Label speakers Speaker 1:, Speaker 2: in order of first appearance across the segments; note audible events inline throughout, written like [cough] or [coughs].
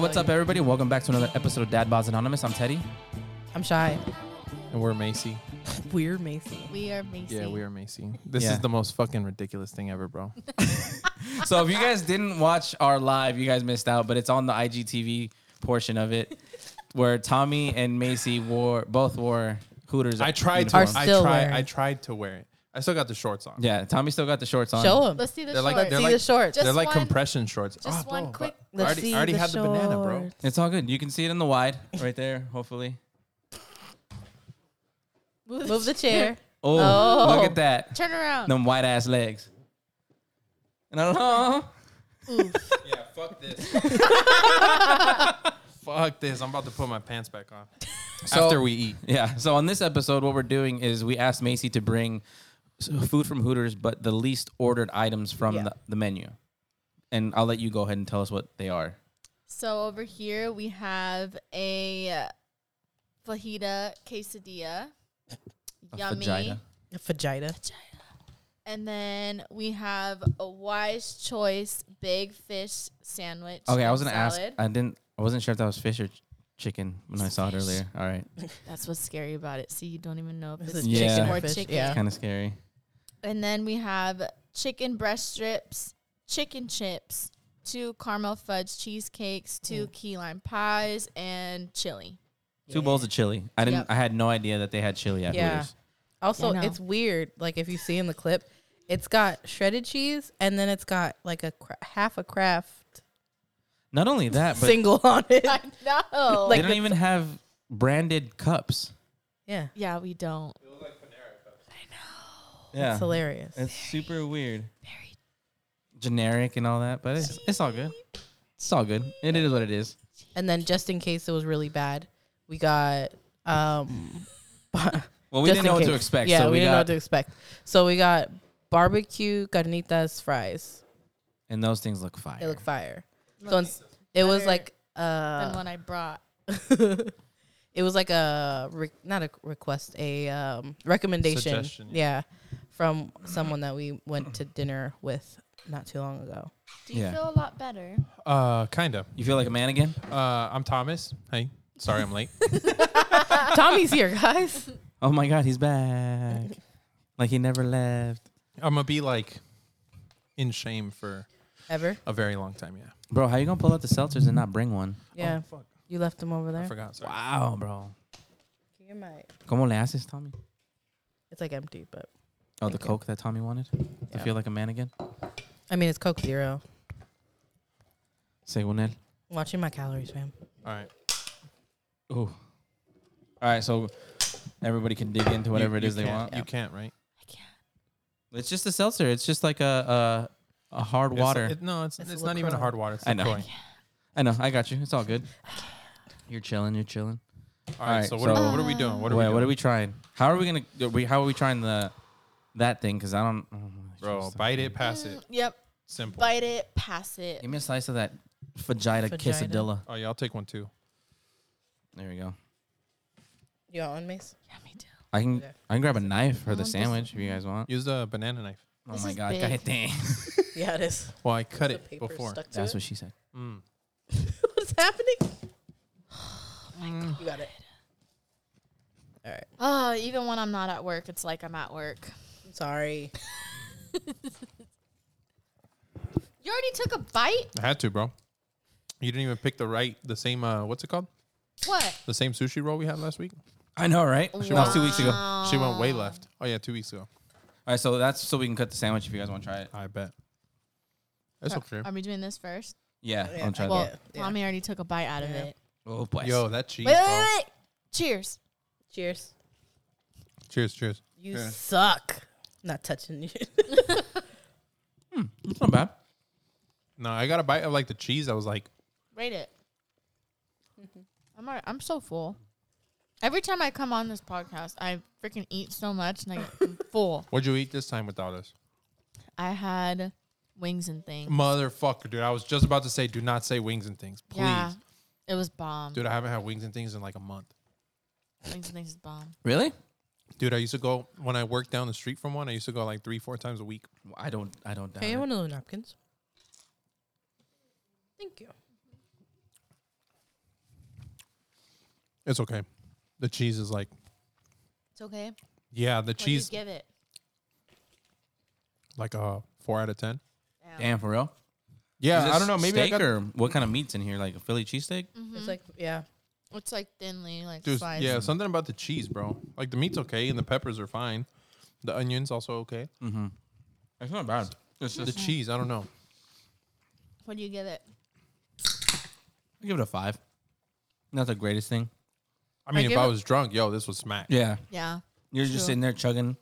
Speaker 1: what's up, everybody? Welcome back to another episode of Dad Bods Anonymous. I'm
Speaker 2: [laughs]
Speaker 1: Teddy.
Speaker 2: I'm shy.
Speaker 3: And we're Macy.
Speaker 2: Weird Macy.
Speaker 4: We are Macy.
Speaker 3: Yeah, we are Macy. This
Speaker 1: Yeah.
Speaker 3: is the most fucking ridiculous thing ever, bro.
Speaker 1: So, if you guys didn't watch our live, you guys missed out, but it's on the IGTV portion of it where Tommy and Macy wore both wore Hooters.
Speaker 3: I tried to.
Speaker 2: Are
Speaker 1: uniform.
Speaker 3: I
Speaker 2: still
Speaker 3: tried.
Speaker 2: wearing.
Speaker 3: I tried to wear it. I still got the shorts on.
Speaker 1: Yeah, Tommy still got the shorts on.
Speaker 2: Show him.
Speaker 4: Let's see the
Speaker 3: They're like-
Speaker 4: shorts.
Speaker 3: they're
Speaker 2: see
Speaker 3: like-
Speaker 2: the shorts.
Speaker 3: They're
Speaker 4: Just
Speaker 3: like
Speaker 4: one-
Speaker 3: compression shorts. Ah,
Speaker 1: Ah,
Speaker 4: just
Speaker 3: one
Speaker 4: one quick-
Speaker 3: I
Speaker 2: Let's
Speaker 3: already, I
Speaker 2: see
Speaker 3: already
Speaker 2: the
Speaker 3: had the banana, bro.
Speaker 2: shorts.
Speaker 1: It's all good. You can see it in the wide right there, hopefully.
Speaker 2: Move the chair.
Speaker 1: Oh,
Speaker 2: Oh.
Speaker 1: look at that.
Speaker 4: Turn around.
Speaker 1: Them white ass legs. And I don't know.
Speaker 3: Yeah, fuck this. [laughs] fuck this. I'm about to put my pants back on after we eat.
Speaker 1: Yeah. So on this episode, what we're doing is we asked Macy to bring s- food from Hooters, but the least ordered items from
Speaker 2: Yeah.
Speaker 1: the, the menu. And I'll let you go ahead and tell us what they are.
Speaker 4: So over here we have a fajita quesadilla.
Speaker 1: A
Speaker 4: Yummy.
Speaker 1: vagina.
Speaker 2: [laughs] Vagina.
Speaker 4: And then we have a wise choice big fish sandwich.
Speaker 1: Okay, I
Speaker 4: and
Speaker 1: was gonna ask.
Speaker 4: salad.
Speaker 1: I didn't. I wasn't sure if that was fish or ch- chicken when I saw it earlier. All
Speaker 2: [laughs]
Speaker 1: right,
Speaker 4: That's what's scary about it. See, you don't even know if
Speaker 2: This
Speaker 4: it's,
Speaker 2: is
Speaker 1: Yeah.
Speaker 4: chicken
Speaker 2: chicken
Speaker 4: or
Speaker 2: or fish,
Speaker 4: chicken.
Speaker 2: yeah.
Speaker 1: kind of scary.
Speaker 4: And then we have chicken breast strips, chicken chips, two caramel fudge cheesecakes, two key lime pies, and chili.
Speaker 1: Two bowls of chili. I didn't.
Speaker 4: Yep.
Speaker 1: I had no idea that they had chili at
Speaker 2: Yeah.
Speaker 1: Hooters.
Speaker 2: Also,
Speaker 4: Yeah, no.
Speaker 2: it's weird. Like if you see in the clip, it's got shredded cheese and then it's got like a cra- half a craft
Speaker 1: Not only that, but
Speaker 2: single [laughs] on it.
Speaker 4: [laughs] I know.
Speaker 1: they
Speaker 2: like
Speaker 1: don't
Speaker 2: the-
Speaker 1: even have branded cups.
Speaker 2: yeah,
Speaker 4: yeah, we don't.
Speaker 1: Yeah,
Speaker 2: it's hilarious.
Speaker 1: It's super weird. Very generic and all that, but it's, it's all good. It's all good. It is what it is.
Speaker 2: And then just in case it was really bad, we got um. [laughs]
Speaker 1: Well, we
Speaker 2: just in
Speaker 1: didn't know what to
Speaker 2: case.
Speaker 1: expect.
Speaker 2: Yeah,
Speaker 1: so
Speaker 2: we,
Speaker 1: we,
Speaker 2: didn't know
Speaker 1: got
Speaker 2: what to expect. So we got barbecue carnitas fries.
Speaker 1: and those things look fire.
Speaker 2: They look fire. So it's, it was
Speaker 4: better
Speaker 2: like
Speaker 4: than
Speaker 2: uh,
Speaker 4: one I brought.
Speaker 2: it was like a re- not a request, a um, recommendation.
Speaker 3: Suggestion,
Speaker 2: yeah. from someone that we went to dinner with not too long ago. [laughs]
Speaker 4: Do you
Speaker 1: Yeah.
Speaker 4: feel a lot better?
Speaker 3: Uh, kinda.
Speaker 1: you feel like a man again?
Speaker 3: Uh, I'm Thomas. Hey, sorry I'm late.
Speaker 2: Tommy's here, guys.
Speaker 1: Oh my God, he's back. like he never left.
Speaker 3: I'm gonna be like in shame for
Speaker 2: Ever?
Speaker 3: a very long time. Yeah.
Speaker 1: Bro, how you gonna pull out the seltzers and not bring one?
Speaker 2: Yeah.
Speaker 3: Oh, fuck.
Speaker 2: You left him over
Speaker 3: I
Speaker 2: there.
Speaker 3: forgot. Sorry.
Speaker 1: Wow, bro.
Speaker 2: You might.
Speaker 1: ¿Cómo le haces, Tommy?
Speaker 2: It's like empty, but
Speaker 1: Oh, the
Speaker 2: Thank you.
Speaker 1: Coke that Tommy wanted to
Speaker 2: Yeah.
Speaker 1: feel like a man again.
Speaker 2: I mean it's Coke Zero.
Speaker 1: Según él.
Speaker 2: Watching my calories, man.
Speaker 3: All right.
Speaker 1: Ooh. All right, so everybody can dig into whatever
Speaker 3: You-
Speaker 1: it
Speaker 3: you
Speaker 1: is they
Speaker 3: can't-
Speaker 1: want.
Speaker 3: You can't, right?
Speaker 4: I can't.
Speaker 1: It's just a seltzer. It's just like a a, a hard
Speaker 3: It's-
Speaker 1: water.
Speaker 3: it- no, it's,
Speaker 2: It's
Speaker 3: it's,
Speaker 2: a
Speaker 3: not even a
Speaker 2: LaCroix.
Speaker 3: hard water. It's
Speaker 1: I know.
Speaker 3: LaCroix.
Speaker 1: I know. I got you. It's all good. You're chilling. You're chilling.
Speaker 3: All right.
Speaker 1: Alright,
Speaker 3: So, what, are,
Speaker 1: so-
Speaker 3: what are
Speaker 4: Uh,
Speaker 3: we doing? What are
Speaker 1: Wait,
Speaker 3: we doing?
Speaker 1: what are we trying? How are we gonna? are we, how are we trying the that thing? Because I don't. oh my
Speaker 3: Bro,
Speaker 1: Jesus.
Speaker 3: bite it, pass
Speaker 4: Mm,
Speaker 3: it.
Speaker 4: Yep.
Speaker 3: Simple.
Speaker 4: Bite it, pass it.
Speaker 1: Give me a slice of that fajita
Speaker 2: Fajita.
Speaker 1: quesadilla.
Speaker 3: Oh yeah, I'll take one too.
Speaker 1: There we go.
Speaker 2: You want one, Mace?
Speaker 4: Yeah, me too.
Speaker 1: I can
Speaker 2: Okay.
Speaker 1: I can grab a knife for
Speaker 4: I
Speaker 1: the
Speaker 4: want this
Speaker 1: sandwich if you guys want.
Speaker 3: Use the banana knife.
Speaker 1: Oh
Speaker 4: This
Speaker 1: my
Speaker 4: is
Speaker 1: god,
Speaker 4: big.
Speaker 1: god damn.
Speaker 2: [laughs] Yeah, it is.
Speaker 3: Well, I cut
Speaker 2: The
Speaker 3: it
Speaker 2: paper
Speaker 3: before.
Speaker 2: stuck to
Speaker 1: That's
Speaker 2: it.
Speaker 1: what she said.
Speaker 3: Mm.
Speaker 2: [laughs] What's happening? You got it. All right.
Speaker 4: Oh, even when I'm not at work, it's like I'm at work.
Speaker 2: I'm sorry.
Speaker 4: You already took a bite?
Speaker 3: I had to, bro. You didn't even pick the right, the same. Uh, what's it called?
Speaker 4: What?
Speaker 3: The same sushi roll we had last week.
Speaker 1: I know, right? That was two weeks ago. All
Speaker 3: She went
Speaker 4: Um,
Speaker 3: way left. Oh yeah, two weeks ago.
Speaker 1: right, so that's so we can cut the sandwich if you guys want to try it.
Speaker 3: I bet. That's okay.
Speaker 4: Are we doing this first?
Speaker 1: Yeah,
Speaker 2: Yeah,
Speaker 1: I'll try
Speaker 2: I
Speaker 4: Well,
Speaker 1: that.
Speaker 2: get- yeah.
Speaker 4: mommy already took a bite out of
Speaker 2: Yeah.
Speaker 4: it.
Speaker 1: Oh, bless.
Speaker 3: Yo, that cheese.
Speaker 4: Wait, wait,
Speaker 3: bro.
Speaker 4: wait, wait. Cheers.
Speaker 2: Cheers.
Speaker 3: Cheers, cheers.
Speaker 2: You
Speaker 3: Yeah.
Speaker 2: suck. Not touching you.
Speaker 1: it's not bad.
Speaker 3: No, I got a bite of like the cheese. I was like,
Speaker 4: Rate [laughs] it. I'm alright. I'm so full. Every time I come on this podcast, I freaking eat so much and I [laughs] get full.
Speaker 3: "What'd you eat this time without us?"
Speaker 4: I had wings and things.
Speaker 3: Motherfucker, dude. I was just about to say, do not say wings and things, please.
Speaker 4: Yeah, it was bomb.
Speaker 3: Dude, I haven't had wings and things in like a month.
Speaker 4: Wings and things is bomb.
Speaker 1: Really?
Speaker 3: Dude, I used to go when I worked down the street from one. I used to go like three, four times a week.
Speaker 1: Well, I don't. I don't doubt
Speaker 2: Can you
Speaker 1: it.
Speaker 2: one of those napkins? Thank you.
Speaker 3: It's okay. The cheese is like,
Speaker 4: It's okay.
Speaker 3: yeah, the
Speaker 4: What do you
Speaker 3: cheese
Speaker 4: give it?
Speaker 3: like a four out of ten.
Speaker 1: Damn, for real? Is
Speaker 3: Yeah,
Speaker 1: this
Speaker 3: I don't know. Maybe I
Speaker 1: steak
Speaker 3: got
Speaker 1: or what kind of meats in here? Like a Philly cheesesteak?
Speaker 2: It's like yeah.
Speaker 4: It's like thinly, like
Speaker 3: Dude,
Speaker 4: sliced.
Speaker 3: yeah, something about the cheese, bro. Like the meat's okay and the peppers are fine. The onions also okay.
Speaker 1: It's not bad. It's
Speaker 3: The
Speaker 1: just
Speaker 3: cheese, I don't know.
Speaker 4: What do you give it?
Speaker 1: I give it a five. Not the greatest thing.
Speaker 3: I mean, if
Speaker 2: give
Speaker 3: I
Speaker 2: it-
Speaker 3: was drunk, yo, this was smack.
Speaker 1: Yeah.
Speaker 4: Yeah,
Speaker 1: You're just
Speaker 4: True.
Speaker 1: sitting there chugging.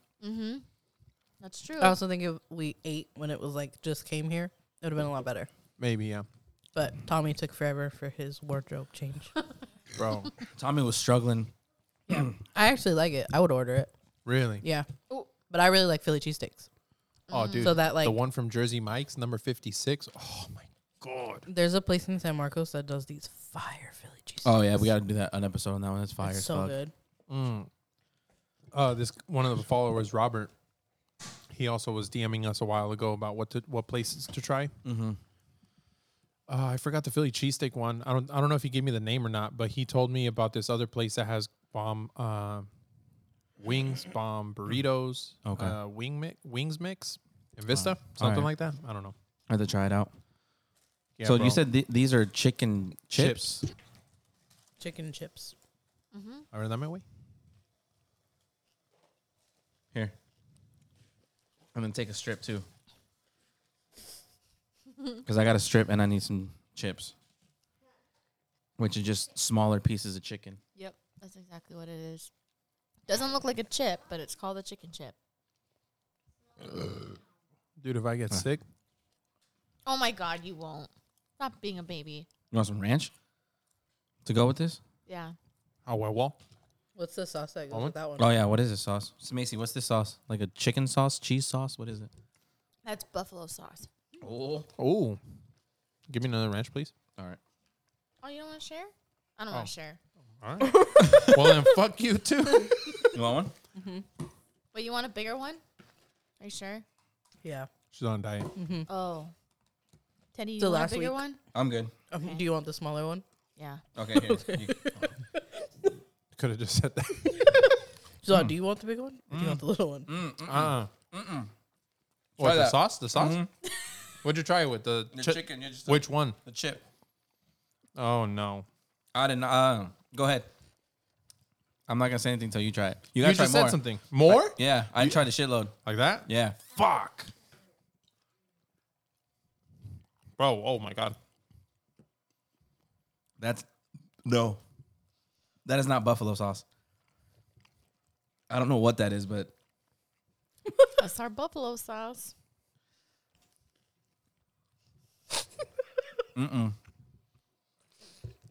Speaker 4: that's true.
Speaker 2: I also think if we ate when it was like just came here, it would have been a lot better.
Speaker 3: Maybe, yeah,
Speaker 2: But Tommy took forever for his wardrobe change.
Speaker 3: bro.
Speaker 1: Tommy was struggling.
Speaker 2: I actually like it. I would order it.
Speaker 3: really?
Speaker 2: Yeah.
Speaker 4: Ooh.
Speaker 2: But I really like Philly cheesesteaks.
Speaker 3: Oh, dude.
Speaker 2: So that, like-
Speaker 3: the one from Jersey Mike's, number fifty-six. Oh my god.
Speaker 2: There's a place in San Marcos that does these fire Philly cheesesteaks.
Speaker 1: Oh yeah, we gotta do that an episode on that one. That's fire.
Speaker 2: It's
Speaker 1: as
Speaker 2: so
Speaker 1: fuck.
Speaker 2: good.
Speaker 3: Mm. Uh, this one of the followers, Robert. He also was DMing us a while ago about what to what places to try. Mm-hmm. Uh, I forgot the Philly cheesesteak one. I don't I don't know if he gave me the name or not, but he told me about this other place that has bomb uh, wings, bomb burritos,
Speaker 1: Okay.
Speaker 3: uh, wing mi- wings mix, and Vista, something
Speaker 1: Alright.
Speaker 3: like that. I don't know.
Speaker 1: I have to try it out.
Speaker 3: Yeah,
Speaker 1: so
Speaker 3: bro.
Speaker 1: you said th- these are chicken chips.
Speaker 3: chips.
Speaker 2: Chicken chips.
Speaker 3: I read that my way.
Speaker 1: Here. I'm gonna take a
Speaker 2: [laughs]
Speaker 1: strip too. Because I got a strip and I need some chips. Which are just smaller pieces of chicken.
Speaker 4: yep, that's exactly what it is. Doesn't look like a chip, but it's called a chicken chip.
Speaker 3: Dude, if I get sick,
Speaker 4: Oh my god, you won't. Stop being a baby.
Speaker 1: You want some ranch? To go with this?
Speaker 4: Yeah.
Speaker 3: I'll wear wall.
Speaker 2: What's the sauce that goes
Speaker 3: Almond?
Speaker 2: with that one?
Speaker 1: Oh yeah, what is this sauce? So Macy, what's this sauce? Like a chicken sauce, cheese sauce? What is it?
Speaker 4: That's buffalo sauce.
Speaker 1: Oh.
Speaker 3: Oh, give me another ranch, please.
Speaker 1: All right.
Speaker 4: Oh, you don't want to share? I don't
Speaker 3: Oh.
Speaker 4: want to share.
Speaker 3: All right. [laughs] well, then fuck you too.
Speaker 1: You want one?
Speaker 4: But you want a bigger one? Are you sure?
Speaker 2: Yeah.
Speaker 3: She's on a diet. [laughs]
Speaker 4: Oh. Teddy, you
Speaker 2: So
Speaker 4: want
Speaker 2: last
Speaker 4: a bigger
Speaker 2: week-
Speaker 4: one?
Speaker 1: I'm good.
Speaker 2: Um, Do you want the smaller one?
Speaker 4: Yeah.
Speaker 1: Okay,
Speaker 3: [laughs]
Speaker 1: here. you-
Speaker 3: Could have just said that.
Speaker 2: So, do you want the big one? Or Do you want the little one?
Speaker 3: Uh. What
Speaker 1: Try
Speaker 3: the
Speaker 1: that. Mm-hmm.
Speaker 3: sauce? The sauce? What'd you try it with? The,
Speaker 1: The
Speaker 3: chi-
Speaker 1: chicken, you're just
Speaker 3: Which one?
Speaker 1: the chip.
Speaker 3: Oh no!
Speaker 1: I didn't uh, go ahead. I'm not gonna say anything until you try it. You
Speaker 3: You,
Speaker 1: gotta try
Speaker 3: just
Speaker 1: more.
Speaker 3: said something. More?
Speaker 1: Yeah, I tried a shitload.
Speaker 3: Like that?
Speaker 1: Yeah.
Speaker 3: Fuck. Bro, oh my god.
Speaker 1: That's no. That is not buffalo sauce. I don't know what that is, but
Speaker 4: That's our buffalo sauce.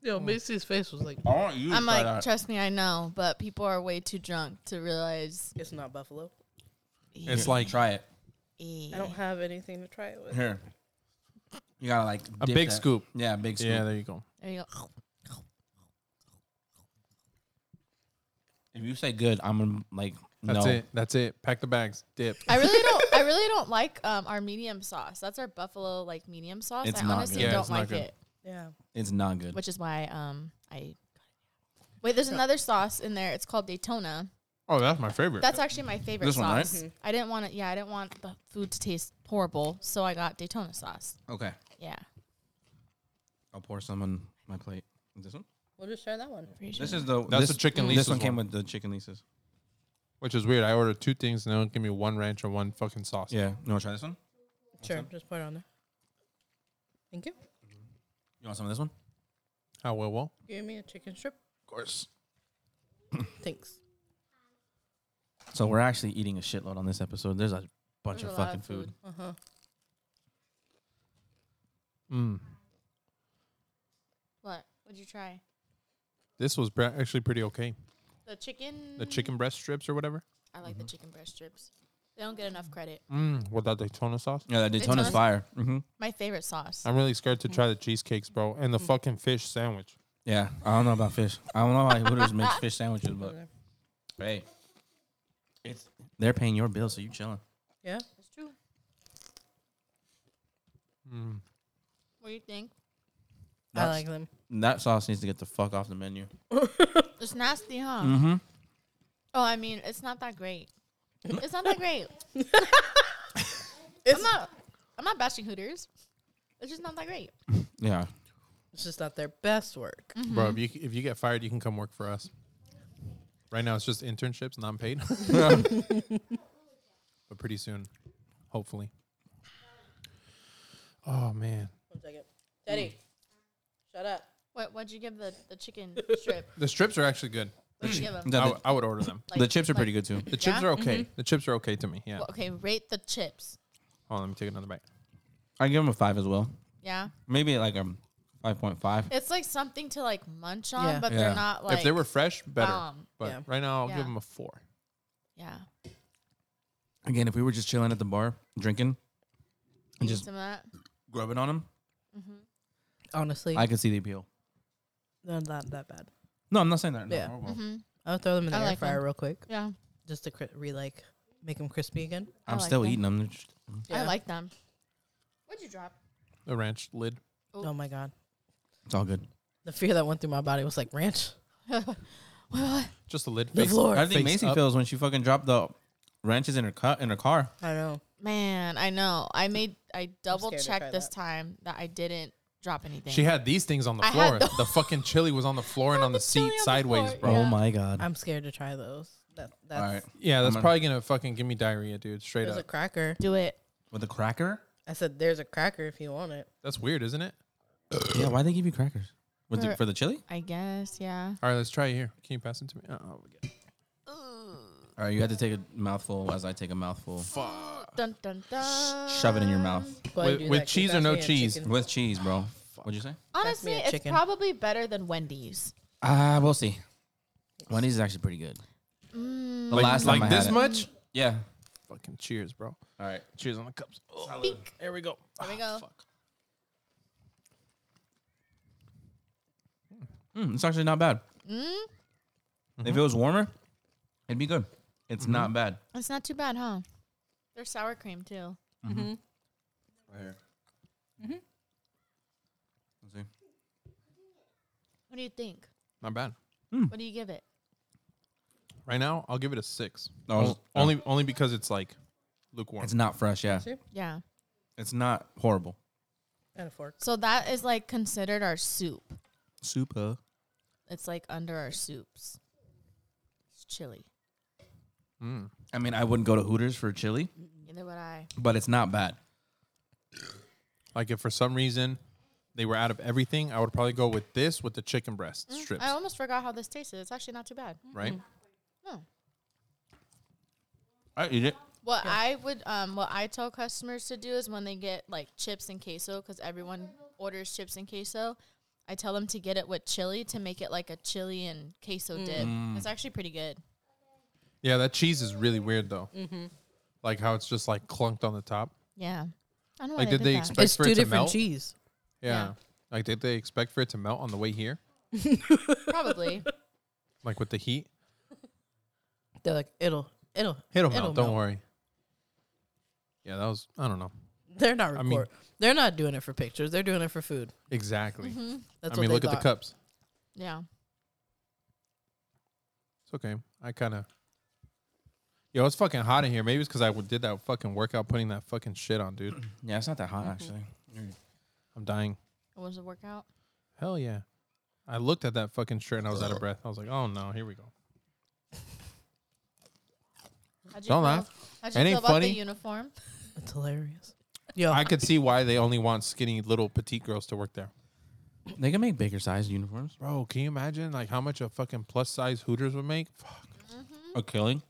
Speaker 2: Yo, Macy's face was like,
Speaker 1: I want you.
Speaker 4: I'm like, trust me, I know, but people are way too drunk to realize.
Speaker 2: it's not buffalo.
Speaker 3: It's like
Speaker 1: try it
Speaker 4: Eh.
Speaker 2: I don't have anything to try it with.
Speaker 1: [laughs] here. You gotta like
Speaker 3: A
Speaker 1: dip
Speaker 3: big
Speaker 1: that-
Speaker 3: scoop.
Speaker 1: Yeah, big scoop.
Speaker 3: Yeah, there you go.
Speaker 4: There you
Speaker 2: [laughs]
Speaker 4: go.
Speaker 1: If you say good, I'm gonna like
Speaker 3: That's
Speaker 1: no.
Speaker 3: it. That's it. Pack the bags. Dip.
Speaker 4: I really don't. I really don't like um, our medium sauce. That's our buffalo like medium sauce.
Speaker 1: It's
Speaker 4: I
Speaker 1: not
Speaker 4: honestly
Speaker 1: good.
Speaker 3: Yeah,
Speaker 4: don't
Speaker 3: it's not
Speaker 4: like
Speaker 3: good.
Speaker 4: it,
Speaker 2: Yeah.
Speaker 1: It's not good.
Speaker 4: which is why um I. Wait, there's another sauce in there. It's called Daytona.
Speaker 3: Oh, that's my favorite.
Speaker 4: That's actually my favorite
Speaker 1: Uh, This one, right?
Speaker 4: sauce.
Speaker 2: Mm-hmm.
Speaker 4: I didn't want it. Yeah, I didn't want the food to taste horrible, so I got Daytona sauce.
Speaker 1: Okay,
Speaker 4: Yeah,
Speaker 1: I'll pour some on my plate. This one.
Speaker 2: We'll just try that one.
Speaker 4: pretty sure.
Speaker 1: This is the
Speaker 3: That's
Speaker 1: this,
Speaker 3: the chicken
Speaker 1: This
Speaker 3: Lisa's
Speaker 1: one came
Speaker 3: one.
Speaker 1: with the chicken Lisa's.
Speaker 3: Which is weird. I ordered two things and they don't give me one ranch or one fucking sauce.
Speaker 1: Yeah. You wanna try this one?
Speaker 2: Sure. Just put it on there. Thank you.
Speaker 1: You want some of this one?
Speaker 3: How well, well?
Speaker 2: Give me a chicken strip.
Speaker 1: Of course.
Speaker 2: Thanks.
Speaker 1: So we're actually eating a shitload on this episode. There's a bunch
Speaker 4: There's
Speaker 1: of
Speaker 4: a lot
Speaker 1: fucking
Speaker 4: of
Speaker 1: food.
Speaker 4: food.
Speaker 2: Uh huh.
Speaker 3: Mm.
Speaker 4: What? Would you try
Speaker 3: This was pre- actually pretty okay.
Speaker 4: the chicken?
Speaker 3: The chicken breast strips or whatever.
Speaker 4: I like
Speaker 1: Mm-hmm.
Speaker 4: the chicken breast strips. They don't get enough credit.
Speaker 3: Mm. With that Daytona sauce.
Speaker 1: Yeah, that Daytona's
Speaker 4: Daytona's-
Speaker 1: fire. Mm-hmm.
Speaker 4: My favorite sauce.
Speaker 3: I'm really scared to
Speaker 4: Mm.
Speaker 3: try the cheesecakes, bro, and the fucking fish sandwich.
Speaker 1: Yeah, I don't know about fish. I don't know why Hooters makes fish sandwiches, but [laughs] hey, it's they're paying your bill, so you chilling.
Speaker 2: Yeah.
Speaker 4: That's true. What do you think?
Speaker 2: I
Speaker 1: That's-
Speaker 2: like them.
Speaker 1: That sauce needs to get the fuck off the menu.
Speaker 4: It's nasty, huh?
Speaker 1: Mm-hmm.
Speaker 4: Oh, I mean, it's not that great. It's not that great. I'm not. I'm not bashing Hooters. It's just not that great.
Speaker 1: Yeah.
Speaker 2: It's just not their best work.
Speaker 3: Bro, if
Speaker 4: Mm-hmm.
Speaker 3: you, if you get fired, you can come work for us. Right now, it's just internships, non paid.
Speaker 4: [laughs]
Speaker 3: [laughs] but pretty soon, hopefully. Oh, man.
Speaker 2: One second. Teddy, shut up.
Speaker 4: What? What'd you give the the chicken strip?
Speaker 3: The strips are actually good.
Speaker 4: What'd you
Speaker 3: [clears throat]
Speaker 4: give them?
Speaker 1: The,
Speaker 3: I, w- I would order
Speaker 4: [laughs]
Speaker 3: them.
Speaker 1: the chips are pretty good too.
Speaker 3: The chips
Speaker 4: Yeah? Mm-hmm.
Speaker 3: are okay. The chips are okay to me. Yeah.
Speaker 4: okay, rate the chips.
Speaker 3: Hold on, let me take another bite.
Speaker 1: I give them a five as well.
Speaker 4: Yeah,
Speaker 1: Maybe like a five point five.
Speaker 4: it's like something to like munch on,
Speaker 2: Yeah.
Speaker 4: but
Speaker 1: Yeah.
Speaker 4: they're not like.
Speaker 3: if they were fresh, better.
Speaker 4: bomb.
Speaker 3: but
Speaker 2: Yeah.
Speaker 3: right now, I'll give
Speaker 4: Yeah.
Speaker 3: them a four.
Speaker 4: Yeah.
Speaker 1: Again, if we were just chilling at the bar, drinking, and
Speaker 4: Eat
Speaker 1: just
Speaker 4: some of that.
Speaker 1: grubbing on them,
Speaker 2: Honestly,
Speaker 1: I could see the appeal.
Speaker 2: they're not that bad.
Speaker 1: No, I'm not saying that. No,
Speaker 2: Yeah. Mm-hmm.
Speaker 1: oh, well.
Speaker 2: I'll throw them in the
Speaker 4: I
Speaker 2: air
Speaker 4: like
Speaker 2: fryer
Speaker 4: them.
Speaker 2: real quick
Speaker 4: Mm-hmm. Yeah.
Speaker 2: just to cri- re like make them crispy again.
Speaker 1: I'm
Speaker 4: like
Speaker 1: still
Speaker 4: them.
Speaker 1: eating them. They're just-
Speaker 4: I like them. What'd you drop?
Speaker 3: The ranch lid.
Speaker 2: Oh my god,
Speaker 1: It's all good.
Speaker 2: the fear that went through my body was like ranch.
Speaker 3: Just the lid.
Speaker 2: The
Speaker 3: face-
Speaker 2: floor.
Speaker 1: I think
Speaker 3: Face
Speaker 1: Macy
Speaker 3: up.
Speaker 1: feels when she fucking dropped the wrenches in her car. In her car.
Speaker 2: I know.
Speaker 4: Man, I know. I made. I double
Speaker 2: scared to try
Speaker 4: checked this
Speaker 2: that.
Speaker 4: time that I didn't drop anything.
Speaker 3: She had these things on the
Speaker 4: I
Speaker 3: floor.
Speaker 4: had
Speaker 3: The,
Speaker 4: the-
Speaker 3: fucking chili was on the floor and
Speaker 4: had
Speaker 3: on the,
Speaker 4: the chili
Speaker 3: seat
Speaker 4: on the
Speaker 3: sideways,
Speaker 4: floor.
Speaker 3: bro.
Speaker 4: Yeah.
Speaker 1: Oh my god.
Speaker 2: I'm scared to try those. That that's
Speaker 1: all right,
Speaker 3: Yeah, that's
Speaker 1: I'm gonna-
Speaker 3: probably gonna fucking give me diarrhea, dude. Straight
Speaker 2: there's
Speaker 3: up.
Speaker 2: a cracker.
Speaker 4: do it.
Speaker 1: with a [coughs] cracker.
Speaker 2: I said there's a cracker if you want it.
Speaker 3: that's weird, isn't it?
Speaker 1: yeah, why they give you crackers? With the,
Speaker 4: For-
Speaker 1: for the chili?
Speaker 4: I guess. Yeah.
Speaker 3: All right, let's try it here. Can you pass it to me? Oh, yeah.
Speaker 1: All right, you have to take a mouthful as I take a mouthful.
Speaker 4: Dun dun dun.
Speaker 1: Shove it in your mouth
Speaker 2: Why
Speaker 3: With-
Speaker 2: do
Speaker 3: with
Speaker 2: that? 'Cause
Speaker 3: cheese or
Speaker 2: that's
Speaker 3: no
Speaker 2: me and
Speaker 3: cheese?
Speaker 2: chicken.
Speaker 1: with cheese,
Speaker 2: ah,
Speaker 1: bro. What'd you say?
Speaker 4: Honestly,
Speaker 2: me a
Speaker 4: it's
Speaker 2: chicken.
Speaker 4: probably better than Wendy's.
Speaker 1: Ah, we'll see. Wendy's is actually pretty good.
Speaker 2: Mm.
Speaker 1: The
Speaker 3: like,
Speaker 1: last time
Speaker 3: like
Speaker 1: I
Speaker 3: this
Speaker 1: had it.
Speaker 3: much?
Speaker 1: Yeah.
Speaker 3: Fucking cheers, bro.
Speaker 1: All right.
Speaker 3: Cheers on the cups. Oh, there we go.
Speaker 4: There we
Speaker 3: ah,
Speaker 4: go.
Speaker 1: Mm, it's actually not bad. If it was warmer, it'd be good. It's not bad.
Speaker 4: It's not too bad, huh? There's sour cream too.
Speaker 1: Right here. Let's see.
Speaker 4: What do you think?
Speaker 3: Not bad.
Speaker 4: What do you give it?
Speaker 3: Right now, I'll give it a six.
Speaker 1: No, it's-
Speaker 3: O- only only because it's like lukewarm.
Speaker 1: It's not fresh. Yeah.
Speaker 4: Yeah.
Speaker 1: It's not horrible.
Speaker 2: And a fork.
Speaker 4: So that is like considered our soup.
Speaker 1: Super.
Speaker 4: It's like under our soups. It's chili.
Speaker 1: I mean, I wouldn't go to Hooters for chili,
Speaker 4: Neither would I.
Speaker 1: but it's not bad.
Speaker 3: like if for some reason they were out of everything, I would probably go with this with the chicken breast strips.
Speaker 4: Mm, I almost forgot how this tasted. It's actually not too bad.
Speaker 3: right?
Speaker 4: No.
Speaker 1: I eat it.
Speaker 4: What I would, um, what I tell customers to do is when they get like chips and queso, because everyone orders chips and queso. I tell them to get it with chili to make it like a chili and queso dip.
Speaker 3: Mm.
Speaker 4: It's actually pretty good.
Speaker 3: Yeah, that cheese is really weird though.
Speaker 2: Mm-hmm.
Speaker 3: Like how it's just like clunked on the top.
Speaker 4: Yeah. I don't know.
Speaker 3: Like,
Speaker 4: why
Speaker 3: did they
Speaker 4: that.
Speaker 3: expect
Speaker 2: It's
Speaker 3: for
Speaker 2: two
Speaker 3: it to
Speaker 2: different
Speaker 3: melt?
Speaker 2: cheese.
Speaker 3: Yeah.
Speaker 4: Yeah.
Speaker 3: Like, did they expect for it to melt on the way here? [laughs]
Speaker 4: Probably.
Speaker 3: Like with the heat?
Speaker 2: They're like it'll it'll [laughs]
Speaker 3: It'll melt. don't worry. Yeah, that was. I don't know
Speaker 2: They're not
Speaker 3: mean-
Speaker 2: record. they're not doing it for pictures. They're doing it for food.
Speaker 3: exactly.
Speaker 2: Mm-hmm. That's
Speaker 3: I mean,
Speaker 2: what
Speaker 3: look
Speaker 2: they
Speaker 3: at the
Speaker 2: thought.
Speaker 3: cups.
Speaker 4: Yeah.
Speaker 3: It's okay. I kind of. Yo, it's fucking hot in here. Maybe it's because I w- did that fucking workout putting that fucking shit on, dude.
Speaker 1: Yeah, it's not that hot actually.
Speaker 3: I'm dying.
Speaker 4: It was a workout.
Speaker 3: Hell yeah. I looked at that fucking shirt and I was out of breath. I was like, oh no, here we go.
Speaker 4: How'd you
Speaker 3: Don't
Speaker 4: feel-
Speaker 3: laugh. It
Speaker 4: How'd you
Speaker 3: ain't
Speaker 4: feel about
Speaker 3: funny.
Speaker 4: the uniform?
Speaker 2: It's hilarious. Yo,
Speaker 3: I could see why they only want skinny little petite girls to work there.
Speaker 1: They can make bigger sized uniforms.
Speaker 3: Bro, can you imagine like how much a fucking plus size Hooters would make? Fuck.
Speaker 1: A killing.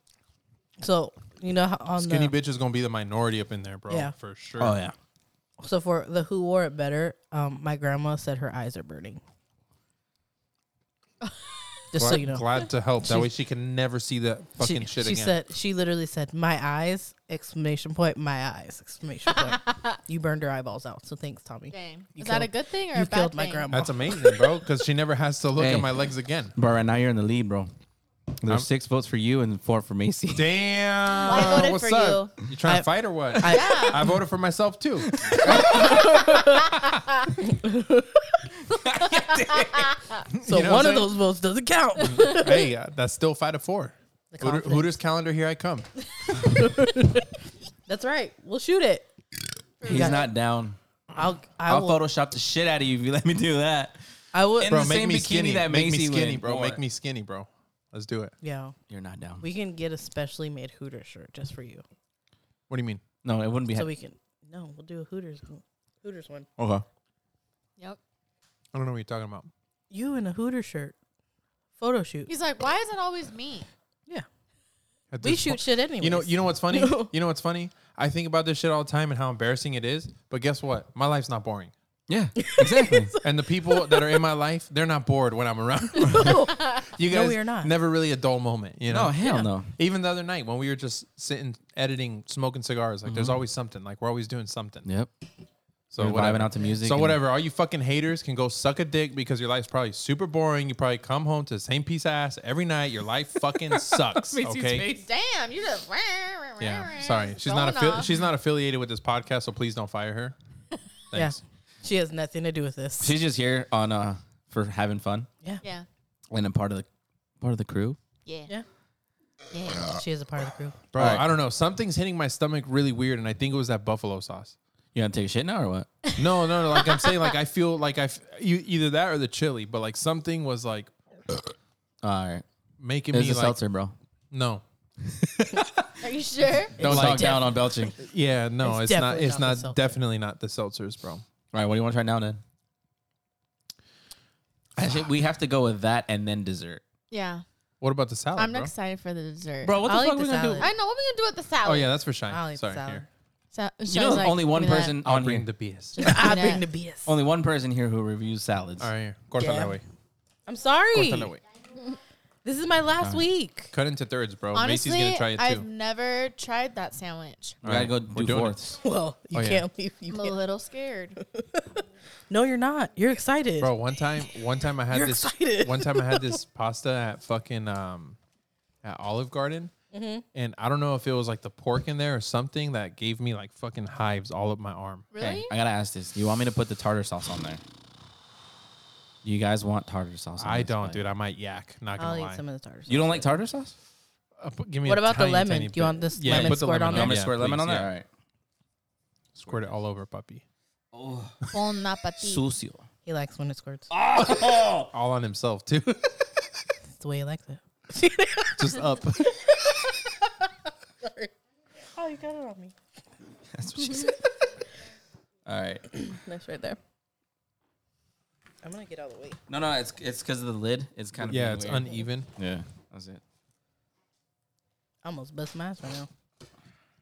Speaker 2: so you know how on
Speaker 3: Skinny
Speaker 2: the
Speaker 3: bitch is gonna be the minority up in there, bro.
Speaker 2: Yeah.
Speaker 3: For sure.
Speaker 1: Oh yeah.
Speaker 2: so for the who wore it better, um, my grandma said her eyes are burning. [laughs] Just so
Speaker 3: Glad,
Speaker 2: you know,
Speaker 3: glad to help. That
Speaker 2: She-
Speaker 3: way she can never see that fucking
Speaker 2: she,
Speaker 3: shit
Speaker 2: she [laughs]
Speaker 3: again.
Speaker 2: said she literally said my eyes exclamation point my eyes exclamation [laughs] point. you burned her eyeballs out. So thanks, Tommy.
Speaker 4: Dang.
Speaker 2: You
Speaker 4: Is that a
Speaker 2: killed-
Speaker 4: good thing or
Speaker 2: you
Speaker 4: a bad
Speaker 2: killed
Speaker 4: thing?
Speaker 2: my grandma.
Speaker 3: That's amazing, bro. Because she never has to look
Speaker 1: Hey.
Speaker 3: at my legs again.
Speaker 1: But right now you're in the lead, bro. There's six votes for you and four for [laughs] Macy.
Speaker 3: Damn.
Speaker 4: I voted
Speaker 3: What's
Speaker 4: for
Speaker 3: up? You, trying to fight or what?
Speaker 2: [laughs]
Speaker 3: I, voted for myself too.
Speaker 2: [laughs] So
Speaker 3: You know
Speaker 2: one
Speaker 3: what
Speaker 2: of
Speaker 3: I'm
Speaker 2: those votes doesn't count. [laughs]
Speaker 3: hey, uh, that's still five to four.
Speaker 2: The
Speaker 3: Hooter,
Speaker 2: confidence.
Speaker 3: Hooters calendar, here I come.
Speaker 2: That's right. We'll shoot it.
Speaker 1: He's
Speaker 2: Yeah.
Speaker 1: not down.
Speaker 2: I'll I
Speaker 1: I'll
Speaker 2: will.
Speaker 1: Photoshop the shit out of you if you let me do that.
Speaker 2: I will.
Speaker 1: In
Speaker 3: Bro,
Speaker 1: the
Speaker 3: make
Speaker 1: same
Speaker 3: me
Speaker 1: bikini
Speaker 3: skinny.
Speaker 1: that
Speaker 3: make me
Speaker 1: Macy
Speaker 3: skinny,
Speaker 1: went
Speaker 3: bro.
Speaker 1: for.
Speaker 3: Make me skinny, bro. Let's do it.
Speaker 2: yeah,
Speaker 1: You're not down.
Speaker 2: we can get a specially made Hooter shirt just for you,
Speaker 3: What do you mean?
Speaker 1: No, it wouldn't be.
Speaker 2: so
Speaker 1: So
Speaker 2: we can. No, we'll do a Hooters one. Hooters one.
Speaker 3: Okay.
Speaker 4: Yep.
Speaker 3: I don't know what you're talking about.
Speaker 2: You in a Hooter shirt. Photo shoot.
Speaker 4: He's like, why is it always me?
Speaker 2: Yeah,
Speaker 3: At
Speaker 2: we
Speaker 3: this
Speaker 2: shoot
Speaker 3: point-
Speaker 2: shit anyway.
Speaker 3: You know, you know
Speaker 2: [laughs]
Speaker 3: what's funny? you know what's funny? I think about this shit all the time and how embarrassing it is. But guess what? My life's
Speaker 2: [laughs]
Speaker 3: not boring,
Speaker 1: [laughs] yeah, exactly.
Speaker 3: and the people that are in my life, they're not bored when I'm around. [laughs] you guys,
Speaker 2: [laughs] No, we are not.
Speaker 3: Never really a dull moment, you know.
Speaker 1: no, hell no.
Speaker 3: Even the other night when we were just sitting editing, smoking cigars, like there's
Speaker 1: Mm-hmm.
Speaker 3: always something. Like we're always doing something.
Speaker 1: Yep.
Speaker 3: So
Speaker 1: We're
Speaker 3: whatever.
Speaker 1: vibing out to music.
Speaker 3: So
Speaker 1: and-
Speaker 3: whatever, all you fucking haters can go suck a dick because your life's probably super boring. You probably come home to the same piece of ass every night. Your life
Speaker 2: [laughs]
Speaker 3: fucking sucks. okay.
Speaker 4: Damn, you just.
Speaker 3: Yeah. Sorry. She's
Speaker 4: Going
Speaker 3: not affi-
Speaker 4: off.
Speaker 3: she's not affiliated with this podcast, so please don't
Speaker 2: [laughs]
Speaker 3: fire her.
Speaker 2: yeah,
Speaker 3: Thanks.
Speaker 2: she has nothing to do with this.
Speaker 1: She's just here on uh for having fun
Speaker 2: yeah,
Speaker 4: Yeah.
Speaker 1: and a part of the part of the crew.
Speaker 4: Yeah.
Speaker 2: Yeah.
Speaker 4: Yeah.
Speaker 2: she is a part of the
Speaker 3: [laughs]
Speaker 2: crew.
Speaker 3: Bro,
Speaker 1: All right.
Speaker 3: I don't know. Something's hitting my stomach really weird, and I think it was that buffalo sauce.
Speaker 1: You gonna take a shit now or what?
Speaker 3: No, no, no. Like I'm saying, like I feel like I f- you, either that or the chili, but like something was like
Speaker 1: All right.
Speaker 3: making
Speaker 1: It's
Speaker 3: me
Speaker 1: a
Speaker 3: like
Speaker 1: seltzer, bro.
Speaker 3: no,
Speaker 4: Are you sure?
Speaker 1: Don't
Speaker 3: like
Speaker 1: talk down on belching.
Speaker 3: yeah, no.
Speaker 2: It's
Speaker 3: It's, not.
Speaker 2: definitely not
Speaker 3: It's
Speaker 2: the
Speaker 3: not,
Speaker 2: seltzer.
Speaker 3: definitely not the seltzers, bro.
Speaker 1: All right, what do you want to try now then? Actually, we have to go with that and then dessert.
Speaker 4: Yeah.
Speaker 3: What about the salad,
Speaker 4: I'm
Speaker 3: bro?
Speaker 4: excited for the dessert.
Speaker 1: Bro, what the
Speaker 2: I'll
Speaker 1: fuck
Speaker 2: eat
Speaker 1: we
Speaker 2: the
Speaker 1: gonna do?
Speaker 2: salad.
Speaker 4: I know what we gonna do with the salad.
Speaker 3: Oh yeah, that's for Shine.
Speaker 2: I'll eat
Speaker 3: Sorry,
Speaker 2: the salad.
Speaker 3: here.
Speaker 4: So, so
Speaker 1: You know,
Speaker 4: he's like,
Speaker 1: only one
Speaker 4: give me that.
Speaker 1: person
Speaker 3: I'll
Speaker 1: on
Speaker 3: bring
Speaker 1: here.
Speaker 3: the beers. [laughs]
Speaker 4: Just give me
Speaker 2: I bring Ah, the
Speaker 4: that.
Speaker 2: BS.
Speaker 3: Oh.
Speaker 1: only one person here who reviews salads.
Speaker 3: All right, here. Corta
Speaker 2: Yeah.
Speaker 3: la way.
Speaker 2: I'm
Speaker 3: Corta la
Speaker 2: sorry.
Speaker 3: way.
Speaker 2: This is my last week. [laughs]
Speaker 3: Cut into thirds, bro.
Speaker 4: Honestly,
Speaker 3: Macy's gonna try it too.
Speaker 4: I've never tried that sandwich.
Speaker 1: We gotta
Speaker 3: All
Speaker 1: go
Speaker 3: right, we're
Speaker 1: do
Speaker 3: doing it.
Speaker 1: fourths.
Speaker 2: Well, you
Speaker 3: Oh, yeah.
Speaker 2: can't leave. You
Speaker 4: I'm a
Speaker 2: can't.
Speaker 4: little
Speaker 3: [laughs]
Speaker 4: scared.
Speaker 2: No, you're not. You're excited.
Speaker 3: Bro, one time, one time I had
Speaker 2: You're
Speaker 3: this.
Speaker 2: excited.
Speaker 3: One time I had
Speaker 2: [laughs]
Speaker 3: this pasta at fucking um, at Olive Garden,
Speaker 2: Mm-hmm.
Speaker 3: and I don't know if it was like the pork in there or something that gave me like fucking hives all up my arm.
Speaker 4: Really?
Speaker 1: Okay, I gotta ask this. You want me to put the tartar sauce on there? You guys want tartar sauce? on
Speaker 3: I
Speaker 1: this,
Speaker 3: don't,
Speaker 1: but-
Speaker 3: dude. I might yak. Not gonna
Speaker 2: I'll
Speaker 3: lie.
Speaker 2: eat some of the tartar.
Speaker 1: You don't like tartar sauce?
Speaker 3: Uh, put- give me.
Speaker 2: What
Speaker 3: a
Speaker 2: about the
Speaker 3: tiny,
Speaker 2: lemon?
Speaker 3: tiny
Speaker 2: Do you
Speaker 3: bit.
Speaker 2: want this
Speaker 3: yeah,
Speaker 2: lemon
Speaker 3: put the
Speaker 2: squirt on
Speaker 3: lemon
Speaker 1: You
Speaker 2: there?
Speaker 1: want me to
Speaker 3: Yeah,
Speaker 1: squirt lemon
Speaker 3: please,
Speaker 1: on there?
Speaker 3: yeah.
Speaker 1: All right.
Speaker 3: Squirt it all over, puppy.
Speaker 4: Bon appetit.
Speaker 1: Sucio.
Speaker 2: He likes when it squirts.
Speaker 3: All on himself [laughs] too.
Speaker 2: That's the way he likes it.
Speaker 3: Just up. [laughs]
Speaker 2: Oh, you got it on me.
Speaker 1: [laughs] That's what she said. [laughs] All right.
Speaker 2: Nice right there. I'm gonna get out of the way.
Speaker 1: No, no, it's it's because of the lid. It's kind of
Speaker 3: yeah,
Speaker 1: being
Speaker 3: it's
Speaker 1: weird.
Speaker 3: uneven.
Speaker 1: Yeah, that's it.
Speaker 2: I almost bust my ass right now.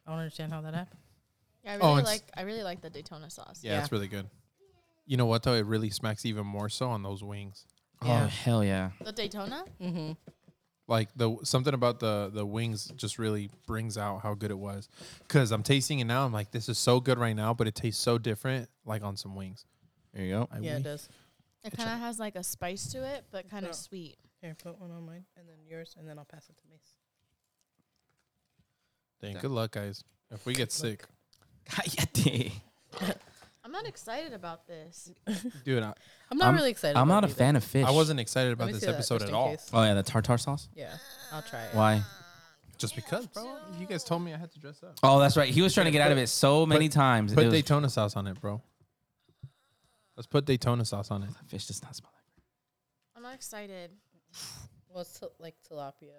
Speaker 2: I don't understand how that happened.
Speaker 4: Yeah, I
Speaker 3: Oh,
Speaker 4: really
Speaker 3: it's-
Speaker 4: like. I really like the Daytona sauce.
Speaker 3: Yeah, it's really good. You know what though? It really smacks even more so on those wings.
Speaker 1: Oh hell yeah!
Speaker 4: The Daytona.
Speaker 3: like the something about the the wings just really brings out how good it was because i'm tasting it now i'm like this is so good right now but it tastes so different like on some wings
Speaker 1: There you go.
Speaker 3: I
Speaker 2: Yeah,
Speaker 3: wing-
Speaker 2: it
Speaker 1: [laughs]
Speaker 2: does.
Speaker 4: It kind of has like a spice to it, but kind
Speaker 2: Yeah.
Speaker 4: of sweet.
Speaker 2: Here, put one on mine and then yours, and then I'll pass it to Mace.
Speaker 3: dang good luck guys if we get sick
Speaker 1: Cayete.
Speaker 4: I'm not excited about this.
Speaker 3: dude I,
Speaker 2: I'm not really excited.
Speaker 1: I'm
Speaker 2: about
Speaker 1: not a
Speaker 2: it either.
Speaker 1: fan of fish.
Speaker 3: I wasn't excited
Speaker 2: Let
Speaker 3: about
Speaker 2: me
Speaker 3: this
Speaker 2: see that
Speaker 3: episode
Speaker 2: just
Speaker 3: at
Speaker 2: in
Speaker 3: all
Speaker 2: case.
Speaker 1: Oh yeah, the tartar sauce.
Speaker 2: Yeah, I'll try it.
Speaker 1: Why?
Speaker 3: just because bro you guys told me i had to dress up
Speaker 1: Oh, that's right. He was trying to get out of it so many times.
Speaker 3: put
Speaker 1: it was,
Speaker 3: daytona sauce on it bro let's put daytona sauce on it
Speaker 1: fish does not smell like.
Speaker 4: I'm not excited.
Speaker 2: Well, it's til- like tilapia.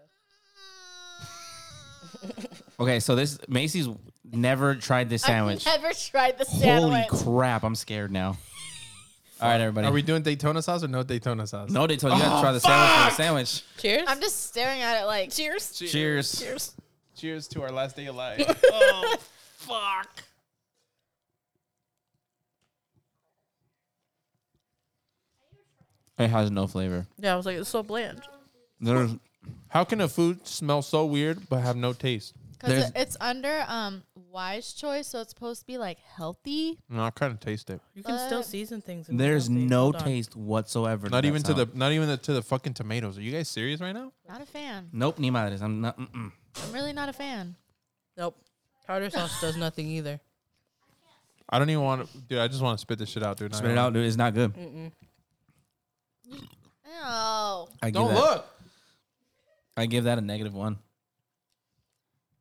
Speaker 1: Okay, so this Macy's never tried this sandwich.
Speaker 4: I've never tried the
Speaker 1: Holy
Speaker 4: sandwich.
Speaker 1: crap! I'm scared [laughs] now. All right, everybody.
Speaker 3: are we doing daytona sauce or no daytona sauce
Speaker 1: no, they told you, you got to try the sandwich. for the sandwich.
Speaker 2: Cheers.
Speaker 4: I'm just staring at it like.
Speaker 2: Cheers.
Speaker 1: Cheers.
Speaker 2: Cheers.
Speaker 3: cheers to our last day alive
Speaker 1: It has no flavor.
Speaker 2: Yeah, I was like, it's so bland.
Speaker 1: There's
Speaker 3: how can a food smell so weird but have no taste
Speaker 1: There's-
Speaker 4: Because it's under um wise choice, so it's supposed to be like healthy.
Speaker 3: no i kind of taste it
Speaker 2: You can still
Speaker 4: But-
Speaker 2: season things. and
Speaker 1: there's
Speaker 2: still say,
Speaker 1: no
Speaker 2: "Hold on."
Speaker 1: taste whatsoever.
Speaker 3: Not
Speaker 1: that
Speaker 3: even to
Speaker 1: salad.
Speaker 3: the not even the, to the fucking tomatoes. Are you guys serious right now?
Speaker 4: Not a fan.
Speaker 1: Nope, ni madres. I'm not. Mm-mm.
Speaker 4: I'm really not a fan.
Speaker 2: Nope. Tartar sauce does nothing either.
Speaker 3: I don't even want to, dude. I just want to spit this shit out, dude.
Speaker 1: Spit it out, dude. It's not good.
Speaker 4: Oh.
Speaker 1: I give
Speaker 3: Don't
Speaker 1: that,
Speaker 3: look.
Speaker 1: I give that a negative one.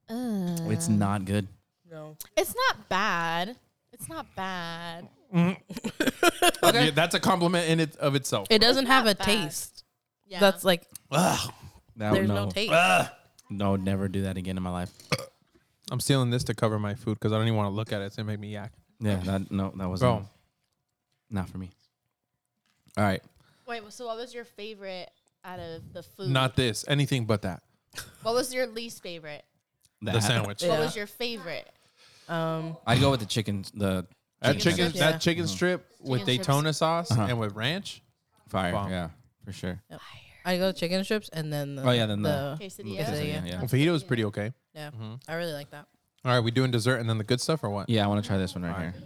Speaker 1: It's not good.
Speaker 2: No.
Speaker 4: It's not bad. It's not bad.
Speaker 3: Yeah, that's a compliment in it of itself.
Speaker 2: It doesn't have
Speaker 4: not
Speaker 2: a
Speaker 4: bad.
Speaker 2: taste.
Speaker 4: Yeah.
Speaker 2: That's like
Speaker 3: Ugh.
Speaker 1: That
Speaker 2: there's
Speaker 1: no,
Speaker 2: no taste.
Speaker 1: no, never do that again in my life.
Speaker 3: I'm stealing this to cover my food because I don't even want to look at it. It's gonna make me yak.
Speaker 1: Yeah, that no, that wasn't
Speaker 3: Bro,
Speaker 1: not for me. All right,
Speaker 4: Wait, so what was your favorite out of the food?
Speaker 3: not this. Anything but that.
Speaker 4: What was your least favorite?
Speaker 3: The sandwich.
Speaker 2: Yeah.
Speaker 4: What was your favorite?
Speaker 2: Um,
Speaker 1: I go with the chicken, the
Speaker 3: That
Speaker 4: Chicken
Speaker 3: chicken,
Speaker 4: strips.
Speaker 3: that
Speaker 2: Yeah.
Speaker 3: chicken strip with
Speaker 4: Chicken strips.
Speaker 3: Daytona sauce
Speaker 1: Mm-hmm. Uh-huh.
Speaker 3: and with ranch.
Speaker 1: fire.
Speaker 3: Bomb.
Speaker 1: Yeah, for sure.
Speaker 2: I go chicken strips and then the,
Speaker 1: Oh, yeah, then the-
Speaker 4: Quesadilla.
Speaker 1: Yeah,
Speaker 2: Quesadilla.
Speaker 1: yeah, yeah.
Speaker 3: Well, fajita was pretty okay.
Speaker 2: yeah.
Speaker 3: Mm-hmm.
Speaker 2: I really like that.
Speaker 3: All right, we doing dessert and then the good stuff or what?
Speaker 1: Yeah, I want to try this one right
Speaker 3: All right.
Speaker 1: here.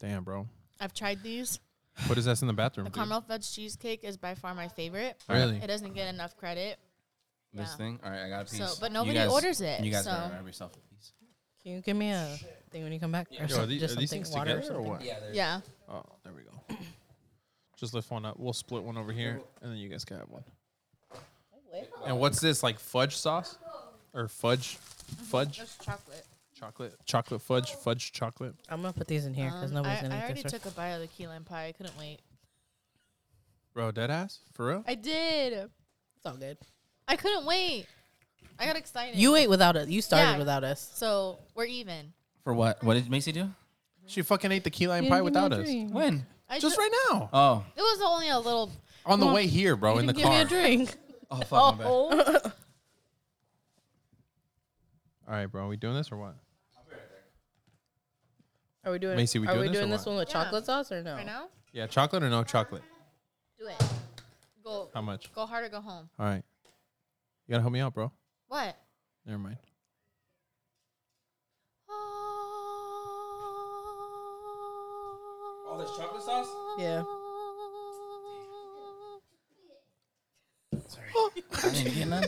Speaker 3: Damn, bro.
Speaker 4: I've tried these.
Speaker 3: What is this in the bathroom?
Speaker 4: The
Speaker 3: dude?
Speaker 4: caramel fudge cheesecake is by far my favorite.
Speaker 3: Really?
Speaker 4: It doesn't get enough credit.
Speaker 1: This
Speaker 4: Yeah.
Speaker 1: thing. All right, I got a piece.
Speaker 4: So, but
Speaker 1: You
Speaker 4: nobody
Speaker 1: guys-
Speaker 4: orders it,
Speaker 1: You guys
Speaker 4: so-
Speaker 1: gotta grab yourself a piece.
Speaker 2: Can you give me a thing when you come back? Or
Speaker 3: Yo, are
Speaker 2: some,
Speaker 3: these,
Speaker 2: just
Speaker 3: are these
Speaker 2: something
Speaker 3: things
Speaker 2: water or
Speaker 3: together or
Speaker 2: something?
Speaker 3: what?
Speaker 1: Yeah,
Speaker 4: Yeah.
Speaker 3: Oh, there we go. [clears throat] Just lift one up. We'll split one over here, and then you guys can have one. And what's this? Like fudge sauce, or fudge, fudge
Speaker 4: Just chocolate.
Speaker 3: chocolate, chocolate fudge, fudge chocolate.
Speaker 2: I'm gonna put these in here because
Speaker 4: Um,
Speaker 2: nobody's
Speaker 4: I,
Speaker 2: gonna
Speaker 4: I
Speaker 2: eat
Speaker 4: already
Speaker 2: this. right?
Speaker 4: took a bite of the key lime pie. I couldn't wait.
Speaker 3: Bro, dead ass for real.
Speaker 4: I did.
Speaker 2: It's all good.
Speaker 4: I couldn't wait. I got excited.
Speaker 2: You ate without us. You started
Speaker 4: Yeah.
Speaker 2: without us.
Speaker 4: So we're even.
Speaker 1: For what? What did Macy do?
Speaker 3: She fucking ate the key lime pie without us.
Speaker 1: When?
Speaker 4: I
Speaker 3: Just
Speaker 4: ju-
Speaker 3: right now,
Speaker 1: Oh,
Speaker 4: It was only a little.
Speaker 3: on the way here, bro, in the
Speaker 2: give me
Speaker 3: car.
Speaker 2: a drink.
Speaker 1: oh, fuck, my bad.
Speaker 4: Oh.
Speaker 3: All right, bro, are we doing this or what?
Speaker 2: [laughs] Are we doing?
Speaker 3: Macy, we
Speaker 2: are
Speaker 3: doing
Speaker 2: we
Speaker 3: this or
Speaker 2: doing this
Speaker 3: what?
Speaker 2: one with
Speaker 4: Yeah.
Speaker 2: chocolate sauce or no?
Speaker 4: oh,
Speaker 2: [laughs]
Speaker 4: Right now?
Speaker 3: Yeah, chocolate or no chocolate?
Speaker 4: Do it. Go.
Speaker 3: How much?
Speaker 4: Go hard or go home.
Speaker 3: All right, you gotta help me out, bro.
Speaker 4: What?
Speaker 3: Never mind.
Speaker 1: Oh, there's chocolate sauce.
Speaker 2: Yeah.
Speaker 1: I didn't get
Speaker 3: [laughs]
Speaker 1: none.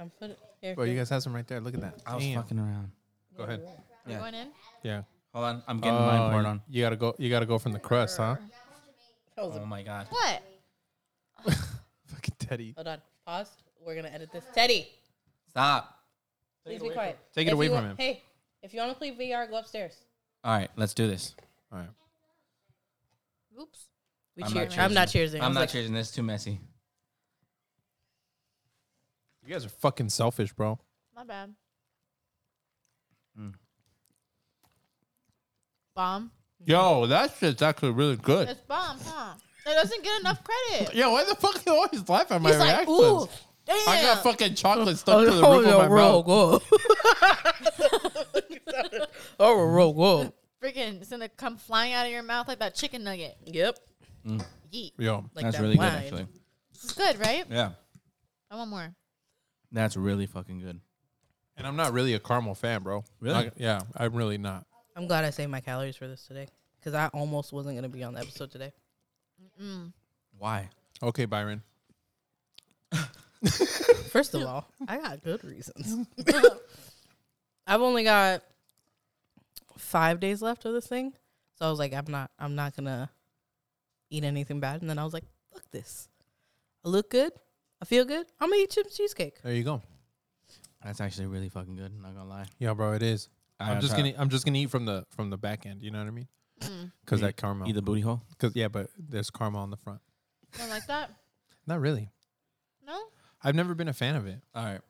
Speaker 2: I'm putting here.
Speaker 3: Bro, you guys have some right there. Look at that.
Speaker 1: I was
Speaker 3: Damn.
Speaker 1: fucking around.
Speaker 3: Go ahead.
Speaker 4: Are you going in?
Speaker 3: Yeah.
Speaker 1: Hold on, I'm getting mine poured on.
Speaker 3: Oh, You gotta go. You gotta go from the crust, huh? [laughs]
Speaker 1: Oh my god.
Speaker 4: What?
Speaker 3: Fucking Teddy.
Speaker 2: Hold on. Pause. We're gonna edit this. Teddy,
Speaker 1: Stop.
Speaker 2: please be quiet.
Speaker 3: Take it
Speaker 2: If
Speaker 3: away
Speaker 2: you
Speaker 3: from
Speaker 2: wa-
Speaker 3: him.
Speaker 2: Hey, if you want to play VR, go upstairs.
Speaker 1: All right, let's do this.
Speaker 3: All right.
Speaker 4: Oops.
Speaker 2: We
Speaker 1: I'm
Speaker 2: cheer.
Speaker 1: not
Speaker 2: I'm not
Speaker 1: cheersing.
Speaker 2: cheersing. I
Speaker 1: I'm
Speaker 2: was
Speaker 1: not
Speaker 2: like,
Speaker 1: cheersing. This is too messy.
Speaker 3: You guys are fucking selfish, bro.
Speaker 4: My bad.
Speaker 1: Mm.
Speaker 4: Bomb.
Speaker 3: Yo, that shit's actually really good.
Speaker 4: It's bomb, huh? It doesn't get enough credit.
Speaker 3: Yo, why the fuck you always laugh at my
Speaker 4: He's like,
Speaker 3: reactions?
Speaker 4: ooh, damn.
Speaker 3: I got fucking chocolate [laughs] stuck to the
Speaker 2: Oh,
Speaker 3: roof of my mouth.
Speaker 2: go. [laughs] oh, roll, go.
Speaker 4: Freaking, it's gonna come flying out of your mouth like that chicken nugget.
Speaker 2: Yep.
Speaker 3: Mm.
Speaker 4: Yeet.
Speaker 3: Yo,
Speaker 2: Like
Speaker 1: That's
Speaker 2: that
Speaker 1: really
Speaker 2: wine.
Speaker 1: good, actually.
Speaker 4: It's good, right?
Speaker 1: Yeah,
Speaker 4: I want more.
Speaker 1: that's really fucking good.
Speaker 3: and I'm not really a caramel fan, bro.
Speaker 1: Really?
Speaker 3: Not- yeah, I'm really not.
Speaker 2: I'm glad I saved my calories for this today because I almost wasn't gonna be on the episode today.
Speaker 1: Why?
Speaker 3: Okay, Byron.
Speaker 2: First of all, [laughs] I got good reasons. [laughs] I've only got five days left of this thing, so I was like, I'm not, I'm not gonna eat anything bad. And then I was like, fuck this. I look good. I feel good. I'm gonna eat chip cheesecake.
Speaker 3: There you go.
Speaker 1: That's actually really fucking good. Not gonna lie.
Speaker 3: Yeah, bro, it is.
Speaker 1: I
Speaker 3: I'm
Speaker 1: gotta
Speaker 3: just
Speaker 1: try
Speaker 3: gonna I'm just gonna eat from the from the back end. You know what I mean?
Speaker 4: Mm.
Speaker 3: Because that caramel.
Speaker 1: Eat the booty hole.
Speaker 3: Because yeah, but there's caramel on the front.
Speaker 4: You don't like that?
Speaker 3: Not really.
Speaker 4: No?
Speaker 3: I've never been a fan of it.
Speaker 1: All right.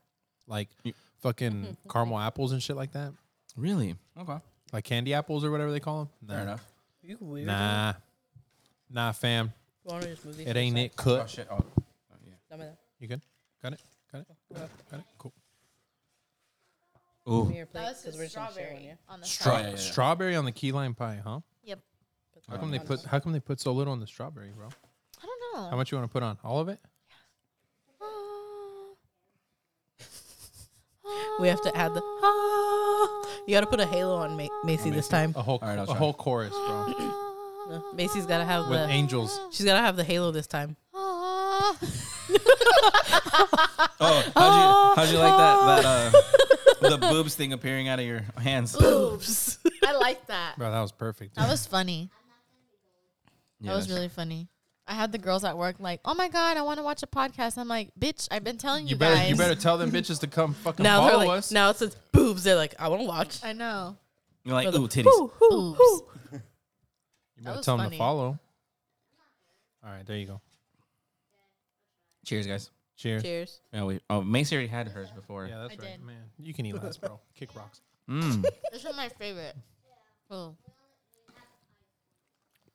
Speaker 3: Like
Speaker 1: You-
Speaker 3: fucking caramel apples and shit like that.
Speaker 1: Really? Okay.
Speaker 3: Like candy apples or whatever they call them.
Speaker 1: Fair enough.
Speaker 2: You weird.
Speaker 3: Nah. Nah, fam. It ain't it.
Speaker 1: Oh
Speaker 3: Cook.
Speaker 1: shit. Oh.
Speaker 3: You good? Got it? Got it? Got it? Got it? Cool. [laughs]
Speaker 1: Ooh.
Speaker 4: That was just strawberry on the
Speaker 1: Stra-
Speaker 4: side.
Speaker 1: yeah, yeah, yeah.
Speaker 3: Strawberry on the key lime pie, huh?
Speaker 4: Yep.
Speaker 3: How come they put how come they put so little on the strawberry, bro?
Speaker 4: I don't know.
Speaker 3: How much you want to put on? All of it?
Speaker 2: We have to add the. ah, you gotta put a halo on Ma- Macy this time.
Speaker 3: A whole
Speaker 1: All right, I'll
Speaker 3: a
Speaker 1: try.
Speaker 3: whole chorus,
Speaker 4: [gasps]
Speaker 3: bro.
Speaker 4: Ah,
Speaker 2: No, Macy's gotta have
Speaker 3: With
Speaker 2: the.
Speaker 3: angels.
Speaker 2: She's gotta have the halo this
Speaker 4: [laughs]
Speaker 2: time.
Speaker 4: ah,
Speaker 1: Oh, how'd you, how'd you like that? That uh, the boobs thing appearing out of your hands.
Speaker 4: Oops. I like that.
Speaker 3: Bro, that was perfect.
Speaker 4: That was funny. That was
Speaker 1: Yes.
Speaker 4: really funny. I had the girls at work like, "Oh my god, I want to watch a podcast." I'm like, "Bitch, I've been telling
Speaker 3: [laughs]
Speaker 4: you,
Speaker 3: You better
Speaker 4: guys."
Speaker 3: you better tell them bitches to come
Speaker 2: [laughs]
Speaker 3: fucking
Speaker 2: Now they're
Speaker 3: follow
Speaker 2: like,
Speaker 3: us.
Speaker 2: now it says boobs. They're like, I want to watch.
Speaker 4: I know.
Speaker 1: You're like,
Speaker 2: They're
Speaker 1: ooh,
Speaker 2: like,
Speaker 1: titties.
Speaker 2: "Hoo, hoo,
Speaker 4: Boobs.
Speaker 2: hoo."
Speaker 3: You better
Speaker 4: was
Speaker 3: tell them to
Speaker 4: funny.
Speaker 3: follow. All right, there you go.
Speaker 1: Cheers, guys.
Speaker 3: Cheers.
Speaker 2: Cheers.
Speaker 1: Yeah, we. Oh, Macy already had hers before.
Speaker 3: Yeah, that's
Speaker 4: I
Speaker 3: right,
Speaker 4: did.
Speaker 3: man. You can eat last,
Speaker 4: [laughs]
Speaker 3: bro. Kick rocks.
Speaker 1: Mm.
Speaker 4: This is my favorite. Oh,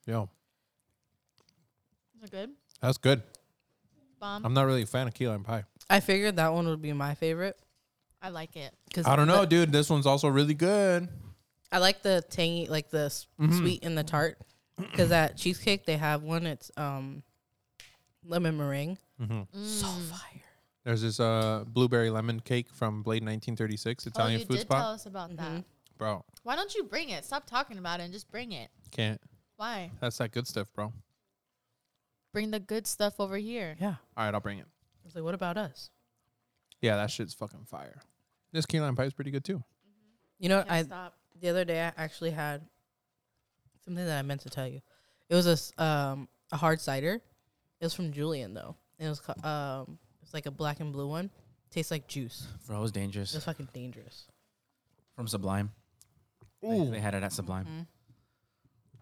Speaker 3: Yo,
Speaker 4: is it good?
Speaker 3: that's good.
Speaker 4: Bomb.
Speaker 3: I'm not really a fan of key lime pie.
Speaker 2: I figured that one would be my favorite
Speaker 4: I like it.
Speaker 2: because
Speaker 3: I don't know, dude. This one's also really good.
Speaker 2: I like the tangy, like the s
Speaker 3: Mm-hmm.
Speaker 2: sweet and the tart.
Speaker 3: [clears throat]
Speaker 2: Because at cheesecake they have one. It's um lemon meringue.
Speaker 3: Mm-hmm.
Speaker 4: Mm.
Speaker 2: So fire.
Speaker 3: There's this uh, blueberry lemon cake from Blade 1936, Italian
Speaker 4: oh, you
Speaker 3: food
Speaker 4: did
Speaker 3: spot. Mm-hmm.
Speaker 4: tell us about that.
Speaker 3: bro,
Speaker 4: Why don't you bring it? Stop talking about it and just bring it.
Speaker 3: can't.
Speaker 4: Why?
Speaker 3: That's that good stuff, bro. All
Speaker 4: Bring the good stuff over here.
Speaker 2: Yeah.
Speaker 3: right, I'll bring it.
Speaker 2: I was like, what about us?
Speaker 3: Yeah, that shit's fucking fire. This key lime pie is pretty good too.
Speaker 2: You know, what?
Speaker 4: Can't
Speaker 2: I
Speaker 4: stop.
Speaker 2: the other day I actually had something that I meant to tell you. It was a s- um a hard cider. It was from Julian though. It was ca- um it's like a black and blue one. Tastes like juice.
Speaker 1: Bro, it was
Speaker 2: It's
Speaker 1: dangerous.
Speaker 2: fucking dangerous.
Speaker 1: From Sublime. They- They, had it at Sublime.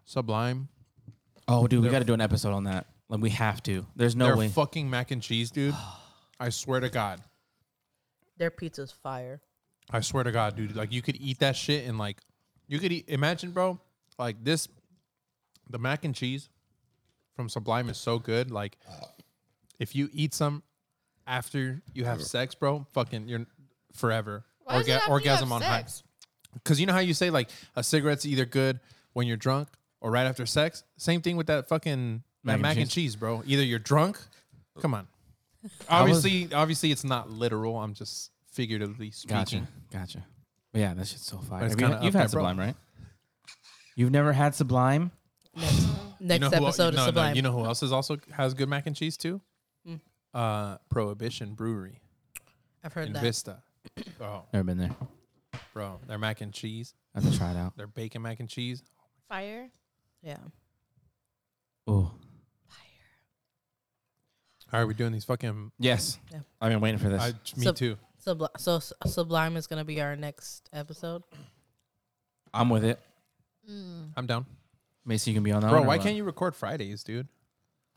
Speaker 3: Sublime.
Speaker 1: Oh, dude, we
Speaker 3: They're-
Speaker 1: got to do an episode on that. Like, we have to. There's no
Speaker 3: Their
Speaker 1: way.
Speaker 3: fucking mac and
Speaker 1: [sighs]
Speaker 3: cheese, dude. I swear to God.
Speaker 2: Their pizza's fire.
Speaker 3: I swear to God, dude. Like you could eat that shit and like you could eat imagine, bro, like this the mac and cheese from Sublime is so good. Like if you eat some after you have sex, bro, fucking you're forever.
Speaker 4: Why is it after you have sex?
Speaker 3: Because you know how you say like a cigarette's either good when you're drunk or right after sex? Same thing with that fucking that mac,
Speaker 1: Mac and
Speaker 3: and, cheese, bro. Either you're drunk. Come on. Obviously, obviously it's not literal. I'm just figuratively speaking.
Speaker 1: Gotcha. Gotcha. But yeah, that shit's so fire.
Speaker 3: But it's
Speaker 1: Have you,
Speaker 3: kinda
Speaker 1: you've
Speaker 3: up
Speaker 1: had
Speaker 3: there, bro.
Speaker 1: Sublime, right? You've never had Sublime?
Speaker 2: Next, next
Speaker 3: You know who el-
Speaker 2: episode
Speaker 3: no,
Speaker 2: is
Speaker 3: no,
Speaker 2: sublime. Hmm.
Speaker 3: you know who else is also has good mac and cheese too? Uh, Prohibition Brewery
Speaker 2: I've heard
Speaker 3: in
Speaker 2: that.
Speaker 3: Vista. [coughs] Oh,
Speaker 1: Never been there.
Speaker 3: bro, their mac and cheese,
Speaker 1: I have to try it out.
Speaker 3: their bacon mac and cheese.
Speaker 4: Fire.
Speaker 3: Oh,
Speaker 2: Yeah.
Speaker 1: Ooh.
Speaker 3: How are we doing these fucking?
Speaker 1: Yes.
Speaker 2: Yeah.
Speaker 1: I've been waiting for this.
Speaker 3: I, me
Speaker 2: So-
Speaker 3: too.
Speaker 2: Subli- so S- sublime is gonna be our next episode.
Speaker 1: I'm with it.
Speaker 3: I'm down,
Speaker 1: Macy, you can be on that
Speaker 3: bro.
Speaker 1: one or
Speaker 3: Why
Speaker 1: what?
Speaker 3: can't you record Fridays, dude? Oh,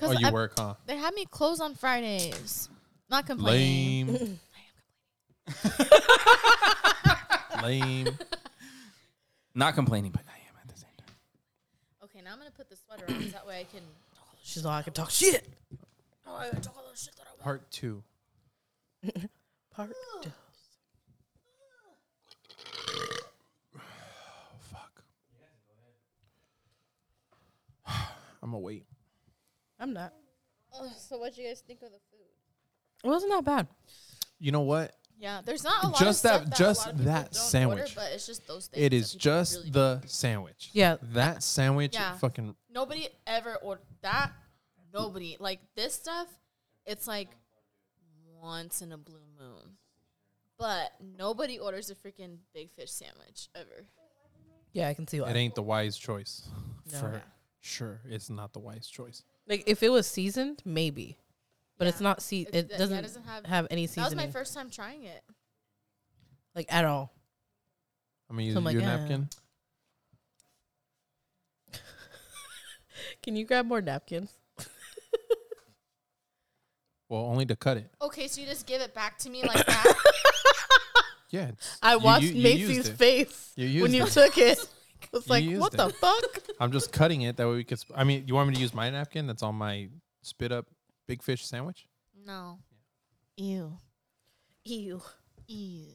Speaker 4: Because
Speaker 3: you work, huh?
Speaker 4: they had me close on Fridays. Not complaining.
Speaker 2: [laughs]
Speaker 3: Lame, lame.
Speaker 1: Not complaining, but I am at the same time.
Speaker 4: Okay, now I'm gonna put the sweater on. 'cause That way I can.
Speaker 2: She's all I can talk shit.
Speaker 4: Oh, I gotta talk all the shit that I want.
Speaker 3: Part two.
Speaker 2: Part two.
Speaker 3: Oh fuck. [sighs] I'm gonna wait.
Speaker 2: I'm not.
Speaker 4: Oh, so what do you guys think of the food?
Speaker 2: It wasn't that bad.
Speaker 3: You know what?
Speaker 4: Yeah, there's not a lot.
Speaker 3: Just
Speaker 4: of
Speaker 3: that-
Speaker 4: stuff that,
Speaker 3: just
Speaker 4: a lot of people
Speaker 3: that
Speaker 4: don't order,
Speaker 3: sandwich.
Speaker 4: but it's just those things.
Speaker 3: It
Speaker 4: that
Speaker 3: is
Speaker 4: people
Speaker 3: just
Speaker 4: really-
Speaker 3: the sandwich.
Speaker 2: Yeah.
Speaker 3: That sandwich
Speaker 4: Yeah.
Speaker 3: fucking
Speaker 4: nobody ever ordered that. Nobody like this stuff. It's like once in a blue moon, but nobody orders a freaking big fish sandwich ever.
Speaker 2: Yeah, I can see why.
Speaker 3: it ain't the wise choice.
Speaker 2: No.
Speaker 3: For sure, it's not the wise choice.
Speaker 2: Like if it was seasoned, maybe, but it's not. Se-
Speaker 4: It-
Speaker 2: it,
Speaker 4: that- yeah, it
Speaker 2: doesn't,
Speaker 4: doesn't
Speaker 2: have,
Speaker 4: have-
Speaker 2: any
Speaker 4: That was
Speaker 2: seasoning,
Speaker 4: my first time trying it.
Speaker 2: like at all.
Speaker 3: I mean,
Speaker 2: So I'm
Speaker 3: your
Speaker 2: like,
Speaker 3: your
Speaker 2: eh.
Speaker 3: napkin.
Speaker 2: Can you grab more napkins?
Speaker 3: Well, only to cut it.
Speaker 4: Okay, so you just give it back to me like that.
Speaker 3: Yeah, it's,
Speaker 2: I
Speaker 3: you-
Speaker 2: watched
Speaker 3: you- you
Speaker 2: Macy's
Speaker 3: used it.
Speaker 2: face
Speaker 3: You
Speaker 2: when
Speaker 3: used
Speaker 2: you
Speaker 3: it.
Speaker 2: took [laughs] it. I was
Speaker 3: You
Speaker 2: like,
Speaker 3: used
Speaker 2: what the
Speaker 3: it.
Speaker 2: [laughs] fuck?
Speaker 3: I'm just cutting it that way we could. Sp- I mean, you want me to use my napkin that's on my spit up big fish sandwich?
Speaker 4: no. Ew.
Speaker 2: Ew.
Speaker 4: Ew.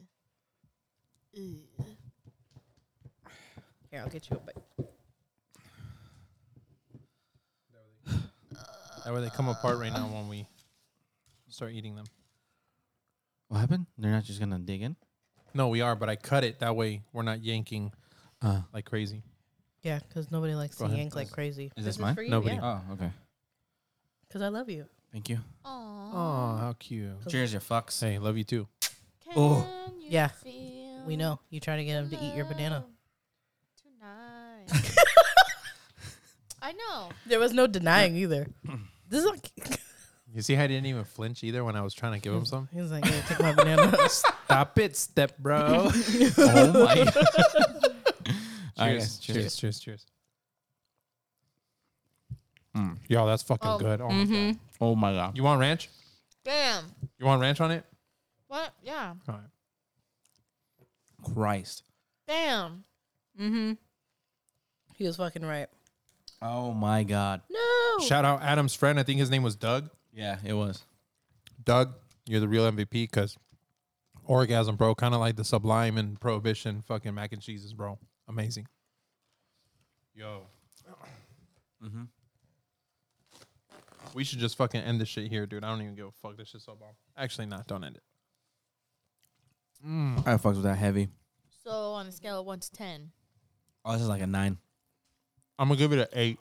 Speaker 4: Ew.
Speaker 2: Here, I'll get you a bite.
Speaker 3: That way they come apart right now when we start eating them.
Speaker 1: What happened? They're not just gonna dig in.
Speaker 3: No, we are, but I cut it that way we're not yanking
Speaker 1: Uh,
Speaker 3: like crazy.
Speaker 2: Yeah, because nobody likes
Speaker 3: Go
Speaker 2: to
Speaker 3: ahead.
Speaker 2: yank like crazy.
Speaker 1: Is this mine?
Speaker 2: for you?
Speaker 3: Nobody.
Speaker 2: Yeah,
Speaker 1: Oh, okay.
Speaker 2: because I love you.
Speaker 1: Thank you.
Speaker 3: Oh,
Speaker 4: Aww.
Speaker 3: how cute.
Speaker 1: Cheers, you fucks.
Speaker 3: Hey, love you too.
Speaker 4: Can
Speaker 1: Oh.
Speaker 4: you
Speaker 2: Yeah.
Speaker 4: feel
Speaker 2: We know you try to get him to eat your banana.
Speaker 4: love Tonight. I know know.
Speaker 2: There was no denying
Speaker 3: [clears throat]
Speaker 2: either. This is like
Speaker 3: You see, I didn't even flinch either when I was trying to give him some.
Speaker 2: he was like, [laughs] yeah, take my banana.
Speaker 3: Stop it, step bro. [laughs] [laughs] cheers,
Speaker 1: oh my. All right,
Speaker 3: [laughs] cheers,
Speaker 1: guys,
Speaker 3: cheers, cheers, Yo, that's fucking
Speaker 4: Oh.
Speaker 3: good. Oh my god.
Speaker 1: Oh my god.
Speaker 3: You want ranch?
Speaker 4: Damn.
Speaker 3: You want ranch on it?
Speaker 4: What? Yeah.
Speaker 3: All right.
Speaker 1: Christ.
Speaker 4: Damn.
Speaker 2: mm-hmm. He was fucking right.
Speaker 1: Oh my god.
Speaker 4: No.
Speaker 3: Shout out Adam's friend. I think his name was Doug.
Speaker 1: Yeah, it was.
Speaker 3: Doug, you're the real MVP because orgasm, bro. Kind of like the Sublime and Prohibition fucking mac and cheeses, bro. Amazing. Yo.
Speaker 1: Mm-hmm.
Speaker 3: We should just fucking end this shit here, dude. I don't even give a fuck. This shit's so bomb. Actually, not. Don't end it.
Speaker 1: I fucked with that heavy.
Speaker 4: So on a scale of one to ten.
Speaker 1: Oh, this is like a nine
Speaker 3: I'm gonna give it an eight.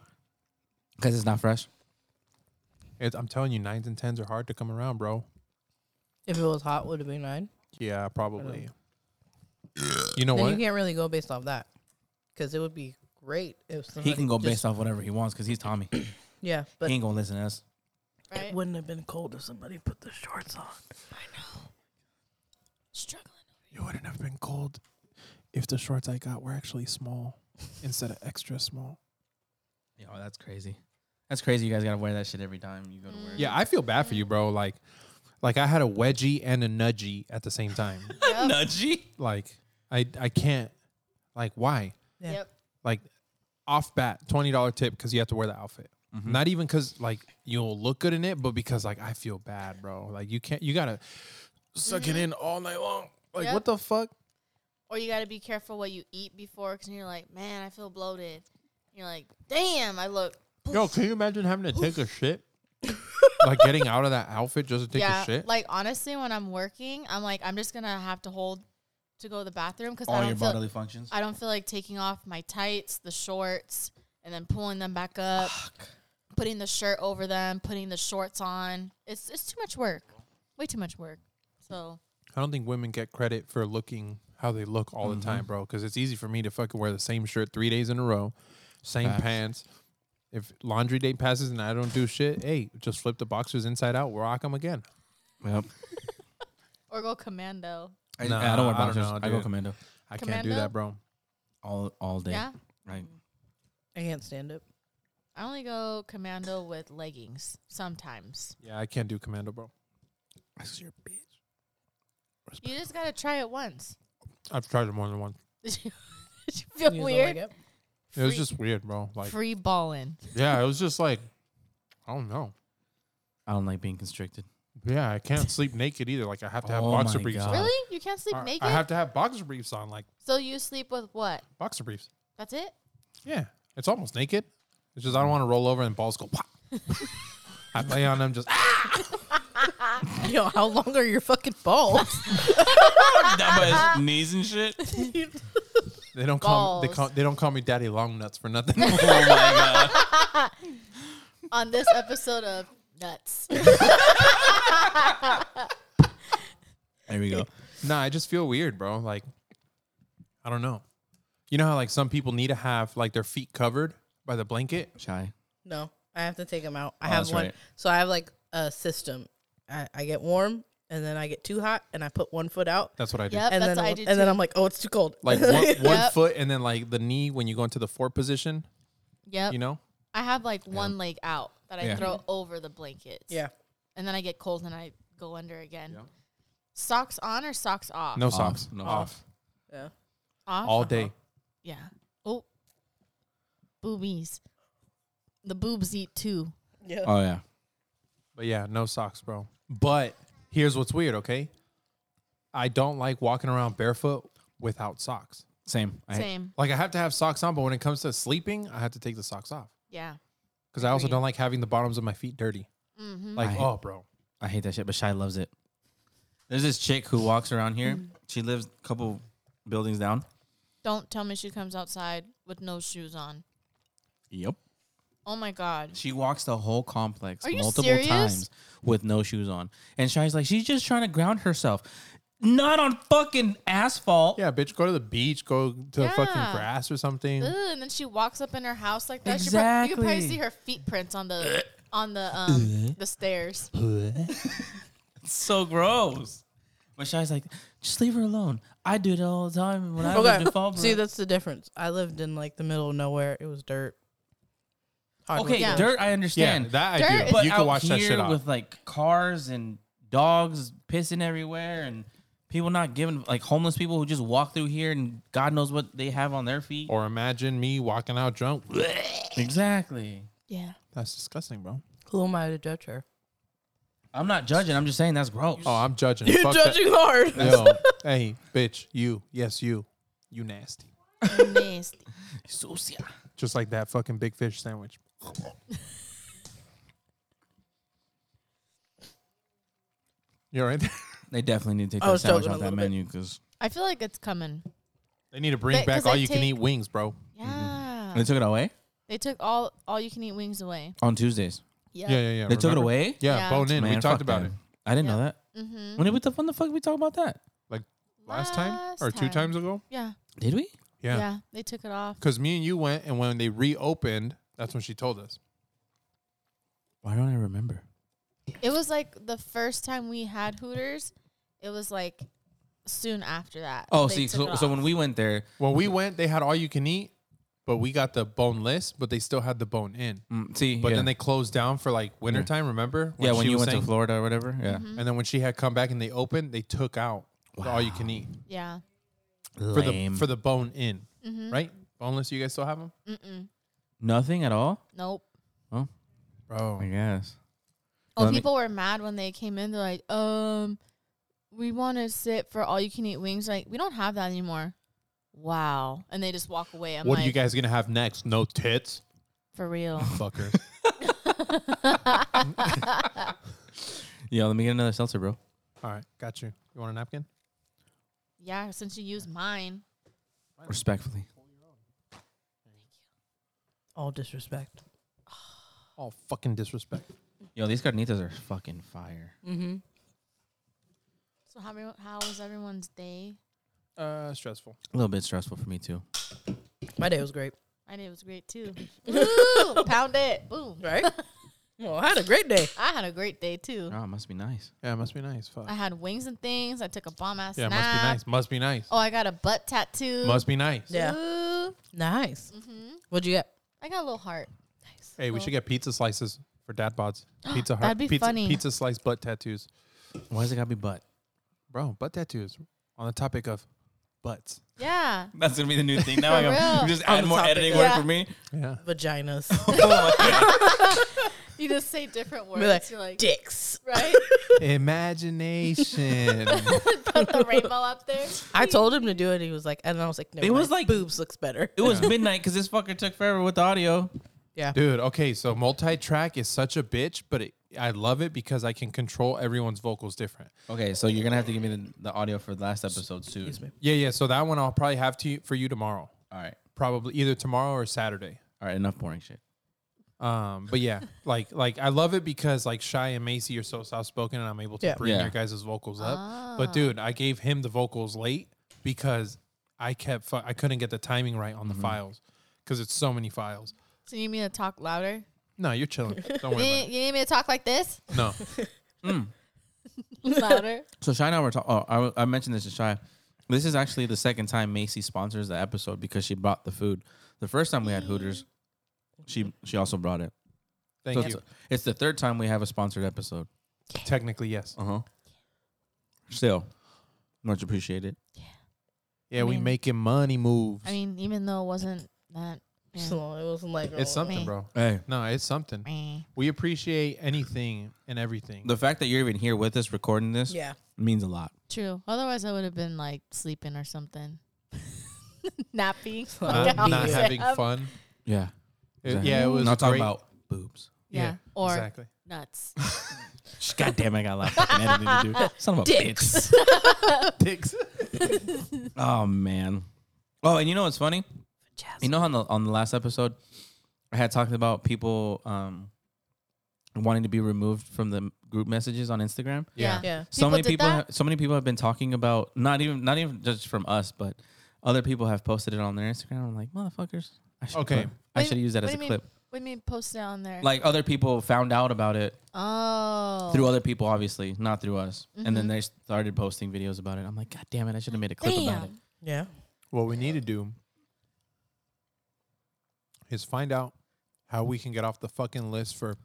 Speaker 1: because it's not fresh.
Speaker 3: It's, I'm telling you, nines and tens are hard to come around, bro.
Speaker 2: If it was hot, would it be nine?
Speaker 3: Yeah, probably. You know
Speaker 2: Then
Speaker 3: what?
Speaker 2: you can't really go based off that, because it would be great if somebody
Speaker 1: He can go
Speaker 2: just-
Speaker 1: based off whatever he wants because he's Tommy. he
Speaker 2: Yeah, but
Speaker 1: ain't gonna listen to us.
Speaker 4: Right.
Speaker 2: wouldn't have been cold if somebody put the shorts on.
Speaker 4: Struggling.
Speaker 3: You wouldn't have been cold if the shorts I got were actually small instead of extra small.
Speaker 1: Yo, that's crazy. That's crazy. You guys gotta wear that shit every time you go to work.
Speaker 3: Yeah, I feel bad for you, bro. Like, like I had a wedgie and a nudgie at the same
Speaker 2: [laughs]
Speaker 3: time.
Speaker 2: Oh.
Speaker 4: Yep.
Speaker 1: Nudgy.
Speaker 3: like, I I can't. Like, why?
Speaker 2: Yeah.
Speaker 4: Yep.
Speaker 3: Like, off bat, twenty dollar tip because you have to wear the outfit. Not even because like you'll look good in it, but because like I feel bad, bro. Like you can't. You gotta suck
Speaker 2: Mm-hmm.
Speaker 3: it in all night long. Like
Speaker 4: Yep.
Speaker 3: what the fuck?
Speaker 4: Or you got to be careful what you eat before, because you're like, man, I feel bloated. You're like, damn, I look.
Speaker 3: Yo, can you imagine having to take a shit? like getting out of that outfit just to take
Speaker 4: yeah.
Speaker 3: a shit.
Speaker 4: Like honestly, when I'm working, I'm like, I'm just gonna have to hold to go to the bathroom because I
Speaker 1: All
Speaker 4: don't
Speaker 1: your
Speaker 4: feel.
Speaker 1: bodily functions.
Speaker 4: I don't feel like taking off my tights, the shorts, and then pulling them back up, putting the shirt over them, putting the shorts on. It's it's too much work. Way too much work. So
Speaker 3: I don't think women get credit for looking how they look all the time, bro. Because it's easy for me to fucking wear the same shirt three days in a row, same
Speaker 1: Facts.
Speaker 3: pants. If laundry day passes and I don't do shit, hey, just flip the boxers inside out, rock them again.
Speaker 1: Yep.
Speaker 4: or go commando.
Speaker 1: I,
Speaker 3: Nah,
Speaker 1: I don't wear
Speaker 3: I don't
Speaker 1: boxers.
Speaker 3: know,
Speaker 1: I go
Speaker 3: dude.
Speaker 1: commando
Speaker 3: I can't do
Speaker 4: Commando?
Speaker 3: that, bro.
Speaker 1: all all day.
Speaker 4: Yeah.
Speaker 1: Right.
Speaker 2: I can't stand it.
Speaker 4: I only go commando with leggings sometimes.
Speaker 3: Yeah, I can't do commando, bro.
Speaker 1: your bitch.
Speaker 4: You just gotta try it once. [laughs]
Speaker 3: I've tried it more than once.
Speaker 4: Did you, did you
Speaker 2: You
Speaker 4: feel
Speaker 2: just don't like
Speaker 4: weird?
Speaker 2: it?
Speaker 3: It was
Speaker 4: Free-
Speaker 3: just weird, bro. Like,
Speaker 4: Free balling.
Speaker 3: yeah, it was just like, I don't know.
Speaker 1: I don't like being [laughs] constricted.
Speaker 3: Yeah, I can't sleep naked either. Like, I have to have
Speaker 1: Oh
Speaker 3: boxer
Speaker 1: my
Speaker 3: briefs.
Speaker 1: God.
Speaker 3: on.
Speaker 4: Really? You can't sleep
Speaker 3: I-
Speaker 4: naked?
Speaker 3: I have to have boxer briefs on, like
Speaker 4: so you sleep with what?
Speaker 3: boxer briefs.
Speaker 4: That's it?
Speaker 3: Yeah, it's almost naked. It's just I don't want to roll over and balls go pop. [laughs] I lay on them just [laughs] ah!
Speaker 2: Yo, how long are your fucking [laughs] balls?
Speaker 1: Dumbass
Speaker 4: [laughs]
Speaker 1: knees and shit.
Speaker 3: they don't call me, they
Speaker 4: Balls.
Speaker 3: call they don't call me daddy long nuts for nothing. [laughs]
Speaker 4: On
Speaker 3: [laughs]
Speaker 4: this episode of Nuts.
Speaker 1: There we go.
Speaker 3: nah, I just feel weird, bro. Like I don't know. You know how like some people need to have like their feet covered by the blanket?
Speaker 1: Shy.
Speaker 2: no, I have to take them out. I
Speaker 1: Oh,
Speaker 2: have
Speaker 1: that's
Speaker 2: one.
Speaker 1: right.
Speaker 2: So I have like a system. I, I get warm and then I get too hot and I put one foot out.
Speaker 3: That's what I do.
Speaker 4: Yep,
Speaker 2: and
Speaker 4: that's
Speaker 2: then
Speaker 4: what I
Speaker 2: I'll-
Speaker 4: do
Speaker 2: and then
Speaker 4: too.
Speaker 2: I'm like, oh, it's too cold.
Speaker 3: Like
Speaker 4: [laughs]
Speaker 3: one, one
Speaker 4: Yep.
Speaker 3: foot and then like the knee when you go into the four position,
Speaker 4: Yep.
Speaker 3: you know?
Speaker 4: I have like one leg out that I
Speaker 1: Yeah.
Speaker 4: throw over the blankets.
Speaker 2: [laughs] yeah,
Speaker 4: And then I get cold and I go under again. Socks on or socks off?
Speaker 3: No socks.
Speaker 1: No.
Speaker 3: Off.
Speaker 2: yeah.
Speaker 4: Off?
Speaker 3: All day.
Speaker 4: Yeah. Oh. Boobies. The boobs eat too.
Speaker 1: Oh yeah.
Speaker 3: But yeah, no socks, bro. But here's what's weird, okay? I don't like walking around barefoot without socks.
Speaker 1: Same. I,
Speaker 4: Same.
Speaker 3: Like I have to have socks on, but when it comes to sleeping, I have to take the socks off
Speaker 4: Yeah.
Speaker 3: because I also
Speaker 4: Agreed. Mm-hmm.
Speaker 3: don't like having the bottoms of my feet dirty. Like,
Speaker 1: I-
Speaker 3: oh, bro,
Speaker 1: I hate that shit, but Shy loves it. There's this chick who walks around here. She lives a couple buildings down.
Speaker 4: Don't tell me she comes outside with no shoes on.
Speaker 1: Yep.
Speaker 4: Oh my God.
Speaker 1: She walks the whole complex
Speaker 4: Are you
Speaker 1: multiple
Speaker 4: serious?
Speaker 1: times with no shoes on. And Shy's like, she's just trying to ground herself. Not on fucking asphalt.
Speaker 3: Yeah, bitch, go to the beach, go to the fucking
Speaker 4: Yeah.
Speaker 3: grass or something.
Speaker 4: Ugh, and then she walks up in her house like that. She prob- you can probably
Speaker 1: Exactly.
Speaker 4: see her feet prints on the on the um the stairs.
Speaker 1: [laughs] It's so gross. But Shai's like, just leave her alone. I do it all the time when I live
Speaker 2: Okay.
Speaker 1: in
Speaker 4: [laughs]
Speaker 1: Fallbrook.
Speaker 2: See, that's the difference. I lived in like the middle of nowhere. It was dirt. Hard
Speaker 1: okay,
Speaker 4: Yeah.
Speaker 1: dirt. I
Speaker 3: yeah,
Speaker 1: understand.
Speaker 3: that I
Speaker 4: Dirt
Speaker 3: do.
Speaker 4: is-
Speaker 1: but
Speaker 3: you
Speaker 1: out
Speaker 3: can wash
Speaker 1: here
Speaker 3: that shit off.
Speaker 1: with like cars and dogs pissing everywhere and people not giving like homeless people who just walk through here and God knows what they have on their feet.
Speaker 3: or imagine me walking out
Speaker 1: [laughs]
Speaker 3: drunk.
Speaker 1: exactly.
Speaker 4: Yeah.
Speaker 3: That's
Speaker 1: [laughs]
Speaker 3: disgusting, bro.
Speaker 2: Who am I to judge her?
Speaker 1: I'm not judging. I'm just saying that's gross.
Speaker 3: Oh, I'm judging.
Speaker 2: You're
Speaker 3: Fuck
Speaker 2: [laughs]
Speaker 3: that.
Speaker 2: judging hard.
Speaker 3: Yo, hey, bitch, you. Yes, you. You nasty.
Speaker 4: Nasty.
Speaker 1: Sucia.
Speaker 3: Just like that fucking big fish sandwich. You're right. [laughs]
Speaker 1: They definitely need to take
Speaker 2: I
Speaker 1: that
Speaker 2: was
Speaker 1: sandwich
Speaker 2: joking
Speaker 1: off
Speaker 2: a
Speaker 1: that
Speaker 2: little bit.
Speaker 1: menu because
Speaker 4: I feel like it's coming.
Speaker 3: They need to bring
Speaker 4: They-
Speaker 3: back
Speaker 4: 'cause they
Speaker 3: all you can
Speaker 4: take-
Speaker 3: eat wings, bro.
Speaker 4: Yeah.
Speaker 1: they took it away
Speaker 4: They took all all you can eat wings away.
Speaker 1: on Tuesdays.
Speaker 3: Yeah, yeah, yeah.
Speaker 1: They took it
Speaker 3: remember?
Speaker 1: away.
Speaker 3: Yeah,
Speaker 4: Yeah.
Speaker 3: bone in. we
Speaker 1: Man,
Speaker 3: talked
Speaker 1: fuck
Speaker 3: about
Speaker 1: them.
Speaker 3: it
Speaker 1: I didn't know
Speaker 4: Yeah.
Speaker 1: that.
Speaker 4: Mm-hmm.
Speaker 1: When did we? The, when the fuck we talk about that?
Speaker 3: last time or two times ago.
Speaker 4: Yeah.
Speaker 1: Did we?
Speaker 4: yeah.
Speaker 3: Yeah,
Speaker 4: They took it off.
Speaker 3: because me and you went, and when they reopened, that's when she told us.
Speaker 1: Why don't I remember?
Speaker 4: It was like the first time we had Hooters. It was like soon after that.
Speaker 1: Oh,
Speaker 4: they
Speaker 1: see,
Speaker 4: took
Speaker 1: so,
Speaker 4: it
Speaker 1: so
Speaker 4: off.
Speaker 1: when we went there,
Speaker 3: When we went, they had all you can eat, but we got the boneless, but they still had the bone in.
Speaker 1: mm, see,
Speaker 3: But
Speaker 1: yeah.
Speaker 3: then they closed down for like wintertime, remember?
Speaker 1: yeah, when
Speaker 3: she
Speaker 1: you
Speaker 3: was
Speaker 1: went
Speaker 3: saying-
Speaker 1: to Florida or whatever, yeah,
Speaker 4: Mm-hmm.
Speaker 3: And then when she had come back and they opened, they took out the all you can eat
Speaker 4: yeah,
Speaker 3: for
Speaker 1: Lame.
Speaker 3: the for the bone in,
Speaker 4: Mm-hmm.
Speaker 3: right? Boneless, you guys still have them,
Speaker 1: nothing at all.
Speaker 4: nope.
Speaker 3: bro?
Speaker 1: I guess.
Speaker 4: Oh,
Speaker 1: Let me-
Speaker 4: people were mad when they came in. They're like, um, we want to sit for all you can eat wings. Like, we don't have that anymore. Wow. And they just walk away. I'm
Speaker 3: What
Speaker 4: like,
Speaker 3: are you guys gonna have next? No tits, [laughs]
Speaker 4: for real.
Speaker 3: fucker.
Speaker 1: Yeah, let me get another seltzer, bro.
Speaker 3: all right, got you. You want a napkin?
Speaker 4: yeah, since you used mine.
Speaker 1: Respectfully.
Speaker 2: All disrespect.
Speaker 3: All fucking disrespect.
Speaker 1: Yo, these carnitas are fucking fire.
Speaker 2: Mm-hmm.
Speaker 4: So how, everyone- how was everyone's day?
Speaker 3: Uh, stressful.
Speaker 1: A little bit stressful for me too.
Speaker 2: My day was great.
Speaker 4: My day was great
Speaker 2: [coughs]
Speaker 4: too. Ooh, pound it. Boom.
Speaker 2: Right? [laughs] well, I had a great day.
Speaker 4: I had a great day too.
Speaker 1: Oh, it must be nice.
Speaker 3: Yeah, it must be nice. Fuck.
Speaker 4: I had wings and things. I took a bomb ass
Speaker 3: Yeah, it
Speaker 4: nap.
Speaker 3: must be nice. Must be nice.
Speaker 4: Oh, I got a butt tattoo.
Speaker 3: Must be nice.
Speaker 2: Yeah.
Speaker 4: Ooh.
Speaker 2: Nice.
Speaker 4: Mhm.
Speaker 2: What'd you get?
Speaker 4: I got a little heart. Nice.
Speaker 3: Hey, we should get pizza slices for dad bods. Pizza heart.
Speaker 4: oh. [gasps] That'd be
Speaker 3: pizza,
Speaker 4: funny.
Speaker 3: Pizza slice butt tattoos,
Speaker 1: Why does it gotta be butt?
Speaker 3: bro. Butt tattoos. On the topic of butts.
Speaker 4: Yeah.
Speaker 1: That's gonna be the new thing now. I
Speaker 4: For
Speaker 1: gotta-
Speaker 4: real.
Speaker 1: just
Speaker 2: On the topic,
Speaker 1: [laughs]
Speaker 4: yeah. [laughs]
Speaker 1: me.
Speaker 3: Yeah.
Speaker 2: Vaginas.
Speaker 1: Oh,
Speaker 4: You just say different words.
Speaker 2: [laughs] Be like,
Speaker 4: You're like,
Speaker 2: Dicks.
Speaker 4: right?
Speaker 3: [laughs] Imagination.
Speaker 4: Put
Speaker 2: [laughs]
Speaker 4: the rainbow up there.
Speaker 2: I told him to do it. He was like, and I was like, no.
Speaker 1: It was like-
Speaker 2: boobs looks better.
Speaker 1: It was midnight because this fucker took forever with the audio.
Speaker 2: Yeah.
Speaker 3: Dude, okay, so multi-track is such a bitch, but it, I love it because I can control everyone's vocals different.
Speaker 1: Okay, so you're gonna have to give me the, the audio for the last episode soon.
Speaker 3: Yeah, yeah. So that one I'll probably have to for you tomorrow,
Speaker 1: All right,
Speaker 3: probably either tomorrow or Saturday.
Speaker 1: all right, enough boring shit.
Speaker 3: Um,
Speaker 1: [laughs]
Speaker 3: but yeah, like like I love it because like Shy and Macy are so soft spoken, and I'm able to
Speaker 2: Yeah.
Speaker 3: bring
Speaker 1: Yeah.
Speaker 3: your guys' vocals up.
Speaker 4: Ah.
Speaker 3: But dude, I gave him the vocals late because I kept fu- I couldn't get the timing right on the
Speaker 1: Mm-hmm.
Speaker 3: files because it's so many files.
Speaker 4: So you need me to talk louder?
Speaker 3: No, you're chilling. Don't
Speaker 4: You
Speaker 3: worry
Speaker 4: [laughs] need, you need me to talk
Speaker 2: [laughs]
Speaker 4: like this?
Speaker 3: about it.
Speaker 1: [laughs]
Speaker 3: No,
Speaker 1: Mm.
Speaker 4: louder?
Speaker 1: So Shy and I were talking. Oh, I, w- I mentioned this to Shy. This is actually the second time Macy sponsors the episode because she brought the food. The first time we had Hooters, she she also brought it.
Speaker 3: thank
Speaker 1: so
Speaker 3: you.
Speaker 1: It's, it's the third time we have a sponsored episode.
Speaker 3: Technically, yes.
Speaker 1: Uh huh. Still, much appreciated.
Speaker 3: Yeah, we
Speaker 4: mean-
Speaker 3: making money moves.
Speaker 4: I mean, even though it wasn't that. yeah.
Speaker 2: [laughs] So it wasn't like
Speaker 3: it's something,
Speaker 4: me.
Speaker 3: bro.
Speaker 1: Hey,
Speaker 3: No, it's something.
Speaker 4: Meh.
Speaker 3: We appreciate anything and everything.
Speaker 1: the fact that you're even here with us recording this
Speaker 2: oh, Yeah.
Speaker 1: means a lot.
Speaker 4: True. Otherwise, I would have been like sleeping or something. [laughs]
Speaker 1: [laughs]
Speaker 4: Napping. [laughs]
Speaker 3: not,
Speaker 2: Yeah.
Speaker 3: not
Speaker 2: Yeah.
Speaker 3: having
Speaker 4: Yeah. Um,
Speaker 3: fun.
Speaker 1: Yeah.
Speaker 3: It- yeah, it was
Speaker 1: not talking
Speaker 3: great-
Speaker 1: about boobs.
Speaker 4: Yeah. Or
Speaker 3: exactly. [laughs]
Speaker 4: nuts.
Speaker 1: God damn, I got a lot of fucking editing to do. Son of a bitch.
Speaker 3: Dicks.
Speaker 1: [laughs] Oh man. Oh, and you know what's funny? You know how on the on the last episode I had talked about people um wanting to be removed from the group messages on Instagram.
Speaker 3: [laughs] Yeah.
Speaker 2: [laughs] Yeah.
Speaker 1: so many
Speaker 4: did
Speaker 1: people,
Speaker 4: that?
Speaker 1: ha- so many people have been talking about not even not even just from us, but other people have posted it on their Instagram. I'm like, motherfuckers, I should
Speaker 3: Okay.
Speaker 1: put- I
Speaker 4: Wait,
Speaker 1: should use that
Speaker 4: what
Speaker 1: as a
Speaker 4: do you
Speaker 1: clip.
Speaker 4: Mean, what do you mean post it on there?
Speaker 1: Like other people found out about it
Speaker 4: oh.
Speaker 1: through other people, obviously, not through us. And
Speaker 4: Mm-hmm.
Speaker 1: then they started posting videos about it. I'm like, God damn it, I should have made a clip about it.
Speaker 4: Damn.
Speaker 2: Yeah.
Speaker 3: What we need to do is find out how we can get off the fucking list for.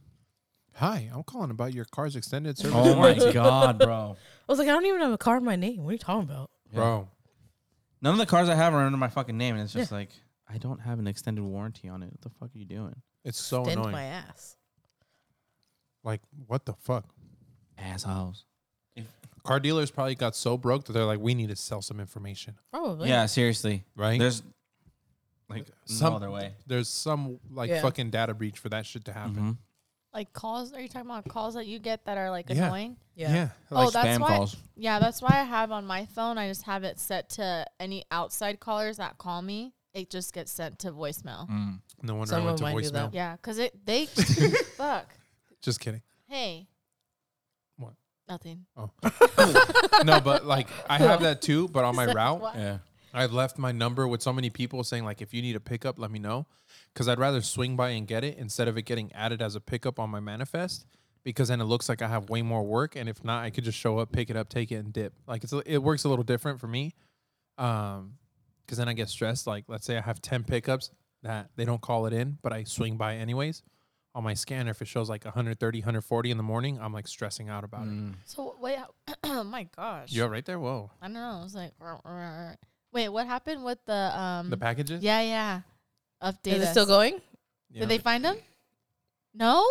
Speaker 3: Hi, I'm calling about your car's extended service.
Speaker 1: [laughs] Oh my
Speaker 3: warranty."
Speaker 1: god, bro!
Speaker 2: I was like, I don't even have a car in my name. What are you talking about?
Speaker 3: bro.
Speaker 1: None of the cars I have are under my fucking name, and it's just like I don't have an extended warranty on it. What the fuck are you doing,
Speaker 3: It's so
Speaker 2: Dent
Speaker 3: annoying.
Speaker 2: my ass.
Speaker 3: like, what the fuck?
Speaker 1: assholes?
Speaker 3: Car dealers probably got so broke that they're like, we need to sell some information,
Speaker 2: Probably.
Speaker 1: Yeah, seriously.
Speaker 3: right?
Speaker 1: There's like
Speaker 3: Some-
Speaker 1: no other way.
Speaker 3: There's some like
Speaker 2: Yeah.
Speaker 3: fucking data breach for that shit to happen.
Speaker 1: Mhm.
Speaker 4: Like calls? Are you talking about calls that you get that are like
Speaker 3: Yeah.
Speaker 4: annoying?
Speaker 2: Yeah.
Speaker 4: Oh, that's
Speaker 1: spam
Speaker 4: why.
Speaker 1: calls.
Speaker 4: Yeah, that's why I have on my phone. I just have it set to any outside callers that call me. It just gets sent to voicemail.
Speaker 1: Mm.
Speaker 3: No wonder
Speaker 2: Some
Speaker 3: I went
Speaker 2: of
Speaker 3: to
Speaker 2: mine do
Speaker 3: voicemail.
Speaker 2: that.
Speaker 4: Yeah, cause
Speaker 1: [laughs]
Speaker 4: it they fuck.
Speaker 3: Just kidding.
Speaker 4: Hey.
Speaker 3: What?
Speaker 4: Nothing.
Speaker 3: No, but like I have that too. But on my route,
Speaker 4: what?
Speaker 1: Yeah.
Speaker 3: I left my number with so many people saying like, if you need a pickup, let me know, because I'd rather swing by and get it instead of it getting added as a pickup on my manifest, because then it looks like I have way more work, and if not, I could just show up, pick it up, take it, and dip. Like it's a, it works a little different for me, um, because then I get stressed. Like let's say I have ten pickups that they don't call it in, but I swing by anyways. On my scanner, if it shows like 130, 140 in the morning, I'm like stressing out about
Speaker 1: Mm.
Speaker 3: it.
Speaker 4: So wait.
Speaker 1: [clears throat]
Speaker 4: Oh my gosh.
Speaker 3: You're right there. Whoa,
Speaker 4: I don't know. I was like, "Rah, rah, rah." wait, what happened with the um?
Speaker 3: the packages.
Speaker 4: yeah, yeah. Update.
Speaker 2: Is it
Speaker 4: us.
Speaker 2: still going?
Speaker 3: Yeah.
Speaker 4: Did they find him? No.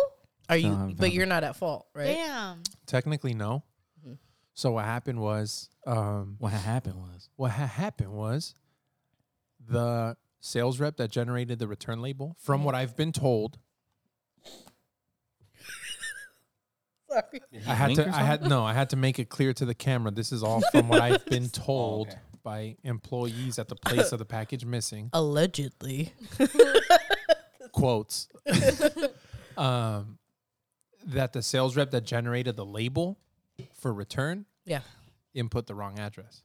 Speaker 2: Are
Speaker 1: No,
Speaker 2: you?
Speaker 1: I haven't
Speaker 2: but
Speaker 1: found
Speaker 2: you're not at fault, right?
Speaker 4: Damn.
Speaker 3: Technically, no.
Speaker 4: Mm-hmm.
Speaker 2: Mhm.
Speaker 3: So what happened was, um,
Speaker 1: What happened was
Speaker 3: what ha- happened was, the sales rep that generated the return label, from what I've been told,
Speaker 2: [laughs] Sorry.
Speaker 3: I had to, I had no, I had to make it clear to the camera. This is
Speaker 4: [laughs]
Speaker 3: all from what I've been told
Speaker 1: okay.
Speaker 3: by employees at the place of the package
Speaker 4: [laughs]
Speaker 3: missing.
Speaker 2: [laughs] Allegedly.
Speaker 3: quotes um, that the sales rep that generated the label for return
Speaker 2: Yeah.
Speaker 3: input the wrong address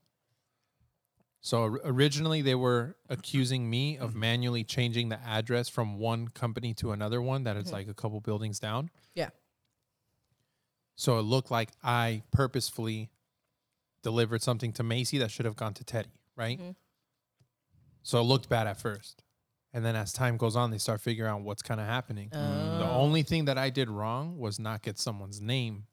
Speaker 3: so or- originally they were accusing me of
Speaker 2: Mm-hmm.
Speaker 3: manually changing the address from one company to another one that is like a couple buildings down
Speaker 2: Yeah.
Speaker 3: so it looked like i purposefully delivered something to macy that should have gone to teddy right
Speaker 2: Mhm.
Speaker 3: so it looked bad at first and then as time goes on they start figuring out what's kind of happening the
Speaker 2: Oh.
Speaker 3: only thing that I did wrong was not get someone's name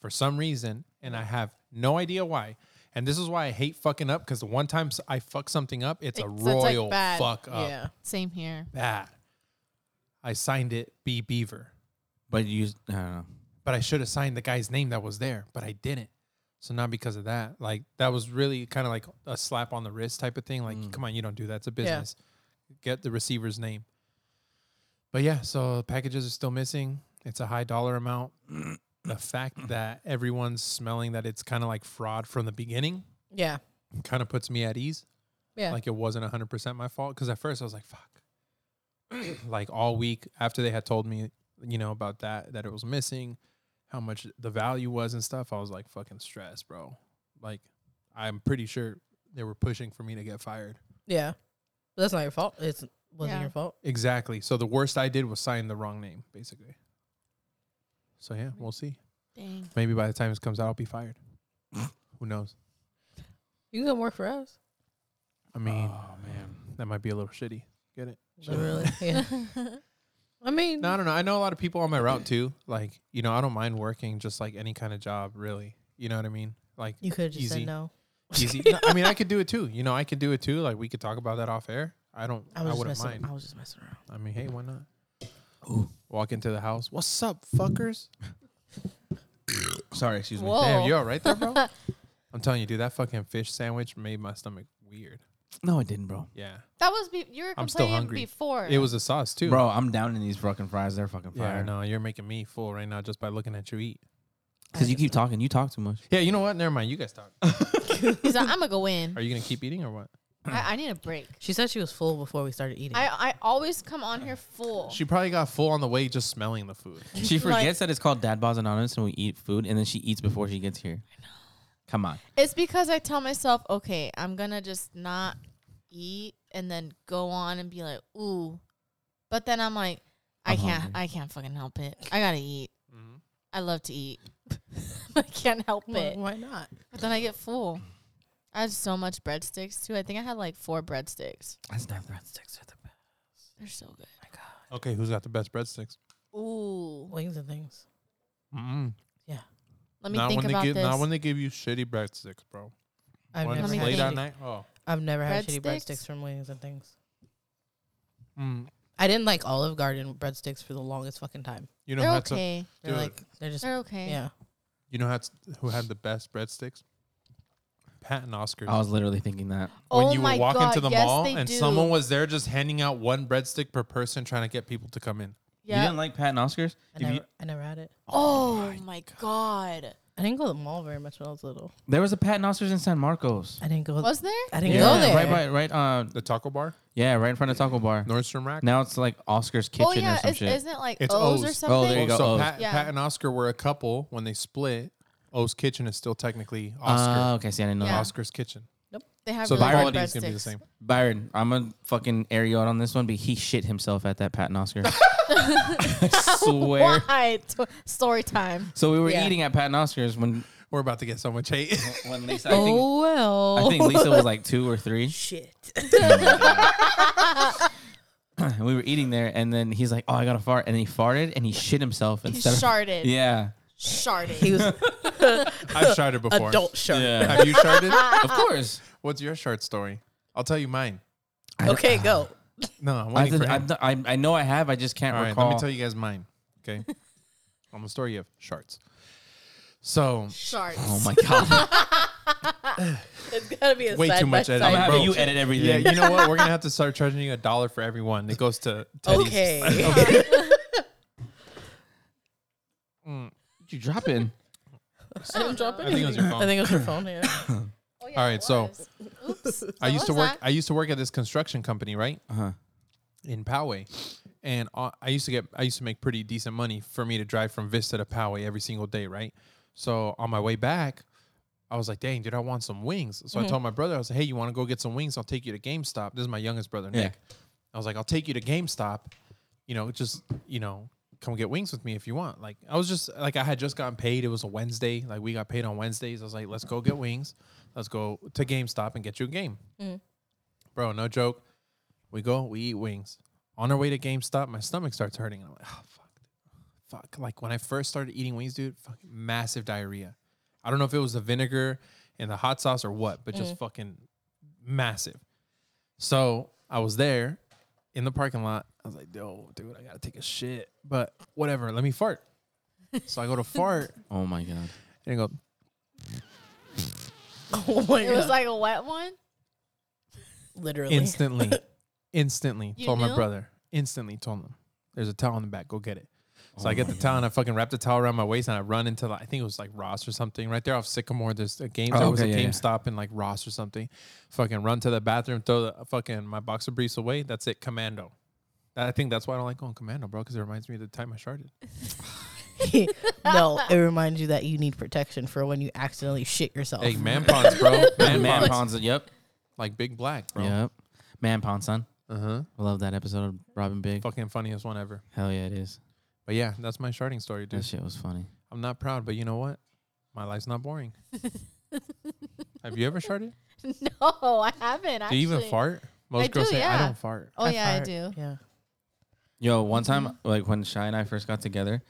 Speaker 3: for some reason, and I have no idea why. And this is why I hate fucking up because the one time s- I fuck something up, it's a
Speaker 4: It's- it's, like,
Speaker 3: royal
Speaker 4: bad.
Speaker 3: fuck up.
Speaker 2: Yeah.
Speaker 4: Same here.
Speaker 3: Bad. I signed it B Beaver,
Speaker 1: but you. I don't know.
Speaker 3: but I should have signed the guy's name that was there, but I didn't. So not because of that. Like that was really kind of like a slap on the wrist type of thing. Like, come on, you don't do that. It's a business. Get the receiver's name. But yeah, so the packages are still missing. It's a high dollar amount. the fact that everyone's smelling that it's kind of like fraud from the beginning
Speaker 2: Yeah.
Speaker 3: kind of puts me at ease.
Speaker 2: Yeah.
Speaker 3: Like it wasn't 100% my fault. Cause at first I was like, fuck. [clears throat] like all week after they had told me, you know, about that, that it was missing, how much the value was and stuff, I was like fucking stressed, bro. Like I'm pretty sure they were pushing for me to get fired.
Speaker 2: Yeah. But that's not your fault. It's wasn't
Speaker 4: Yeah.
Speaker 2: your fault.
Speaker 3: Exactly. So the worst I did was sign the wrong name, basically. So yeah, we'll see.
Speaker 4: Dang.
Speaker 3: Maybe by the time this comes out, I'll be fired. Who knows?
Speaker 2: You can come work for us.
Speaker 3: I mean,
Speaker 1: Oh,
Speaker 3: man, that might be a little shitty. Get it? [laughs]
Speaker 2: Literally. yeah. I mean,
Speaker 3: No, I don't know. I know a lot of people on my route too. Like, you know, I don't mind working just like any kind of job, really. You know what I mean?
Speaker 2: [laughs]
Speaker 3: Like,
Speaker 2: you could have just
Speaker 3: easy.
Speaker 2: said no. [laughs]
Speaker 3: easy. No, I mean, I could do it too. You know, I could do it too. Like, we could talk about that off air. I don't. I,
Speaker 2: I was,
Speaker 3: wouldn't
Speaker 2: just messing,
Speaker 3: mind.
Speaker 2: I was just messing around.
Speaker 3: I mean, hey, why not? Walk into the house. What's up, fuckers?
Speaker 1: Sorry, excuse me.
Speaker 4: Whoa.
Speaker 3: Damn, you all right there,
Speaker 2: [laughs]
Speaker 3: bro? I'm telling you, dude, that fucking fish sandwich made my stomach weird.
Speaker 1: No, it didn't, bro.
Speaker 3: Yeah,
Speaker 4: [laughs] That was be- you were
Speaker 3: I'm still
Speaker 4: complaining
Speaker 3: hungry.
Speaker 4: before.
Speaker 3: it was a sauce too,
Speaker 1: Bro, I'm down in these fucking fries. They're fucking
Speaker 3: Yeah,
Speaker 1: fire.
Speaker 3: no, you're making me full right now just by looking at you eat.
Speaker 1: Because you keep talking. You talk too much.
Speaker 3: Yeah, you know what? Never mind. You guys talk.
Speaker 4: He's like, I'm gonna go in.
Speaker 3: [laughs] Are you gonna keep eating or what?
Speaker 4: I, I need a break.
Speaker 2: She said she was full before we started eating.
Speaker 4: I, I always come on here full.
Speaker 3: She probably got full on the way just smelling the food.
Speaker 1: She
Speaker 4: Like-
Speaker 1: forgets that it's called Dad Bods Anonymous and we eat food and then she eats before she gets here. Come on.
Speaker 4: It's because I tell myself, okay, I'm gonna just not eat and then go on and be like, ooh. But then I'm like, I
Speaker 1: I'm
Speaker 4: can't
Speaker 1: hungry.
Speaker 4: I can't fucking help it. I gotta eat.
Speaker 3: Mm-hmm.
Speaker 4: I love to eat. [laughs] I can't help
Speaker 2: Why,
Speaker 4: it.
Speaker 2: why not?
Speaker 4: But then I get full. I had so much breadsticks too. I think I had like four breadsticks.
Speaker 1: That's not breadsticks are the best.
Speaker 4: They're so good.
Speaker 3: Okay, who's got the best breadsticks?
Speaker 4: Ooh.
Speaker 2: Wings and things.
Speaker 3: Mm-mm.
Speaker 4: Let me
Speaker 3: not
Speaker 4: think
Speaker 3: when
Speaker 4: about
Speaker 3: they give,
Speaker 4: this.
Speaker 3: Not when they give you shitty breadsticks, bro.
Speaker 2: I've
Speaker 3: when
Speaker 2: never,
Speaker 3: it's
Speaker 4: me
Speaker 3: late
Speaker 4: think.
Speaker 3: at
Speaker 2: had shitty,
Speaker 3: night. Oh,
Speaker 2: I've never had shitty
Speaker 4: Breadsticks?
Speaker 2: breadsticks from Wings and Things.
Speaker 3: Mm.
Speaker 2: I didn't like Olive Garden breadsticks for the longest fucking time.
Speaker 3: you know
Speaker 4: they're
Speaker 3: how to,
Speaker 4: okay.
Speaker 2: They're
Speaker 3: Dude.
Speaker 2: like they're just
Speaker 4: They're okay.
Speaker 2: yeah.
Speaker 3: you know how to, who had the best breadsticks? Pat and Oscar.
Speaker 1: I was literally thinking that.
Speaker 4: Oh
Speaker 3: when you
Speaker 4: my
Speaker 3: would walk
Speaker 4: God,
Speaker 3: into the
Speaker 4: yes,
Speaker 3: mall
Speaker 4: they
Speaker 3: and
Speaker 4: do.
Speaker 3: someone was there just handing out one breadstick per person trying to get people to come in.
Speaker 1: You
Speaker 4: Yeah.
Speaker 1: didn't like Pat and Oscars?
Speaker 2: I
Speaker 3: If you-
Speaker 2: never, I never had it.
Speaker 4: Oh my god.
Speaker 2: I didn't go to the mall very much when I was little.
Speaker 1: There was a Pat and Oscars in San Marcos.
Speaker 2: I didn't go.
Speaker 4: Was there?
Speaker 2: I didn't
Speaker 1: yeah,
Speaker 2: go there.
Speaker 1: Right by right uh
Speaker 3: The taco bar,
Speaker 1: yeah, right in front of Taco Bar.
Speaker 3: Nordstrom Rack.
Speaker 1: Now it's like Oscars Kitchen
Speaker 4: Oh yeah,
Speaker 1: or some
Speaker 4: it's,
Speaker 1: shit.
Speaker 4: isn't it like
Speaker 3: It's
Speaker 4: O's, or
Speaker 3: O's.
Speaker 4: something?
Speaker 1: Oh, there you go.
Speaker 3: so
Speaker 1: O's.
Speaker 3: Pat,
Speaker 4: Yeah.
Speaker 3: Pat and Oscar were a couple when they split. O's Kitchen is still technically
Speaker 1: Ah,
Speaker 3: Oscar.
Speaker 1: okay, see I didn't know
Speaker 4: Yeah.
Speaker 1: that.
Speaker 3: Oscar's Kitchen.
Speaker 4: They have
Speaker 3: So the
Speaker 4: really
Speaker 3: quality
Speaker 4: good
Speaker 3: is gonna be the
Speaker 4: breadsticks.
Speaker 3: same.
Speaker 1: Byron, I'm gonna fucking air you out on this one, but he shit himself at that Pat and Oscar. [laughs] I swear.
Speaker 4: Why? T- [laughs] story time.
Speaker 1: So we were
Speaker 2: Yeah.
Speaker 1: eating at Pat and Oscars when
Speaker 3: We're about to get so much hate.
Speaker 1: when Lisa I think
Speaker 2: Oh well.
Speaker 1: I think Lisa was like two or three.
Speaker 2: shit.
Speaker 1: And we were eating there, and then he's like, "Oh, I got to fart," and he farted and he shit himself
Speaker 4: He
Speaker 1: instead. of,
Speaker 4: sharded.
Speaker 1: [laughs] yeah,
Speaker 4: Sharded.
Speaker 2: He was [laughs]
Speaker 3: I've sharded before.
Speaker 2: adult shark.
Speaker 1: yeah.
Speaker 3: Have you sharded?
Speaker 1: of course.
Speaker 3: What's your shard story? I'll tell you mine.
Speaker 2: [laughs] Okay, go.
Speaker 3: No, I'm
Speaker 1: I,
Speaker 3: waiting for
Speaker 1: I,
Speaker 3: him.
Speaker 1: I, I know I have. I just can't
Speaker 3: All right,
Speaker 1: recall.
Speaker 3: let me tell you guys mine. Okay, I'm the story of shards. So
Speaker 4: Shards.
Speaker 1: Oh my
Speaker 3: [laughs]
Speaker 1: god!
Speaker 2: It's gotta be a
Speaker 3: way
Speaker 2: side
Speaker 3: too
Speaker 2: by
Speaker 3: much editing.
Speaker 2: side.
Speaker 1: I'm gonna have
Speaker 3: bro.
Speaker 1: you edit everything.
Speaker 3: Yeah, you know what? We're gonna have to start charging you a dollar for every one. It goes to Teddy's. [laughs]
Speaker 2: Okay.
Speaker 1: What you dropping?
Speaker 2: I didn't drop
Speaker 3: [laughs] I think it was your phone.
Speaker 2: I think it was your phone. Yeah.
Speaker 4: Oh, yeah,
Speaker 3: All right,
Speaker 4: it
Speaker 3: so-
Speaker 4: was. Oops.
Speaker 3: [laughs] I
Speaker 4: So
Speaker 3: used to
Speaker 4: what was
Speaker 3: work.
Speaker 4: that?
Speaker 3: I used to work at this construction company, right?
Speaker 1: Uh huh.
Speaker 3: in Poway, and uh, I used to get I used to make pretty decent money for me to drive from Vista to Poway every single day, right? So on my way back, I was like, "Dang, dude, I want some wings." So I told my brother, I was like, "Hey, you want to go get some wings? I'll take you to GameStop." This is my youngest brother,
Speaker 1: Yeah.
Speaker 3: Nick. I was like, "I'll take you to GameStop. You know, just you know, come get wings with me if you want." Like I was just like I had just gotten paid. It was a Wednesday. Like we got paid on Wednesdays. I was like, "Let's go get wings. Let's go to GameStop and get you a game." Bro, no joke. We go, we eat wings. On our way to GameStop, my stomach starts hurting. I'm like, oh fuck, fuck. Like when I first started eating wings, dude, fucking massive diarrhea. I don't know if it was the vinegar and the hot sauce or what, but
Speaker 4: Mm.
Speaker 3: just fucking massive. So I was there in the parking lot. I was like, yo, dude, I gotta take a shit. But whatever, let me fart. So I go to
Speaker 4: [laughs]
Speaker 3: fart
Speaker 1: Oh my god!
Speaker 3: and I go,
Speaker 2: [laughs] Oh
Speaker 3: [laughs]
Speaker 2: my
Speaker 4: It was
Speaker 2: god.
Speaker 4: like a wet one.
Speaker 2: Literally.
Speaker 4: [laughs]
Speaker 3: instantly, instantly
Speaker 4: You
Speaker 3: told my
Speaker 4: knew?
Speaker 3: brother, instantly told him, there's a towel in the back, go get it. So
Speaker 1: Oh
Speaker 3: I get the towel and I fucking wrap the towel around my waist and I run into like, I think it was like Ross or something right there off Sycamore. There's a game,
Speaker 1: Oh,
Speaker 3: there was a
Speaker 1: okay, yeah, yeah.
Speaker 3: GameStop in like Ross or something. Fucking run to the bathroom, throw the fucking my boxer briefs away. That's it, commando. That- I think that's why I don't like going commando, bro, because it reminds me of the time I sharded.
Speaker 2: [laughs] no, it reminds you that you need protection for when you accidentally shit yourself.
Speaker 3: Hey, man
Speaker 1: [laughs]
Speaker 3: pawns, bro. Man,
Speaker 1: Oh. Man, man
Speaker 3: pawns.
Speaker 1: pawns. Yep.
Speaker 3: Like big black, bro.
Speaker 1: Yep. Man pawn son.
Speaker 3: Uh huh.
Speaker 1: I love that episode of Robin Big.
Speaker 3: Fucking funniest one ever.
Speaker 1: Hell yeah, it is.
Speaker 3: But yeah, that's my sharding story, dude.
Speaker 1: That shit was funny.
Speaker 3: I'm not proud, but you know what? My life's not boring. Have you ever sharded?
Speaker 4: [laughs] No, I haven't.
Speaker 3: Do
Speaker 4: Actually.
Speaker 3: you even fart? Most
Speaker 4: I
Speaker 3: girls
Speaker 4: do,
Speaker 3: say I
Speaker 4: yeah.
Speaker 3: don't fart.
Speaker 4: Oh yeah,
Speaker 2: fart.
Speaker 4: I do.
Speaker 2: Yeah.
Speaker 1: Yo, one time,
Speaker 2: Mm-hmm.
Speaker 1: like when Shy and I first got together,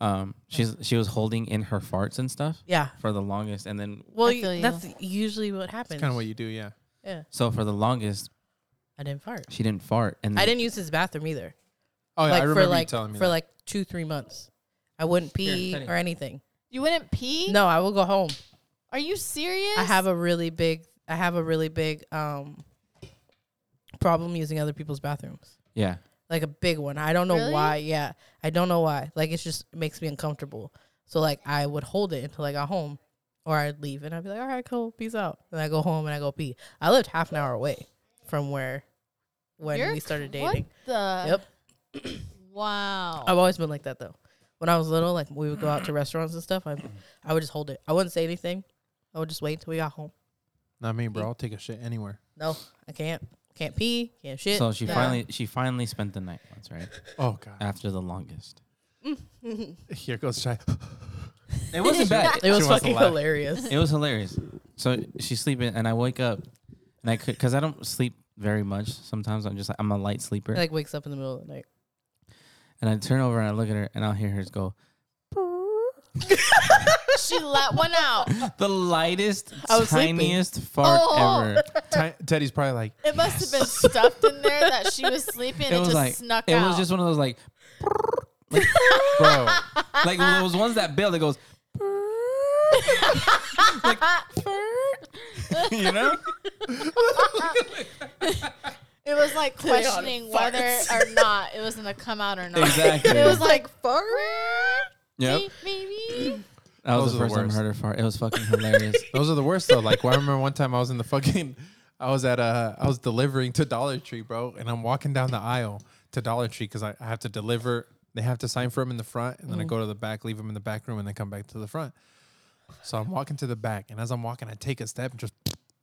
Speaker 1: um, she's she was holding in her farts and stuff
Speaker 2: Yeah.
Speaker 1: for the longest, and then
Speaker 2: Well,
Speaker 4: I
Speaker 2: you-
Speaker 4: feel you.
Speaker 2: that's usually what happens.
Speaker 3: That's kind of what you do, yeah.
Speaker 2: yeah.
Speaker 1: so for the longest
Speaker 2: I didn't fart.
Speaker 1: she didn't fart, and
Speaker 2: I didn't use his bathroom either.
Speaker 3: Mm. Oh, yeah,
Speaker 2: like
Speaker 3: I remember
Speaker 2: for like
Speaker 3: you telling me
Speaker 2: for
Speaker 3: that.
Speaker 2: like two three months, I wouldn't pee
Speaker 1: Teddy.
Speaker 2: or anything.
Speaker 4: You wouldn't pee?
Speaker 2: No, I will go home.
Speaker 4: Are you serious?
Speaker 2: I have a really big. I have a really big um problem using other people's bathrooms.
Speaker 1: yeah.
Speaker 2: Like a big one. I don't know
Speaker 4: Really?
Speaker 2: why. Yeah, I don't know why. Like it's just it makes me uncomfortable. So like I would hold it until I got home, or I'd leave and I'd be like, all right, cool, peace out. And I go home and I go pee. I lived half an hour away. from where when
Speaker 4: You're
Speaker 2: we started
Speaker 4: cr- what
Speaker 2: dating.
Speaker 4: the?
Speaker 2: Yep.
Speaker 4: Wow.
Speaker 2: I've always been like that though. When I was little, like we would go out to restaurants and stuff, I I would just hold it. I wouldn't say anything. I would just wait until we got home.
Speaker 3: Not me, bro. I'll take a shit
Speaker 2: [laughs]
Speaker 3: anywhere.
Speaker 2: No, I can't. Can't pee. Can't shit.
Speaker 1: So she
Speaker 4: Yeah.
Speaker 2: [laughs]
Speaker 1: finally she finally spent the night once, right?
Speaker 3: Oh god.
Speaker 1: After the longest.
Speaker 3: [laughs] Here goes [laughs] Shy.
Speaker 2: [laughs]
Speaker 1: It wasn't bad.
Speaker 2: it was
Speaker 1: She wants to
Speaker 2: fucking
Speaker 1: laugh.
Speaker 2: hilarious.
Speaker 1: It was hilarious. So she's sleeping, and I wake up, and I could because I don't sleep very much. Sometimes I'm just like I'm a light sleeper,
Speaker 2: It, like wakes up in the middle of the night.
Speaker 1: and I turn over and I look at her, and I'll hear hers go
Speaker 4: she let one
Speaker 2: [laughs]
Speaker 4: out.
Speaker 1: the lightest,
Speaker 2: I was sleeping.
Speaker 1: tiniest fart
Speaker 4: Oh.
Speaker 1: ever.
Speaker 3: Ti- Teddy's probably like,
Speaker 4: It must have been stuffed in there that she
Speaker 3: [laughs]
Speaker 4: was sleeping. and
Speaker 1: It
Speaker 4: it
Speaker 1: was
Speaker 4: just
Speaker 1: like
Speaker 4: snuck
Speaker 1: it
Speaker 4: out.
Speaker 1: was just one of those like [laughs]
Speaker 3: bro.
Speaker 1: like those ones that build. It goes [laughs]
Speaker 2: [laughs]
Speaker 1: you know.
Speaker 4: it
Speaker 2: [laughs]
Speaker 4: was like
Speaker 2: Chaotic
Speaker 4: questioning whether or not it was gonna come out
Speaker 2: [laughs]
Speaker 4: or not.
Speaker 1: Exactly.
Speaker 4: It was like
Speaker 2: fart.
Speaker 1: Yep.
Speaker 4: maybe.
Speaker 1: That was
Speaker 3: Those
Speaker 1: the
Speaker 3: are the
Speaker 1: first time I
Speaker 3: worst.
Speaker 1: heard her fart. It was fucking
Speaker 2: [laughs]
Speaker 1: hilarious.
Speaker 3: Those are the worst though. Like, well, I remember one time I was in the fucking, [laughs] I was at a, I was delivering to Dollar Tree, bro, and I'm walking down the aisle to Dollar Tree because I, I have to deliver. They have to sign for them in the front, and then
Speaker 2: Mm.
Speaker 3: I go to the back, leave them in the back room, and then come back to the front. So I'm walking to the back, and as I'm walking, I take a step and just,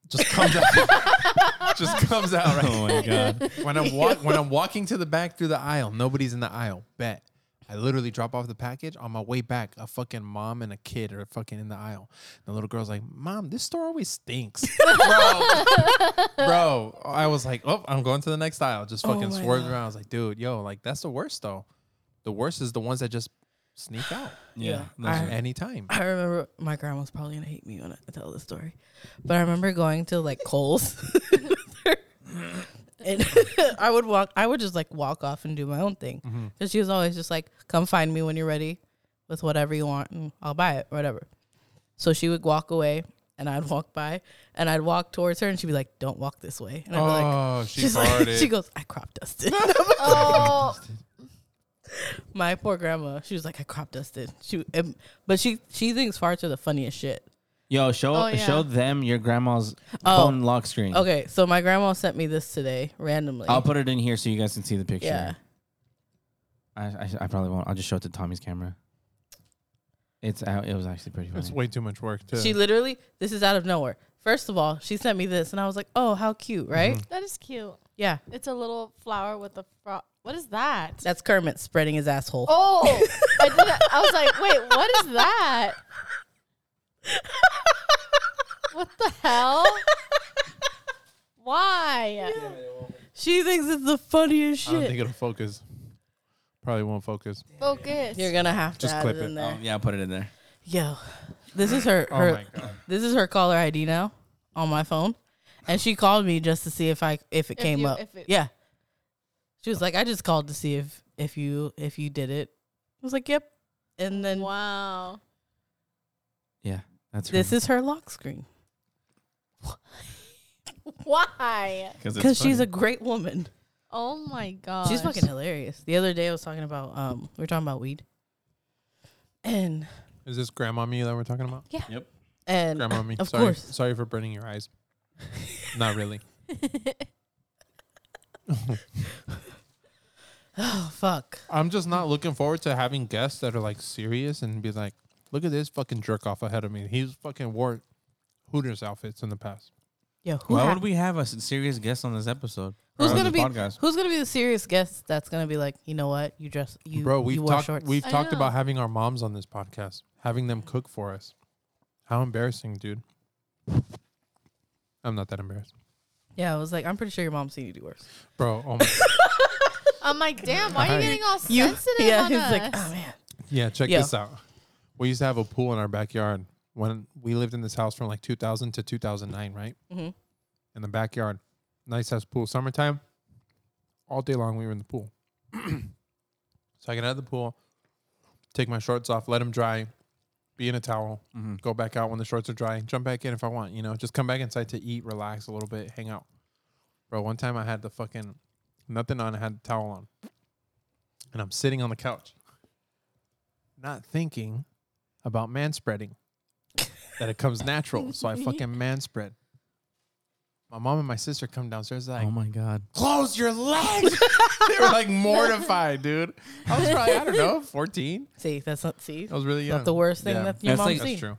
Speaker 3: just comes out, [laughs] just comes out right
Speaker 1: oh my god.
Speaker 3: when I'm walk when I'm walking to the back through the aisle, nobody's in the aisle. Bet. I literally drop off the package on my way back. A fucking mom and a kid are fucking in the aisle. the little girl's like, "Mom, this store always stinks." [laughs] bro, bro, I was like, "Oh, I'm going to the next aisle." Just fucking
Speaker 2: Oh my
Speaker 3: swerved
Speaker 2: God.
Speaker 3: around. I was like, "Dude, yo, like that's the worst though. The worst is the ones that just sneak out
Speaker 1: Yeah.
Speaker 2: I-
Speaker 1: those are-
Speaker 3: anytime."
Speaker 2: I remember my grandma's probably gonna hate me when I tell this story, but I remember going to like Cole's, [laughs] and I would walk. I would just like walk off and do my own thing
Speaker 3: Mm-hmm.
Speaker 2: because she was always just like, "Come find me when you're ready with whatever you want, and I'll buy it, whatever." So she would walk away, and I'd walk by, and I'd walk towards her, and she'd be like, "Don't walk this way," and I'd be like,
Speaker 3: Oh, she
Speaker 2: "She's like,
Speaker 3: farted.
Speaker 2: [laughs] she goes, I crop dusted."
Speaker 4: Oh,
Speaker 2: my poor grandma, she was like, "I crop dusted." She, and- but she she thinks farts are the funniest shit.
Speaker 1: Yo, show
Speaker 4: Oh, yeah.
Speaker 1: show them your grandma's
Speaker 2: Oh.
Speaker 1: phone lock screen.
Speaker 2: Okay, so my grandma sent me this today randomly.
Speaker 1: I'll put it in here so you guys can see the picture.
Speaker 2: Yeah.
Speaker 1: I, I, I probably won't. I'll just show it to Tommy's camera. It's out. It was actually pretty funny.
Speaker 3: It's way too much work. Too.
Speaker 2: She literally, this is out of nowhere. First of all, she sent me this, and I was like, "Oh, how cute, right?"
Speaker 3: Mm-hmm.
Speaker 4: that is cute.
Speaker 2: Yeah,
Speaker 4: It's a little flower with a frog. What is that?
Speaker 2: that's Kermit spreading his asshole.
Speaker 4: Oh, I, didn't,
Speaker 2: [laughs]
Speaker 4: I was like, wait, what is that? What the hell? Why?
Speaker 2: She thinks it's the funniest
Speaker 3: I don't
Speaker 2: shit.
Speaker 3: think it'll focus. Probably won't focus.
Speaker 4: Focus.
Speaker 2: You're gonna have to
Speaker 3: Just
Speaker 2: add
Speaker 3: clip
Speaker 2: it in
Speaker 3: it.
Speaker 2: there.
Speaker 1: yeah, I'll put it in there.
Speaker 2: Yo, this is her. her
Speaker 3: [laughs] oh my god.
Speaker 2: This is her caller ID now on my phone, and she called me just to see if I if it
Speaker 4: If
Speaker 2: came
Speaker 4: you-
Speaker 2: up.
Speaker 4: if it-
Speaker 2: yeah, she was like, "I just called to see if if you if you did it." I was like, "Yep," and then
Speaker 4: wow.
Speaker 1: Yeah, that's
Speaker 2: this is her lock screen.
Speaker 4: Why?
Speaker 2: because she's a great woman.
Speaker 4: Oh my god.
Speaker 2: She's fucking hilarious. The other day I was talking about um we were talking about weed, and
Speaker 3: Is this grandma me that we're talking about?
Speaker 2: and [laughs]
Speaker 3: Grandma me.
Speaker 2: of
Speaker 3: sorry,
Speaker 2: course
Speaker 3: Sorry for burning your eyes. Not really.
Speaker 2: oh fuck
Speaker 3: I'm just not looking forward to having guests that are like serious and be like, look at this fucking jerk off ahead of me. He's fucking wore Hooters outfits in the past.
Speaker 2: yeah who
Speaker 1: Why
Speaker 2: ha-
Speaker 1: would we have a s- serious guest on this episode? Or
Speaker 2: who's
Speaker 1: on
Speaker 2: gonna
Speaker 1: this
Speaker 2: be
Speaker 1: podcast?
Speaker 2: who's gonna be the serious guest that's gonna be like you know what you dress you
Speaker 3: Bro, we've
Speaker 2: you wore
Speaker 3: talked
Speaker 2: shorts
Speaker 3: we've
Speaker 4: I
Speaker 3: talked
Speaker 4: know.
Speaker 3: about having our moms on this podcast, having them cook for us. How embarrassing, dude. I'm not that embarrassed.
Speaker 2: yeah I was like I'm pretty sure your mom's seen you do
Speaker 3: [laughs]
Speaker 2: worse
Speaker 3: Bro, oh my
Speaker 4: [laughs] I'm like, damn, why are
Speaker 3: Hi.
Speaker 4: you getting all
Speaker 2: you
Speaker 4: sensitive
Speaker 2: yeah
Speaker 4: on
Speaker 2: he's
Speaker 4: us? [laughs]
Speaker 2: like oh man
Speaker 3: Yeah, check
Speaker 2: Yeah.
Speaker 3: this out. We used to have a pool in our backyard when we lived in this house from like 2000 to 2009, right?
Speaker 2: Mhm.
Speaker 3: In the backyard, nice ass pool. Summertime, all day long we were in the pool. [clears throat] so I get out of the pool, take my shorts off, let them dry, be in a towel,
Speaker 1: Mhm.
Speaker 3: go back out when the shorts are dry, jump back in if I want, you know, just come back inside to eat, relax a little bit, hang out. Bro, one time I had the fucking nothing on, I had the towel on. And I'm sitting on the couch, not thinking about man spreading, that it comes natural. So I fucking man spread. My mom and my sister come downstairs. They're like,
Speaker 2: Um,
Speaker 1: Oh my god.
Speaker 3: close
Speaker 2: [laughs]
Speaker 3: your legs. they were like mortified, dude. I was probably, I don't know, 14.
Speaker 2: See, that's not see.
Speaker 3: I was really young.
Speaker 2: Not the worst thing
Speaker 3: Yeah.
Speaker 2: that your
Speaker 1: That's
Speaker 2: mom
Speaker 1: like-
Speaker 2: like,
Speaker 3: That's true.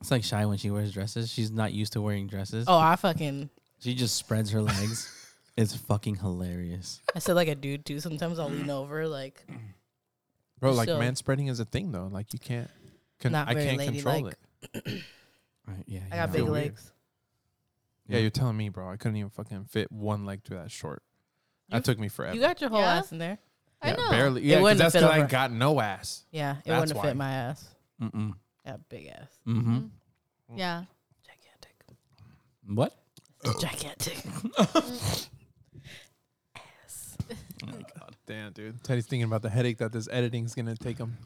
Speaker 1: It's like shy when she wears dresses. She's not used to wearing dresses.
Speaker 2: Oh, I fucking
Speaker 1: She just spreads her [laughs] legs. it's fucking hilarious.
Speaker 2: I said like a dude too. Sometimes I'll lean over like
Speaker 3: Bro, like
Speaker 2: So-
Speaker 3: man spreading is a thing though. Like you can't, con-
Speaker 2: Not
Speaker 3: I
Speaker 2: very
Speaker 3: can't control
Speaker 2: ladylike.
Speaker 3: it.
Speaker 1: Right, yeah.
Speaker 2: I
Speaker 1: you're
Speaker 2: got
Speaker 1: not
Speaker 2: big
Speaker 1: wrong.
Speaker 3: weird.
Speaker 2: legs.
Speaker 3: Yeah,
Speaker 1: Yeah.
Speaker 3: you're telling me, bro. I couldn't even fucking fit one leg through that short. that
Speaker 2: You-
Speaker 3: took me forever.
Speaker 2: You got your whole
Speaker 4: Yeah?
Speaker 2: ass in there.
Speaker 4: I
Speaker 3: Yeah,
Speaker 4: know.
Speaker 3: barely. Yeah, 'cause
Speaker 2: wouldn't
Speaker 3: that's
Speaker 2: fit
Speaker 3: because I
Speaker 2: over.
Speaker 3: got no ass.
Speaker 2: Yeah, it
Speaker 3: That's
Speaker 2: wouldn't
Speaker 3: why.
Speaker 2: fit my ass.
Speaker 1: Mm-mm.
Speaker 2: That big ass.
Speaker 1: Mm-hmm.
Speaker 4: Yeah.
Speaker 2: [laughs] Gigantic.
Speaker 1: What?
Speaker 2: Gigantic.
Speaker 1: Oh my god.
Speaker 3: Damn, dude. Teddy's thinking about the headache that this editing is gonna take him.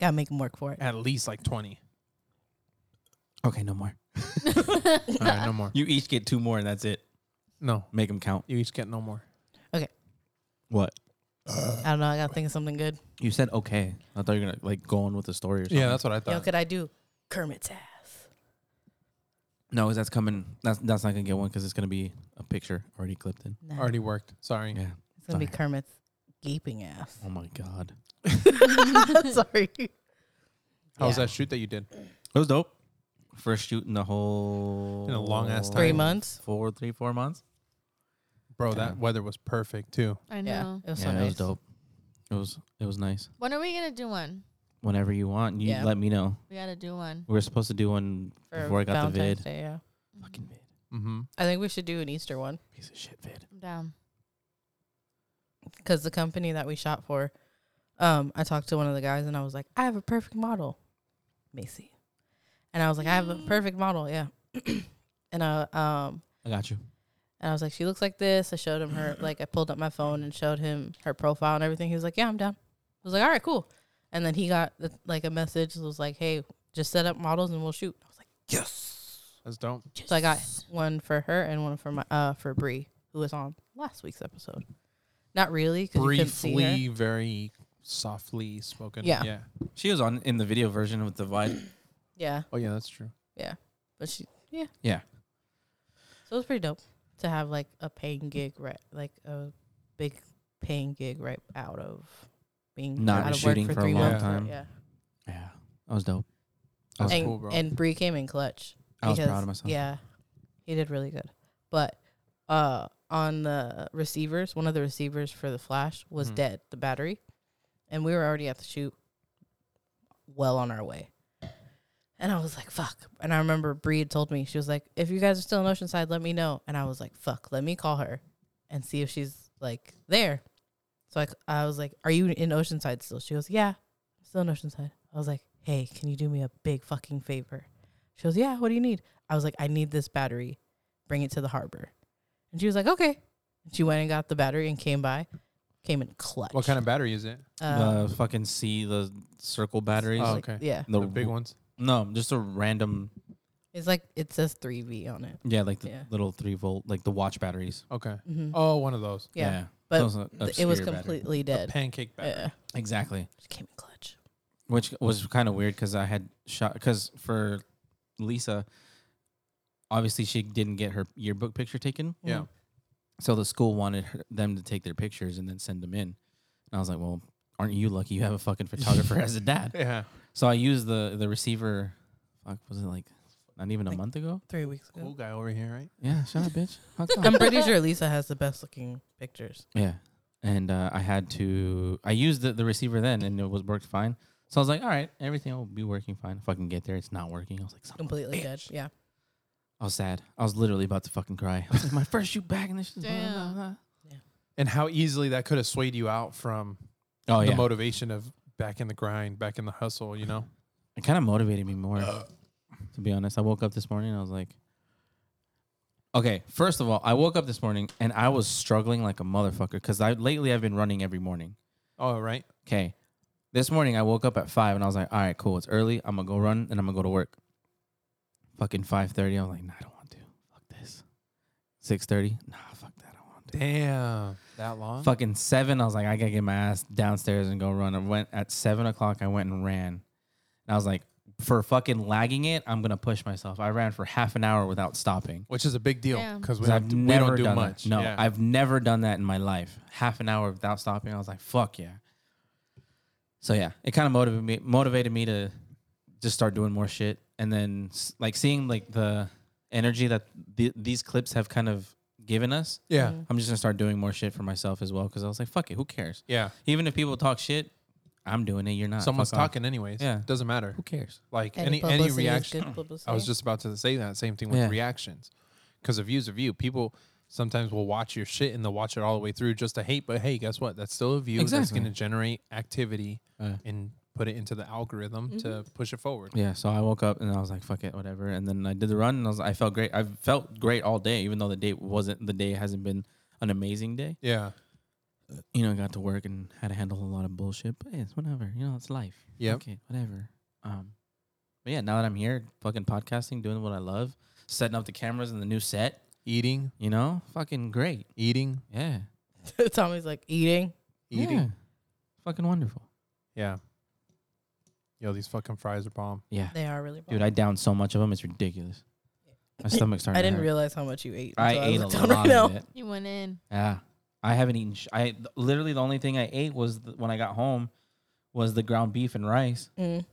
Speaker 2: Gotta make him work for it.
Speaker 3: At least like twenty.
Speaker 2: [laughs]
Speaker 1: Okay, no more.
Speaker 3: All right, no more.
Speaker 1: You each get two more, and that's it.
Speaker 3: No,
Speaker 1: Make them count.
Speaker 3: you each get no more.
Speaker 1: What?
Speaker 2: I don't know. I gotta think of something good.
Speaker 1: You said okay. I thought you were gonna like go on with the story or something.
Speaker 3: Yeah, that's what I
Speaker 2: Yo,
Speaker 3: thought.
Speaker 2: could I do Kermit's ass?
Speaker 1: no, because that's coming. That's that's not gonna get one because it's gonna be a picture already clipped in.
Speaker 2: No,
Speaker 3: Already worked. Sorry.
Speaker 1: Yeah.
Speaker 2: it's gonna be
Speaker 1: sorry.
Speaker 2: Kermit's gaping [laughs] ass.
Speaker 1: Oh my god.
Speaker 2: Sorry.
Speaker 3: How was
Speaker 2: Yeah.
Speaker 3: that shoot that you did?
Speaker 1: It was dope. First shoot in the whole
Speaker 3: In a long-ass time.
Speaker 2: Three months.
Speaker 1: Four, three, four months.
Speaker 3: Bro,
Speaker 1: Yeah.
Speaker 3: that weather was perfect too.
Speaker 4: I know.
Speaker 2: Yeah, it was
Speaker 1: yeah,
Speaker 2: so
Speaker 1: it
Speaker 2: nice.
Speaker 1: was dope. It was it was nice.
Speaker 4: When are we gonna do one?
Speaker 1: Whenever you want, you
Speaker 2: Yeah.
Speaker 1: let me know.
Speaker 4: We gotta do one.
Speaker 1: We were supposed to do one
Speaker 2: For
Speaker 1: before I got the
Speaker 2: Valentine's
Speaker 1: vid.
Speaker 2: Day, yeah.
Speaker 1: Fucking vid.
Speaker 3: Mm-hmm.
Speaker 2: I think we should do an Easter one
Speaker 1: Piece of shit vid.
Speaker 4: I'm down.
Speaker 2: because the company that we shot for, um, I talked to one of the guys and I was like, I have a perfect model, Macy, and I was like, I have a perfect model, yeah, [clears throat] and I um
Speaker 1: I got you.
Speaker 2: And I was like, she looks like this. I showed him her, like, I pulled up my phone and showed him her profile and everything. He was like, yeah, I'm down. I was like, all right, cool. And then he got, the- like, a message that was like, hey, just set up models and we'll shoot. I was like,
Speaker 3: That's dope.
Speaker 2: so I got one for her and one for my, uh, for Bree, who was on last week's episode. Not really, because you couldn't see her.
Speaker 3: Briefly, very softly spoken.
Speaker 2: Yeah.
Speaker 3: Yeah.
Speaker 1: She was on in the video version with the vibe.
Speaker 2: Yeah,
Speaker 3: Oh yeah, that's true.
Speaker 2: but she, yeah.
Speaker 1: Yeah.
Speaker 2: So it was pretty dope to have, like, a paying gig, right, like, a big paying gig right out of being
Speaker 1: Not
Speaker 2: out of
Speaker 1: shooting
Speaker 2: work for,
Speaker 1: for a
Speaker 2: three
Speaker 1: long
Speaker 2: months.
Speaker 1: time.
Speaker 2: Yeah.
Speaker 1: [clears throat] Yeah, that was dope. I was,
Speaker 3: That's
Speaker 2: and,
Speaker 3: cool, bro.
Speaker 2: And Bree came in clutch.
Speaker 1: I was proud
Speaker 2: because,
Speaker 1: of myself.
Speaker 2: Yeah, he did really good. But uh, on the receivers, one of the receivers for the flash was
Speaker 1: Hmm.
Speaker 3: Mhm.
Speaker 2: dead, the battery, and we were already at the shoot, well on our way. And I was like, "Fuck!" And I remember Bree had told me she was like, "If you guys are still in Oceanside, let me know." And I was like, "Fuck, let me call her and see if she's like there." So I, c- I was like, "Are you in Oceanside still?" She goes, "Yeah." still in Oceanside. I was like, hey, can you do me a big fucking favor? She goes, yeah, what do you need? I was like, I need this battery. Bring it to the harbor. And she was like, okay. And she went and got the battery and came by, came in clutch.
Speaker 3: What kind of battery is it?
Speaker 2: Uh,
Speaker 1: the fucking see the circle batteries.
Speaker 3: Oh,
Speaker 2: like,
Speaker 3: okay.
Speaker 2: Yeah.
Speaker 3: The big ones.
Speaker 1: No, just a random.
Speaker 2: It's like, it says 3V on it.
Speaker 1: Yeah, like the
Speaker 2: Yeah.
Speaker 1: little three volt, like the watch batteries.
Speaker 3: Okay.
Speaker 2: hmm
Speaker 3: Oh, one of those.
Speaker 2: yeah.
Speaker 1: That
Speaker 2: But
Speaker 1: was an
Speaker 2: th- it was
Speaker 1: obscure battery.
Speaker 2: completely
Speaker 3: A
Speaker 2: dead.
Speaker 3: pancake battery.
Speaker 2: Yeah.
Speaker 1: Exactly,
Speaker 2: She came in clutch.
Speaker 1: which was kind of weird because I had shot because for Lisa, obviously she didn't get her yearbook picture taken,
Speaker 3: Yeah.
Speaker 2: Mhm.
Speaker 1: so the school wanted her, them to take their pictures and then send them in. And I was like, well, aren't you lucky? You have a fucking photographer as a
Speaker 3: [laughs]
Speaker 1: dad.
Speaker 3: Yeah.
Speaker 1: So I used the the receiver. Fuck, was it like not even a
Speaker 2: Like-
Speaker 1: month ago?
Speaker 2: Three weeks ago.
Speaker 3: Cool guy over here, right?
Speaker 1: Yeah, shut up, bitch. How
Speaker 2: [laughs] I'm
Speaker 1: come?
Speaker 2: pretty
Speaker 3: [laughs]
Speaker 2: sure Lisa has the best looking pictures.
Speaker 1: yeah, and uh, I had to. I used the, the receiver then, and it was worked fine. So I was like, all right, everything will be working fine. Fucking get there, it's not working. I was like, son of a
Speaker 2: Completely dead.
Speaker 1: bitch.
Speaker 2: Yeah.
Speaker 1: I was sad. I was literally about to fucking cry. I was like, my first shoot back, and this shit's blah, blah,
Speaker 4: Damn.
Speaker 1: blah.
Speaker 3: And how easily that could have swayed you out from
Speaker 1: Oh
Speaker 3: the
Speaker 1: yeah,
Speaker 3: motivation of back in the grind, back in the hustle, you know?
Speaker 1: it kind of motivated me
Speaker 3: Oh,
Speaker 1: more. to be honest, I woke up this morning and I was like, okay. First of all, I woke up this morning and I was struggling like a motherfucker because I lately I've been running every morning.
Speaker 3: Oh, right.
Speaker 1: okay, this morning I woke up at five and I was like, all right, cool, it's early. I'm gonna go run and I'm gonna go to work. Fucking five thirty. I was like, nah, I don't want to. Fuck this. Six thirty. Nah, fuck that. I don't want to.
Speaker 3: Damn. That long?
Speaker 1: Fucking seven. I was like, I gotta get my ass downstairs and go run. I went at seven o'clock. I went and ran. And I was like, for fucking lagging it, I'm gonna push myself. I ran for half an hour without stopping.
Speaker 3: which is a big deal
Speaker 4: Damn.
Speaker 3: because we,
Speaker 1: 'Cause
Speaker 3: have
Speaker 1: I've
Speaker 3: to- we
Speaker 1: never
Speaker 3: don't do
Speaker 1: done
Speaker 3: much.
Speaker 1: That. No,
Speaker 3: Yeah.
Speaker 1: I've never done that in my life. Half an hour without stopping. I was like, fuck yeah. So yeah, it kind of motivated me motivated me to just start doing more shit, and then s- like seeing like the energy that the, these clips have kind of given us.
Speaker 3: yeah,
Speaker 2: Mm-hmm.
Speaker 1: I'm just gonna start doing more shit for myself as well because I was like, fuck it, who cares?
Speaker 3: yeah.
Speaker 1: Even if people talk shit, I'm doing it. You're not.
Speaker 3: Someone's
Speaker 1: Fuck off.
Speaker 3: talking anyways.
Speaker 1: Yeah.
Speaker 3: doesn't matter.
Speaker 1: Who cares?
Speaker 3: Like any any
Speaker 2: publicity is
Speaker 3: reaction.
Speaker 2: good publicity.
Speaker 3: I was just about to say that same thing with
Speaker 1: Yeah.
Speaker 3: reactions, because a view's a view. People sometimes will watch your shit and they'll watch it all the way through just to hate. But hey, guess what? That's still a view that's
Speaker 1: Exactly. Uh.
Speaker 3: going to generate activity
Speaker 1: Yeah.
Speaker 3: and put it into the algorithm
Speaker 2: Mm-hmm.
Speaker 3: to push it forward.
Speaker 1: Yeah, so I woke up and I was like, "Fuck it, whatever." And then I did the run, and I was I felt great. I felt great all day, even though the day wasn't the day hasn't been an amazing day.
Speaker 3: Yeah,
Speaker 1: You know, I got to work and had to handle a lot of bullshit, but hey, it's whatever. You know, it's life.
Speaker 3: Yep.
Speaker 1: Okay, whatever. Um, but yeah, now that I'm here, fucking podcasting, doing what I love, setting up the cameras and the new set.
Speaker 3: eating,
Speaker 1: You know, fucking great.
Speaker 3: eating,
Speaker 1: Yeah,
Speaker 2: [laughs] Tommy's like eating.
Speaker 3: eating.
Speaker 1: Yeah. Fucking wonderful.
Speaker 3: Yeah. Yo, these fucking fries are bomb.
Speaker 1: Yeah,
Speaker 2: They are really.
Speaker 1: dude, I downed so much of them. It's ridiculous. My stomach's starting.
Speaker 2: I
Speaker 1: to
Speaker 2: didn't
Speaker 1: hurt.
Speaker 2: realize how much you ate.
Speaker 1: I
Speaker 2: until [laughs]
Speaker 1: ate a
Speaker 2: looked
Speaker 1: lot
Speaker 2: down right now.
Speaker 1: of it.
Speaker 4: You went in.
Speaker 1: Yeah, I haven't eaten. Sh- I th- literally the only thing I ate was th- when I got home was the ground beef and rice.
Speaker 2: Mm.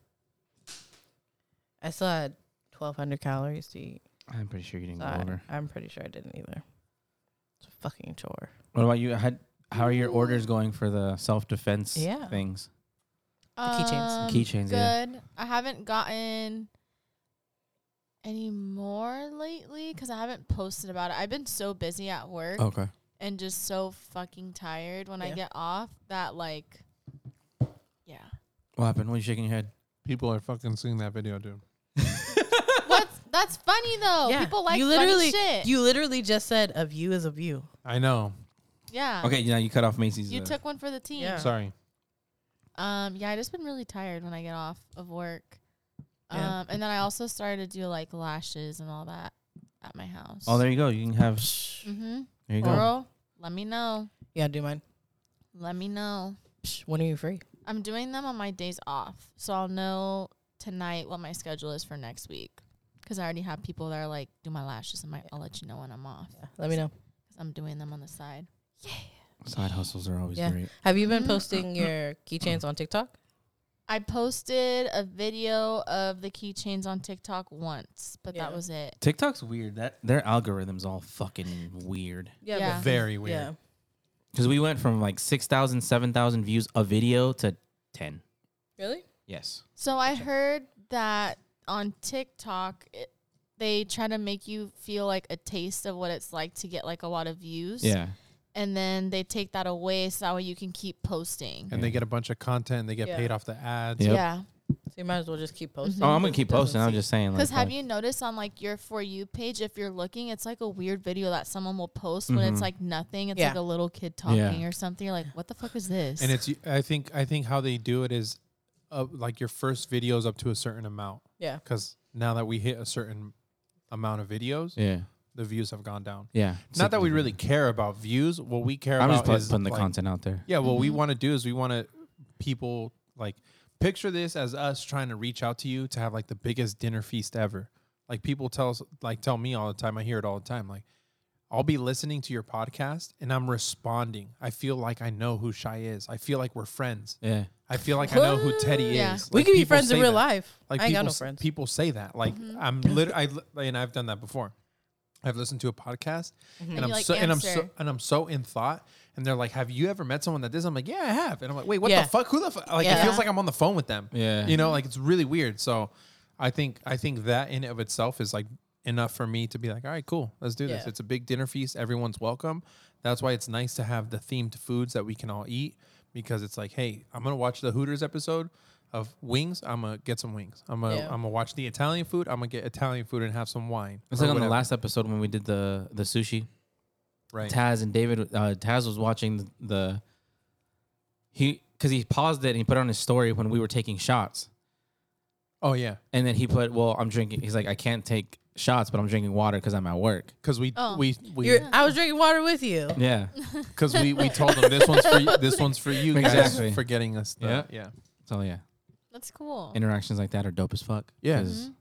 Speaker 2: I still had twelve hundred calories to eat.
Speaker 1: I'm pretty sure you didn't
Speaker 2: So
Speaker 1: go
Speaker 2: I,
Speaker 1: over.
Speaker 2: I'm pretty sure I didn't either. It's a fucking chore.
Speaker 1: What about you? How, how are your orders going for the self defense
Speaker 2: Yeah.
Speaker 1: things?
Speaker 2: keychains.
Speaker 4: Um,
Speaker 1: Keychains,
Speaker 4: Good.
Speaker 1: yeah.
Speaker 4: I haven't gotten any more lately because I haven't posted about it. I've been so busy at work
Speaker 1: Okay.
Speaker 4: and just so fucking tired when I
Speaker 2: Yeah.
Speaker 4: get off that like, yeah.
Speaker 1: What happened? What are you shaking your head?
Speaker 3: People are fucking seeing that video, dude.
Speaker 4: What's that's funny though. People like
Speaker 2: you literally,
Speaker 4: funny shit.
Speaker 2: You literally just said a view is a view.
Speaker 3: I know.
Speaker 2: Um,
Speaker 4: yeah.
Speaker 1: Okay, now you cut off Macy's.
Speaker 4: You
Speaker 1: uh,
Speaker 4: took one for the team.
Speaker 2: Yeah.
Speaker 3: Sorry.
Speaker 4: Um, yeah, I just been really tired when I get off of work.
Speaker 2: Yeah.
Speaker 4: Um, and then I also started to do like lashes and all that at my house.
Speaker 1: Oh, there you go. You can have.
Speaker 4: Mm-hmm.
Speaker 1: There you go.
Speaker 4: Oral, let me know.
Speaker 2: Yeah, do mine.
Speaker 4: Let me know.
Speaker 2: Psh, When are you free?
Speaker 4: I'm doing them on my days off, so I'll know tonight what my schedule is for next week. Cause I already have people that are like, do my lashes, and my, I'll let you know when I'm off.
Speaker 2: Yeah, let me know.
Speaker 4: Cause I'm doing them on the side.
Speaker 1: Side hustles are always
Speaker 2: Yeah.
Speaker 1: great.
Speaker 2: Have you been posting your keychains on TikTok?
Speaker 4: I posted a video of the keychains on TikTok once, but
Speaker 2: Yeah.
Speaker 4: that was it.
Speaker 1: TikTok's weird. That their algorithm's all fucking weird.
Speaker 4: Yeah.
Speaker 2: but-
Speaker 3: Very weird.
Speaker 2: Yeah.
Speaker 1: Because we went from like 6,000, 7,000 views a video to ten.
Speaker 2: Really?
Speaker 1: Yes.
Speaker 4: So I heard that on TikTok, it, they try to make you feel like a taste of what it's like to get like a lot of views.
Speaker 1: Yeah.
Speaker 4: And then they take that away so that way you can keep posting.
Speaker 3: And they get a bunch of content. They get
Speaker 2: Yeah.
Speaker 3: paid off the ads.
Speaker 1: Yep.
Speaker 4: Yeah.
Speaker 2: So you might as well just keep posting.
Speaker 1: Oh, I'm gonna keep
Speaker 2: Doesn't
Speaker 1: posting. I'm
Speaker 2: seem-
Speaker 1: just saying. like,
Speaker 4: Because have
Speaker 1: like-
Speaker 4: you noticed on like your For You page, if you're looking, it's like a weird video that someone will post when
Speaker 3: Mm-hmm.
Speaker 4: it's like nothing. It's
Speaker 2: Yeah.
Speaker 4: like a little kid
Speaker 1: Yeah.
Speaker 4: talking or something. You're like, what the fuck is this?
Speaker 3: And it's I think I think how they do it is, uh, like your first videos up to a certain amount.
Speaker 2: Yeah.
Speaker 3: Because now that we hit a certain amount of videos,
Speaker 1: Yeah.
Speaker 3: the views have gone down.
Speaker 1: Yeah.
Speaker 3: Not that we really care about views. What we care
Speaker 1: I'm
Speaker 3: about
Speaker 1: just put,
Speaker 3: is
Speaker 1: putting the
Speaker 3: like,
Speaker 1: content out there.
Speaker 3: Yeah, what
Speaker 2: Mm-hmm.
Speaker 3: we want to do is we want to people like picture this as us trying to reach out to you to have like the biggest dinner feast ever. Like people tell us, like tell me all the time. I hear it all the time. Like I'll be listening to your podcast and I'm responding. I feel like I know who Shy is. I feel like we're friends.
Speaker 1: Yeah.
Speaker 3: I feel like I know who Teddy
Speaker 4: Yeah.
Speaker 3: is.
Speaker 2: we
Speaker 3: Like,
Speaker 2: could be
Speaker 3: people
Speaker 2: friends in
Speaker 3: say
Speaker 2: real
Speaker 3: that.
Speaker 2: life.
Speaker 3: Like
Speaker 2: I ain't
Speaker 3: people,
Speaker 2: got no
Speaker 3: s-
Speaker 2: friends. Mm-hmm.
Speaker 3: people say that. Like
Speaker 4: Mm-hmm.
Speaker 3: I'm literally, I, li- and I've done that before. I've listened to a podcast, and,
Speaker 4: And
Speaker 3: I'm
Speaker 4: Mm-hmm. you, like,
Speaker 3: so, and I'm so,
Speaker 4: answer.
Speaker 3: and I'm so in thought. And they're like, "Have you ever met someone that does?" I'm like, "Yeah, I have." And I'm like, "Wait, what
Speaker 2: Yeah.
Speaker 3: the fuck? Who the fuck?" Like it
Speaker 2: Yeah.
Speaker 3: feels like I'm on the phone with them.
Speaker 1: Yeah.
Speaker 3: you know, like it's really weird. So, I think I think that in and of itself is like enough for me to be like, "All right, cool, let's do this."
Speaker 2: Yeah.
Speaker 3: It's a big dinner feast. Everyone's welcome. That's why it's nice to have the themed foods that we can all eat because it's like, hey, I'm gonna watch the Hooters episode of wings. I'm gonna get some wings. I'm gonna
Speaker 2: Yeah.
Speaker 3: I'm gonna watch the Italian food. I'm gonna get Italian food and have some wine.
Speaker 1: It's
Speaker 3: or
Speaker 1: like on the
Speaker 3: whatever.
Speaker 1: last episode when we did the the sushi.
Speaker 3: right.
Speaker 1: Taz and David. Uh, Taz was watching the, the he because he paused it and he put it on his story when we were taking shots,
Speaker 3: oh yeah,
Speaker 1: and then he put, "Well, I'm drinking." He's like, "I can't take shots, but I'm drinking water because I'm at work."
Speaker 3: because we
Speaker 4: Oh.
Speaker 3: we we [laughs]
Speaker 2: You're, I was drinking water with you.
Speaker 1: Yeah. [laughs]
Speaker 3: because we we told them this one's for you, this one's for you guys
Speaker 1: Exactly.
Speaker 3: for getting us. The,
Speaker 1: Yeah.
Speaker 3: yeah.
Speaker 1: so yeah.
Speaker 4: [laughs] That's cool. Mm-hmm.
Speaker 1: interactions like that are dope as fuck.
Speaker 3: Yeah.
Speaker 1: 'cause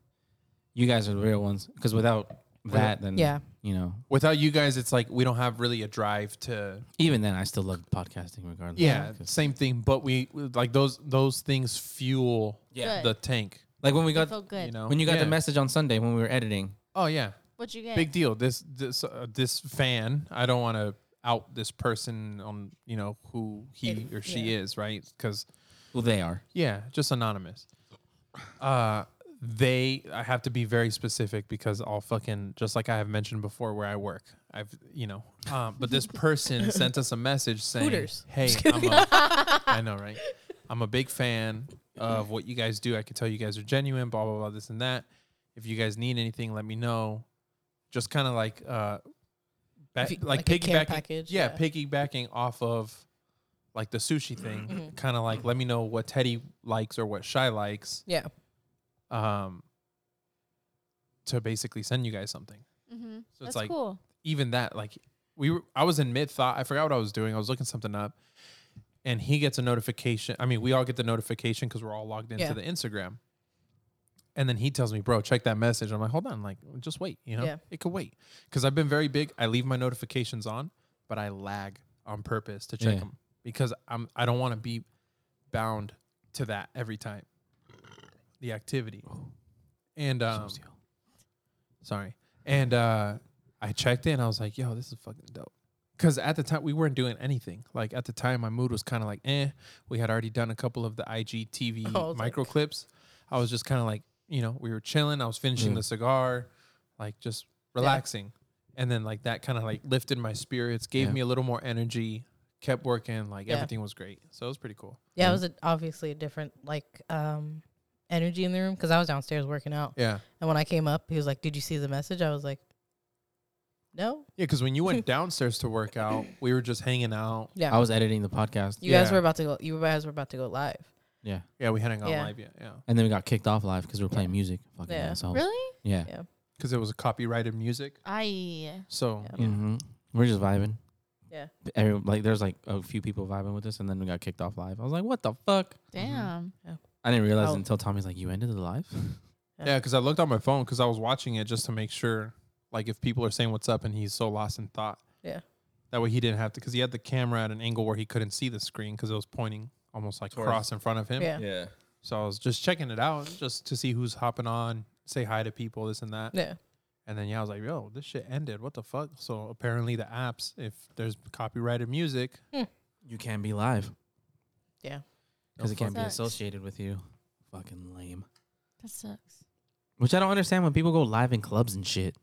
Speaker 1: You guys are the real ones. Because without that, then
Speaker 2: Yeah.
Speaker 1: you know,
Speaker 3: Without you guys, it's like we don't have really a drive to.
Speaker 1: even then, I still love podcasting regardless.
Speaker 3: Yeah,
Speaker 1: 'cause-
Speaker 3: same thing. But we like those those things fuel
Speaker 1: Yeah.
Speaker 4: Good.
Speaker 3: the tank.
Speaker 1: Like when we
Speaker 4: I
Speaker 1: got
Speaker 4: feel good.
Speaker 3: You know,
Speaker 1: when you got
Speaker 3: Yeah.
Speaker 1: the message on Sunday when we were editing.
Speaker 3: Oh yeah,
Speaker 4: What you get?
Speaker 3: big deal. This this uh, this fan. I don't want to out this person on you know who he
Speaker 2: It-
Speaker 3: or she
Speaker 2: yeah.
Speaker 3: is, right? Because
Speaker 1: Well, they are.
Speaker 3: yeah, just anonymous. Uh, they. I have to be very specific because I'll fucking just like I have mentioned before where I work. I've you know, um, but this
Speaker 2: [laughs]
Speaker 3: person sent us a message saying,
Speaker 2: Hooters.
Speaker 3: "Hey, I'm [laughs]
Speaker 2: [laughs]
Speaker 3: a, I know, right? I'm a big fan of what you guys do. I can tell you guys are genuine. Blah blah blah. This and that. If you guys need anything, let me know. Just kind of like uh, ba-
Speaker 2: If you-
Speaker 3: like,
Speaker 2: like a care
Speaker 3: piggybacking,
Speaker 2: package,
Speaker 3: yeah,
Speaker 2: yeah.
Speaker 3: piggybacking off of like the sushi thing. Kind of like let me know what Teddy likes or what Shy likes.
Speaker 2: Yeah.
Speaker 3: Um, to basically send you guys something.
Speaker 4: Mm-hmm.
Speaker 3: So
Speaker 4: That's
Speaker 3: it's like
Speaker 4: cool.
Speaker 3: even that like we were, I was in mid thought. I forgot what I was doing. I was looking something up, and he gets a notification. I mean, we all get the notification because we're all logged into
Speaker 2: Yeah.
Speaker 3: the Instagram. And then he tells me, "Bro, check that message." I'm like, "Hold on, like just wait, you know,
Speaker 2: Yeah.
Speaker 3: it could wait." Because I've been very big. I leave my notifications on, but I lag on purpose to check
Speaker 1: Yeah.
Speaker 3: them because I'm I don't want to be bound to that every time. The activity, and um, Sorry. And uh, I checked in. I was like, yo, this is fucking dope. Because at the time, we weren't doing anything. Like, at the time, my mood was kind of like, eh. We had already done a couple of the IGTV
Speaker 2: Oh, [laughs] I was like-
Speaker 3: micro clips. I was just kind of like, you know, we were chilling. I was finishing
Speaker 1: Mm.
Speaker 3: the cigar, like, just relaxing. And then, like, that kind of like lifted my spirits, gave
Speaker 1: Yeah.
Speaker 3: me a little more energy, kept working. Like,
Speaker 2: Yeah.
Speaker 3: everything was great. So it was pretty cool.
Speaker 2: Yeah, it was a, obviously a different like um energy in the room because I was downstairs working out,
Speaker 3: Yeah.
Speaker 2: and when I came up, he was like, "Did you see the message?" I was like, "No."
Speaker 3: Yeah. Because when
Speaker 2: [laughs]
Speaker 3: you went downstairs to work out, we were just hanging out.
Speaker 2: Yeah,
Speaker 1: I was editing the podcast.
Speaker 2: you guys
Speaker 3: Yeah.
Speaker 2: were about to go. You guys were about to go live.
Speaker 1: Yeah.
Speaker 3: Yeah. We hadn't gone
Speaker 2: Yeah.
Speaker 3: live yet. Yeah.
Speaker 1: And then we got kicked off live because we were playing music. Fucking
Speaker 2: Yeah.
Speaker 1: assholes.
Speaker 4: Really?
Speaker 1: Yeah.
Speaker 2: Yeah.
Speaker 3: because it was copyrighted music.
Speaker 4: I.
Speaker 3: So
Speaker 2: Yeah.
Speaker 1: hmm We're just vibing.
Speaker 2: Yeah.
Speaker 1: But Every, like there's like a few people vibing with us, and then we got kicked off live. I was like, what the fuck?
Speaker 4: Damn.
Speaker 1: I didn't realize
Speaker 2: Oh.
Speaker 1: until Tommy's like, you ended the live.
Speaker 3: yeah, because I looked on my phone because I was watching it just to make sure, like if people are saying what's up, and he's so lost in thought.
Speaker 2: Yeah.
Speaker 3: That way he didn't have to, because he had the camera at an angle where he couldn't see the screen because it was pointing almost like
Speaker 1: Towards-
Speaker 3: across in front of him.
Speaker 2: Yeah.
Speaker 1: Yeah.
Speaker 3: So I was just checking it out just to see who's hopping on, say hi to people, this and that.
Speaker 2: Yeah.
Speaker 3: And then yeah, I was like, yo, this shit ended. What the fuck? So apparently the apps, if there's copyrighted music,
Speaker 1: You can't be live because
Speaker 3: no
Speaker 1: it can't be
Speaker 4: fuck. Sucks.
Speaker 1: associated with you. Fucking lame.
Speaker 4: That sucks.
Speaker 1: Which I don't understand when people go live in clubs and shit.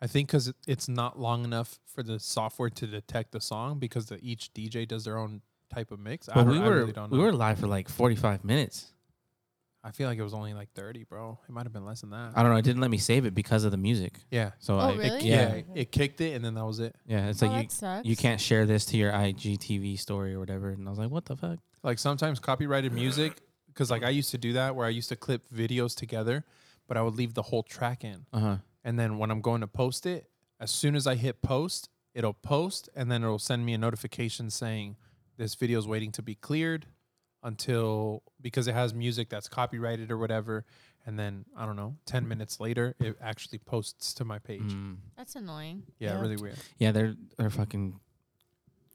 Speaker 3: I think because it's not long enough for the software to detect the song because the, each DJ does their own type of mix. I,
Speaker 1: But
Speaker 3: don't-
Speaker 1: we
Speaker 3: I
Speaker 1: were
Speaker 3: really don't know.
Speaker 1: we were live for like 45 minutes.
Speaker 3: I feel like it was only like 30, bro. It might have been less than that.
Speaker 1: I don't know. It didn't let me save it because of the music.
Speaker 3: yeah.
Speaker 1: So
Speaker 4: Oh,
Speaker 1: I,
Speaker 4: really?
Speaker 1: yeah,
Speaker 3: yeah. It kicked it and then that was it.
Speaker 1: yeah. It's
Speaker 4: oh,
Speaker 1: like
Speaker 4: that
Speaker 1: you
Speaker 4: sucks.
Speaker 1: you can't share this to your IGTV story or whatever. And I was like, what the fuck?
Speaker 3: Like sometimes copyrighted music, because like I used to do that where I used to clip videos together, but I would leave the whole track in.
Speaker 1: Uh huh.
Speaker 3: And then when I'm going to post it, as soon as I hit post, it'll post and then it'll send me a notification saying this video is waiting to be cleared until because it has music that's copyrighted or whatever. And then I don't know, 10 minutes later, it actually posts to my page.
Speaker 1: Mm.
Speaker 4: That's annoying.
Speaker 3: Yeah,
Speaker 2: Yeah.
Speaker 3: really weird.
Speaker 1: Yeah, they're they're fucking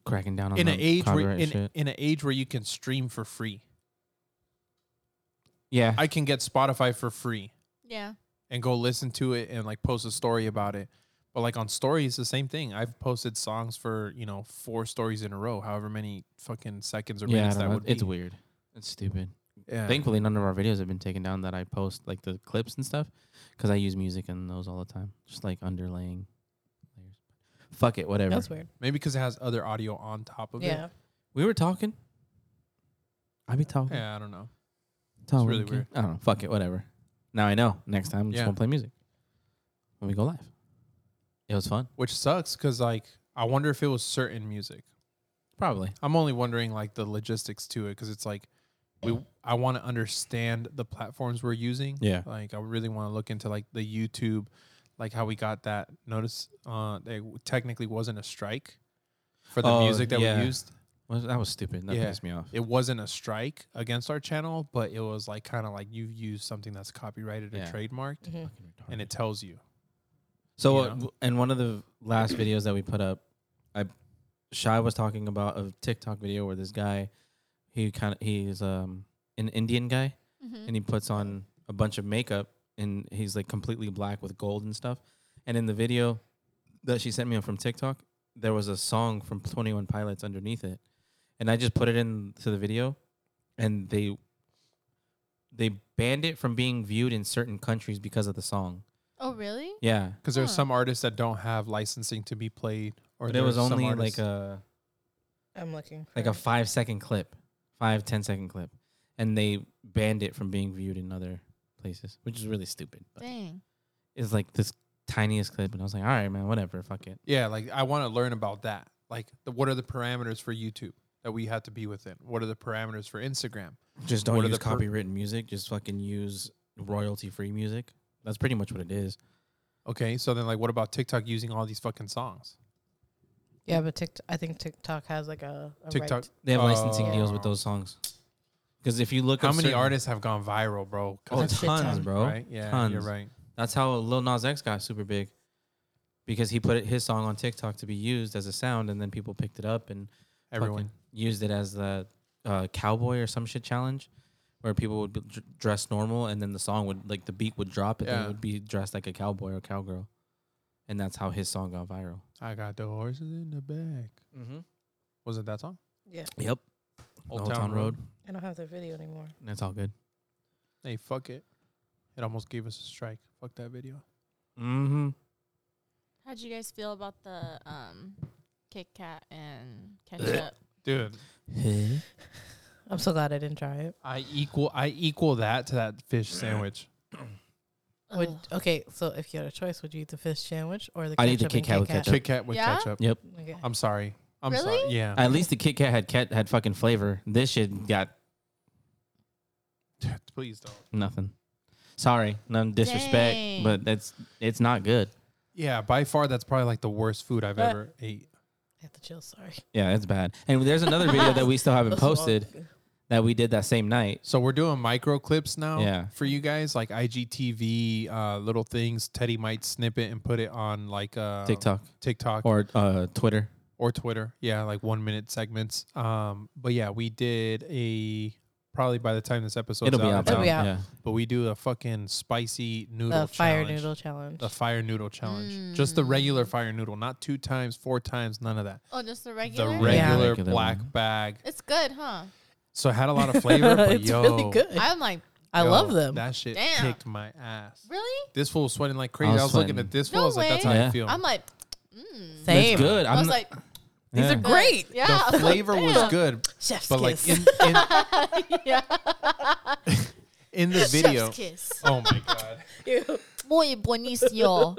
Speaker 1: cracking down on
Speaker 3: In
Speaker 1: the
Speaker 3: an age where
Speaker 1: copyright
Speaker 3: in,
Speaker 1: shit.
Speaker 3: in an age where you can stream for free.
Speaker 1: Yeah,
Speaker 3: I can get Spotify for free
Speaker 4: Yeah.
Speaker 3: and go listen to it and like post a story about it. But like on stories, the same thing. I've posted songs for you know four stories in a row, however many fucking seconds or
Speaker 1: yeah, I
Speaker 3: minutes
Speaker 1: don't
Speaker 3: that
Speaker 1: know.
Speaker 3: would
Speaker 1: it's
Speaker 3: be.
Speaker 1: weird. It's stupid.
Speaker 3: Yeah.
Speaker 1: Thankfully, none of our videos have been taken down that I post like the clips and stuff because I use music in those all the time, just like underlaying layers. Fuck it, whatever.
Speaker 2: That's weird.
Speaker 3: Maybe because it has other audio on top of
Speaker 2: Yeah.
Speaker 3: it.
Speaker 1: we were talking. I be talking.
Speaker 3: Yeah, I don't know.
Speaker 1: Talking,
Speaker 3: really
Speaker 1: okay.
Speaker 3: weird.
Speaker 1: I don't know. Fuck it, whatever. Now I know. Next time, I'm just
Speaker 3: Yeah.
Speaker 1: gonna play music when we go live. It was fun,
Speaker 3: Which sucks because like I wonder if it was certain music.
Speaker 1: probably.
Speaker 3: I'm only wondering like the logistics to it because it's like we I want to understand the platforms we're using.
Speaker 1: Yeah.
Speaker 3: Like I really want to look into like the YouTube, like how we got that notice. Uh, they technically wasn't a strike for the
Speaker 1: Oh,
Speaker 3: music that
Speaker 1: yeah.
Speaker 3: we used.
Speaker 1: Well, that was stupid. That
Speaker 3: Yeah.
Speaker 1: pissed me off.
Speaker 3: It wasn't a strike against our channel, but it was like kind of like you've used something that's copyrighted
Speaker 1: Yeah.
Speaker 3: or trademarked,
Speaker 2: mm-hmm.
Speaker 3: and it tells you.
Speaker 1: So,
Speaker 3: You
Speaker 1: uh,
Speaker 3: know?
Speaker 1: w- in one of the last videos that we put up, I Shy was talking about a TikTok video where this guy, he kind of he's um an Indian guy,
Speaker 4: Mm-hmm.
Speaker 1: and he puts on a bunch of makeup and he's like completely black with gold and stuff. And in the video that she sent me from TikTok, there was a song from Twenty One Pilots underneath it, and I just put it into the video, and they they banned it from being viewed in certain countries because of the song.
Speaker 4: Oh, really?
Speaker 1: Yeah,
Speaker 3: Because there's
Speaker 4: Huh.
Speaker 3: some artists that don't have licensing to be played, or
Speaker 1: but it was
Speaker 3: there's some
Speaker 1: only
Speaker 3: artists-
Speaker 1: like a
Speaker 2: I'm looking.
Speaker 1: like a five second clip, five ten second clip, and they banned it from being viewed in other places, which is really stupid. But
Speaker 4: Dang.
Speaker 1: it's like this tiniest clip, and I was like, all right, man, whatever, fuck it.
Speaker 3: yeah. Like I want to learn about that. Like, the, what are the parameters for YouTube that we have to be within? What are the parameters for Instagram?
Speaker 1: Just
Speaker 3: What
Speaker 1: don't
Speaker 3: are
Speaker 1: use
Speaker 3: the per-
Speaker 1: copywritten music. Just fucking use royalty free music. That's pretty much what it is.
Speaker 3: Okay, so then like, what about TikTok using all these fucking songs?
Speaker 2: Yeah, but TikTok, I think TikTok has like a, a
Speaker 3: TikTok.
Speaker 2: Oh, Right.
Speaker 1: They have licensing deals with
Speaker 3: Oh.
Speaker 1: those songs. Because if you look,
Speaker 3: How
Speaker 1: up
Speaker 3: many
Speaker 1: certain-
Speaker 3: artists have gone viral, bro? 'Cause
Speaker 1: Oh,
Speaker 2: That's a shit
Speaker 1: tons,
Speaker 2: ton.
Speaker 1: bro.
Speaker 3: Right? Yeah, you're
Speaker 1: Tons.
Speaker 3: right.
Speaker 1: That's how Lil Nas X got super big because he put it, his song on TikTok to be used as a sound, and then people picked it up and
Speaker 3: Everyone.
Speaker 1: fucking used it as the uh, cowboy or some shit challenge where people would be dr- dress normal and then the song would like the beat would drop and then
Speaker 3: Yeah.
Speaker 1: it would be dressed like a cowboy or cowgirl, and that's how his song got viral.
Speaker 3: I got the horses in the back.
Speaker 1: Mm-hmm.
Speaker 3: Was it that song?
Speaker 2: Yeah,
Speaker 1: Yep, Old Town, Road.
Speaker 2: I don't have the video anymore.
Speaker 1: That's all good.
Speaker 3: Hey, fuck it. It almost gave us a strike. Fuck that video.
Speaker 1: Mm-hmm.
Speaker 4: How'd you guys feel about the um, Kit Kat and ketchup?
Speaker 3: Dude,
Speaker 2: I'm so glad I didn't try it.
Speaker 3: I equal I equal that to that fish sandwich.
Speaker 2: Would,
Speaker 4: Ugh.
Speaker 2: okay, so if you had a choice, would you eat the fish sandwich or the
Speaker 1: I'd eat the
Speaker 2: ketchup and
Speaker 1: Kit Kat with ketchup.
Speaker 3: Kit Kat with
Speaker 4: Yeah?
Speaker 3: ketchup.
Speaker 1: Yep.
Speaker 2: Okay.
Speaker 3: I'm sorry. I'm sorry.
Speaker 4: Really?
Speaker 3: Yeah.
Speaker 1: At least the Kit Kat had cat had fucking flavor. This shit got
Speaker 3: [laughs] Please don't.
Speaker 1: nothing. Sorry, no disrespect,
Speaker 4: Dang.
Speaker 1: but that's it's not good.
Speaker 3: Yeah, by far that's probably like the worst food I've
Speaker 2: Uh,
Speaker 3: ever ate.
Speaker 2: I have to chill. Sorry.
Speaker 1: Yeah, it's bad. And there's another video that we still haven't
Speaker 2: That's all.
Speaker 1: posted that we did that same night.
Speaker 3: So we're doing micro clips now
Speaker 1: Yeah.
Speaker 3: for you guys, like IGTV, uh, little things. Teddy might snip it and put it on like uh,
Speaker 1: TikTok
Speaker 3: TikTok,
Speaker 1: or uh, Twitter.
Speaker 3: or Twitter. Yeah, like one minute segments. Um, but yeah, we did a probably by the time this episode
Speaker 1: It'll be out.
Speaker 2: It'll be
Speaker 1: though.
Speaker 2: out.
Speaker 1: Yeah.
Speaker 3: But we do a fucking spicy noodle
Speaker 2: The fire
Speaker 3: challenge.
Speaker 2: noodle Mm. challenge.
Speaker 3: The fire noodle challenge. Just the regular fire noodle, not two times, four times, none of that.
Speaker 4: oh, just the regular?
Speaker 3: The
Speaker 2: reg- Yeah.
Speaker 3: regular,
Speaker 1: Regular
Speaker 3: black
Speaker 1: one.
Speaker 3: bag.
Speaker 4: It's good, huh?
Speaker 3: So it had
Speaker 2: [laughs]
Speaker 3: a lot of flavor, but
Speaker 2: it's
Speaker 3: yo,
Speaker 2: really good. I,
Speaker 4: I'm like,
Speaker 2: I
Speaker 3: yo,
Speaker 2: love them.
Speaker 3: That shit
Speaker 4: Damn.
Speaker 3: kicked my ass.
Speaker 4: really?
Speaker 3: This fool was sweating like crazy. I
Speaker 1: was
Speaker 3: was, looking
Speaker 1: sweating.
Speaker 3: at this fool. I
Speaker 4: No
Speaker 3: was like, that's
Speaker 4: way.
Speaker 3: how
Speaker 1: Yeah.
Speaker 3: you feel.
Speaker 4: I'm like, mm.
Speaker 2: Same.
Speaker 1: It's good.
Speaker 4: I
Speaker 1: I'm
Speaker 4: was
Speaker 1: not-
Speaker 4: like, uh,
Speaker 2: These
Speaker 1: yeah.
Speaker 2: are great.
Speaker 4: yeah. [laughs]
Speaker 2: [laughs]
Speaker 3: the flavor was good,
Speaker 2: Chef's
Speaker 3: but like
Speaker 2: kiss.
Speaker 3: [laughs] in in,
Speaker 4: yeah.
Speaker 3: [laughs] in the video.
Speaker 4: Chef's kiss.
Speaker 3: Oh my god.
Speaker 4: [laughs] Muy buenísimo.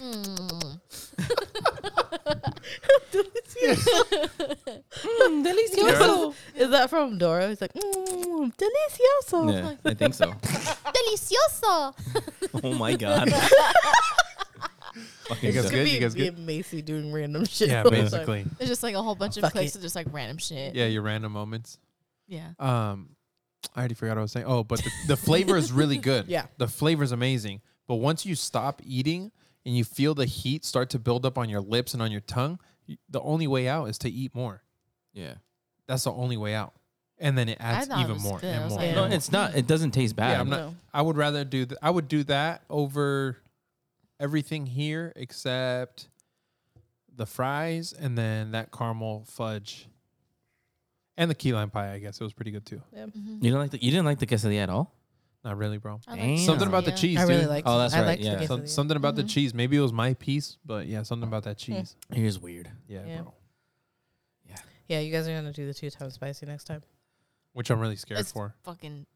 Speaker 3: [laughs]
Speaker 2: Mm, delicioso. Is that from Dora? He's like, mm,
Speaker 4: "Oh,
Speaker 2: delicioso.
Speaker 1: Yeah, I think so.
Speaker 4: Delicioso.
Speaker 1: [laughs] oh my god. Fucking
Speaker 3: You guys
Speaker 2: Could
Speaker 1: dumb.
Speaker 3: good?
Speaker 2: be
Speaker 3: You guys
Speaker 2: me
Speaker 3: good?
Speaker 2: and Macy doing random shit. [laughs]
Speaker 3: Yeah,
Speaker 2: all the time.
Speaker 3: basically.
Speaker 4: There's just like a whole bunch of
Speaker 2: Fuck
Speaker 4: clips
Speaker 2: it.
Speaker 4: of just like random shit.
Speaker 3: Yeah, your random moments.
Speaker 4: Yeah.
Speaker 3: Um, I already forgot what I was saying. Oh, but the, the flavor is
Speaker 4: [laughs]
Speaker 3: really good.
Speaker 2: Yeah.
Speaker 3: the flavor is amazing. But once you stop eating and you feel the heat start to build up on your lips and on your tongue, y- the only way out is to eat more.
Speaker 1: Yeah.
Speaker 3: That's the only way out. And then it adds
Speaker 4: thought it
Speaker 3: even
Speaker 4: was
Speaker 3: more
Speaker 4: good. I
Speaker 3: and
Speaker 4: was
Speaker 3: more.
Speaker 4: like, "Oh,
Speaker 3: and
Speaker 1: No,
Speaker 3: more.
Speaker 4: Yeah.
Speaker 1: it's not. It doesn't taste bad.
Speaker 3: Yeah, I'm not.
Speaker 2: No.
Speaker 3: I would rather do. Th- I would do that over everything here except the fries and then that caramel fudge and the key lime pie. I guess it was pretty good too.
Speaker 1: You don't like the. You didn't like the quesadilla at all.
Speaker 3: Not really, bro.
Speaker 4: I like
Speaker 1: Damn.
Speaker 3: Something about the
Speaker 4: quesadilla.
Speaker 3: cheese.
Speaker 2: I really
Speaker 3: dude.
Speaker 2: like.
Speaker 1: Oh, that's
Speaker 2: I
Speaker 1: right,
Speaker 2: liked
Speaker 1: yeah.
Speaker 2: the
Speaker 3: Some,
Speaker 2: quesadilla.
Speaker 3: something about
Speaker 2: Mm-hmm.
Speaker 3: the cheese. Maybe it was my piece, but yeah, something about that cheese.
Speaker 1: Here's weird.
Speaker 3: Yeah,
Speaker 2: Yeah.
Speaker 3: bro.
Speaker 2: yeah, you guys are gonna do the two times spicy next time.
Speaker 3: Which I'm really scared
Speaker 4: It's-
Speaker 3: for.
Speaker 4: Fucking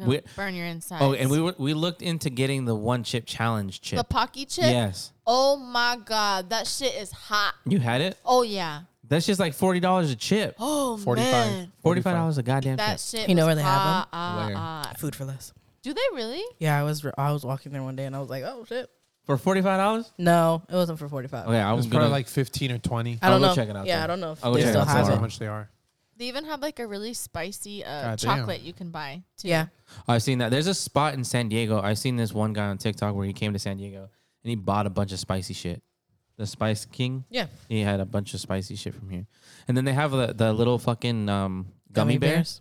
Speaker 1: We-
Speaker 4: burn your insides.
Speaker 1: Oh, and we were, we looked into getting the one chip challenge chip.
Speaker 4: The Pocky chip?
Speaker 1: Yes,
Speaker 4: Oh my God. That shit is hot.
Speaker 1: you had it.
Speaker 4: Oh, yeah.
Speaker 1: That's just like forty dollars a chip.
Speaker 4: Oh,
Speaker 3: 45.
Speaker 4: man.
Speaker 1: Forty five dollars a goddamn
Speaker 4: That
Speaker 1: chip.
Speaker 4: shit.
Speaker 2: You know where
Speaker 4: was
Speaker 2: they have
Speaker 4: hot,
Speaker 2: them?
Speaker 4: hot,
Speaker 1: Where?
Speaker 4: hot.
Speaker 2: Food for less.
Speaker 4: Do they really?
Speaker 2: Yeah, I was I was walking there one day and I was like, oh shit.
Speaker 1: For forty five dollars?
Speaker 2: No, it wasn't for forty five.
Speaker 1: Okay, Oh, I
Speaker 3: It
Speaker 1: was
Speaker 3: was
Speaker 1: gonna,
Speaker 3: probably like 15 or 20.
Speaker 2: I don't
Speaker 1: I'll go
Speaker 2: know.
Speaker 1: check it out
Speaker 2: yeah,
Speaker 1: then.
Speaker 2: I don't know if
Speaker 1: I'll go
Speaker 2: they
Speaker 1: check it
Speaker 2: still
Speaker 1: out
Speaker 2: have
Speaker 3: That's how
Speaker 1: tomorrow.
Speaker 2: it.
Speaker 3: much they are.
Speaker 4: They even have like a really spicy uh,
Speaker 3: God damn.
Speaker 4: chocolate you can buy too.
Speaker 2: Yeah.
Speaker 1: I've seen that. There's a spot in San Diego. I've seen this one guy on TikTok where he came to San Diego and he bought a bunch of spicy shit. The Spice King.
Speaker 2: Yeah.
Speaker 1: He had a bunch of spicy shit from here. And then they have the, the little fucking um, gummy, bears.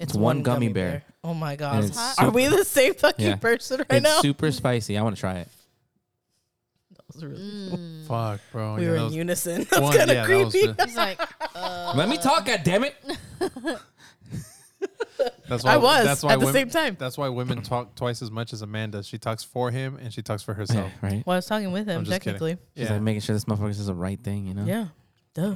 Speaker 2: It's
Speaker 1: one gummy bear.
Speaker 2: Oh my
Speaker 1: And
Speaker 2: god.
Speaker 1: it's
Speaker 4: hot.
Speaker 2: Are we the same fucking
Speaker 1: Yeah.
Speaker 2: person right
Speaker 1: it's
Speaker 2: now?
Speaker 1: super spicy. I want to try it.
Speaker 2: That was really-
Speaker 4: Mm.
Speaker 3: Fuck,
Speaker 1: Oh,
Speaker 3: bro.
Speaker 2: we
Speaker 3: yeah,
Speaker 2: were
Speaker 3: that
Speaker 2: in
Speaker 3: was-
Speaker 2: unison. [laughs] That's
Speaker 3: one-
Speaker 2: kind of
Speaker 3: yeah, that was
Speaker 2: creepy.
Speaker 3: the-
Speaker 1: [laughs]
Speaker 4: It's like, uh,
Speaker 1: Let me talk, goddammit.
Speaker 2: [laughs]
Speaker 3: That's
Speaker 2: I was
Speaker 3: That's why
Speaker 2: at the
Speaker 3: women,
Speaker 2: same time.
Speaker 3: That's why women talk twice as much as Amanda. She talks for him and she talks for herself.
Speaker 1: [laughs] right?
Speaker 2: Well, I was talking with him
Speaker 3: I'm just kidding.
Speaker 2: technically.
Speaker 1: She's
Speaker 3: Yeah.
Speaker 1: like making sure this motherfucker says the right thing, you know?
Speaker 2: Yeah. Duh.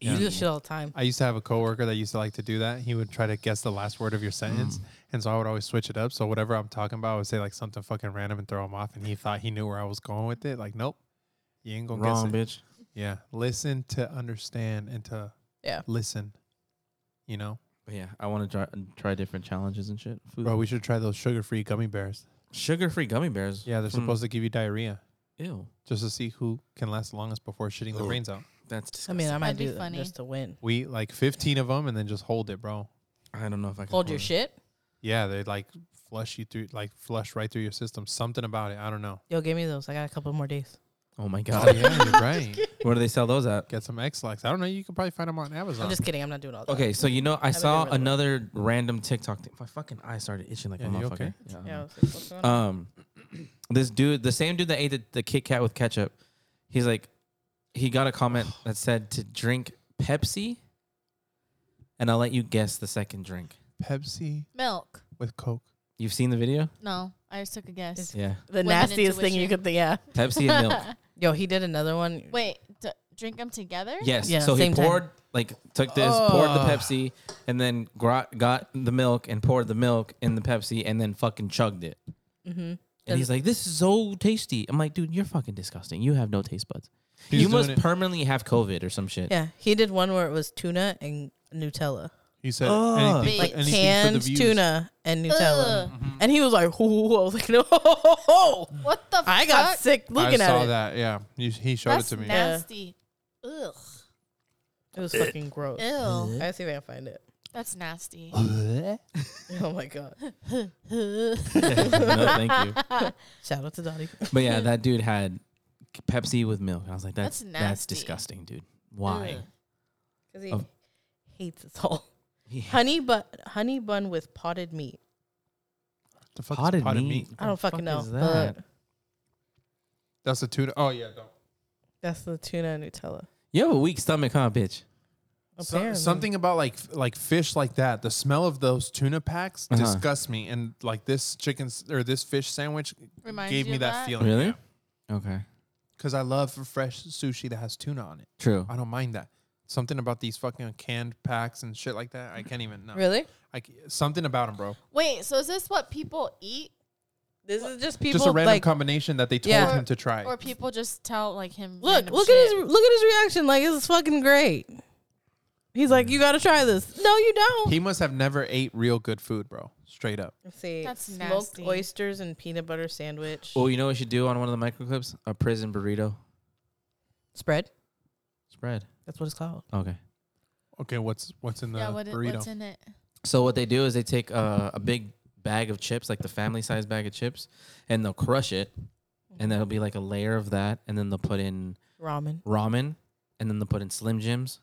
Speaker 1: Yeah.
Speaker 2: You do this shit all the time.
Speaker 3: I used to have a coworker that used to like to do that. He would try to guess the last word of your sentence,
Speaker 1: Mm-hmm.
Speaker 3: and so I would always switch it up. So whatever I'm talking about, I would say like something fucking random and throw him off, and he thought he knew where I was going with it. Like, nope, you ain't gonna
Speaker 1: Wrong,
Speaker 3: guess it.
Speaker 1: bitch.
Speaker 3: Yeah, listen to understand and to
Speaker 2: Yeah.
Speaker 3: listen. You know,
Speaker 1: But yeah, I want to try, try different challenges and shit. Food.
Speaker 3: bro, we should try those sugar-free gummy bears.
Speaker 1: Sugar-free gummy bears.
Speaker 3: Yeah, they're
Speaker 1: from-
Speaker 3: supposed to give you diarrhea
Speaker 1: Ew.
Speaker 3: just to see who can last the longest before shitting their
Speaker 1: Ugh.
Speaker 3: brains out.
Speaker 1: That's
Speaker 2: I
Speaker 1: disgusting.
Speaker 2: mean, I might
Speaker 4: That'd be
Speaker 2: do that
Speaker 4: funny.
Speaker 2: just to win.
Speaker 3: We eat like 15 of them and then just hold it, bro.
Speaker 1: I don't know if I can
Speaker 2: Hold your
Speaker 1: it.
Speaker 2: shit.
Speaker 3: Yeah, they like flush you through, like flush right through your system. Something about it. I
Speaker 1: [laughs]
Speaker 3: don't know.
Speaker 2: Yo, give me those. I got a couple more days.
Speaker 1: Oh [laughs] my
Speaker 3: Oh,
Speaker 1: god.
Speaker 3: yeah, you're right.
Speaker 1: Where do they sell those at?
Speaker 3: Get some X-Lax. I don't know. You can probably find them on Amazon.
Speaker 2: I'm just kidding. I'm not doing all that.
Speaker 1: Okay, so you know, I
Speaker 2: Have a
Speaker 1: saw
Speaker 2: good rhythm.
Speaker 1: another random TikTok. Thing. My fucking eye started itching like a
Speaker 3: Yeah, you
Speaker 1: motherfucker.
Speaker 3: okay?
Speaker 1: Yeah. I
Speaker 2: Yeah, I
Speaker 1: know.
Speaker 2: was like, what's going on?
Speaker 1: Um, this dude, the same dude that ate the, the Kit Kat with ketchup, he's like, he got a comment that said to drink Pepsi, and I'll let you guess the second drink.
Speaker 3: Pepsi
Speaker 4: milk.
Speaker 3: with Coke.
Speaker 1: You've seen the video?
Speaker 4: No, I just took a guess.
Speaker 2: It's-
Speaker 1: Yeah.
Speaker 2: the
Speaker 4: women
Speaker 2: nastiest thing you
Speaker 4: intuition.
Speaker 2: could think. Yeah.
Speaker 1: Pepsi and
Speaker 4: [laughs]
Speaker 1: milk.
Speaker 2: Yo, he did another one.
Speaker 4: Wait, d- drink them together?
Speaker 1: Yes.
Speaker 2: Yeah,
Speaker 1: so he
Speaker 2: same time.
Speaker 1: poured, like, took this, poured the Pepsi, and then gro- got the milk and poured the milk in the Pepsi, and then fucking chugged it.
Speaker 2: Mhm.
Speaker 1: And he's like, "This is so tasty." I'm like, "Dude, you're fucking disgusting. You have no taste buds.
Speaker 3: He's
Speaker 1: you
Speaker 3: doing
Speaker 1: must
Speaker 3: it-
Speaker 1: permanently have COVID or some shit."
Speaker 2: Yeah, he did one where it was tuna and Nutella,
Speaker 3: He said
Speaker 1: Ugh.
Speaker 3: anything,
Speaker 4: Like
Speaker 3: for, anything for
Speaker 2: canned
Speaker 3: the views.
Speaker 2: tuna and Nutella.
Speaker 4: Ugh,
Speaker 2: And he was like, [laughs] "Ooh," I was like, "No,
Speaker 4: What the
Speaker 2: I got
Speaker 4: fuck?
Speaker 2: sick looking
Speaker 3: I
Speaker 2: at
Speaker 3: saw
Speaker 2: it.
Speaker 3: that. Yeah, you, he showed
Speaker 4: That's
Speaker 3: it to me.
Speaker 4: nasty. Ugh.
Speaker 2: It was fucking gross."
Speaker 4: Ew.
Speaker 2: I see if I can find it. [laughs]
Speaker 4: That's nasty.
Speaker 1: [laughs]
Speaker 2: Oh my god!
Speaker 1: no, thank you.
Speaker 2: [laughs] Shout out to Dottie.
Speaker 1: But yeah, that dude had Pepsi with milk. I was like, "That's
Speaker 4: That's
Speaker 1: that's,
Speaker 4: nasty.
Speaker 1: disgusting, dude. Why?"
Speaker 4: Ugh.
Speaker 2: Because he
Speaker 1: Of-
Speaker 2: hates us all.
Speaker 1: He
Speaker 2: Honey bun, honey bun with potted meat.
Speaker 3: The fuck is
Speaker 1: potted, meat.
Speaker 2: I don't
Speaker 1: The fuck
Speaker 2: fucking know,
Speaker 1: is that?
Speaker 2: but
Speaker 3: That's a tuna. Oh yeah, no.
Speaker 2: that's the tuna and Nutella.
Speaker 1: You have a weak stomach, huh, bitch?
Speaker 3: So-
Speaker 2: Apparently.
Speaker 3: something about like like fish like that. The smell of those tuna packs
Speaker 1: Uh-huh.
Speaker 3: disgusts me, and like this chicken s- or this fish sandwich
Speaker 4: Reminds
Speaker 3: gave
Speaker 4: you
Speaker 3: me
Speaker 4: of
Speaker 3: that,
Speaker 4: that?
Speaker 3: feeling.
Speaker 1: Really? Okay.
Speaker 3: Because I love fresh sushi that has tuna on it.
Speaker 1: True.
Speaker 3: I don't mind that. Something about these fucking canned packs and shit like that. I can't even know.
Speaker 2: Really?
Speaker 3: Like something about them, bro.
Speaker 4: Wait, so is this what people eat?
Speaker 2: This is just people
Speaker 3: Just a random
Speaker 2: like
Speaker 3: combination that they told
Speaker 2: Yeah.
Speaker 3: him to try.
Speaker 4: Or people just tell like him.
Speaker 2: look,
Speaker 4: random
Speaker 2: look
Speaker 4: shit?
Speaker 2: at his look at his reaction. Like this is fucking great. He's like, you gotta try this. No, you don't.
Speaker 3: he must have never ate real good food, bro. Straight up.
Speaker 2: Let's see,
Speaker 4: That's
Speaker 2: smoked
Speaker 4: nasty.
Speaker 2: oysters and peanut butter sandwich
Speaker 1: Oh, you know what you should do on one of the microclips? A prison burrito
Speaker 2: spread.
Speaker 1: spread.
Speaker 2: That's what it's called.
Speaker 1: Okay.
Speaker 3: Okay, what's what's in the
Speaker 4: Yeah, what, it-
Speaker 3: burrito?
Speaker 4: what's in it?
Speaker 1: So what they do is they take uh, a big bag of chips, like the family size bag of chips, and they'll crush it, and that'll be like a layer of that, and then they'll put in
Speaker 2: Ramen.
Speaker 1: ramen, and then they'll put in Slim Jims,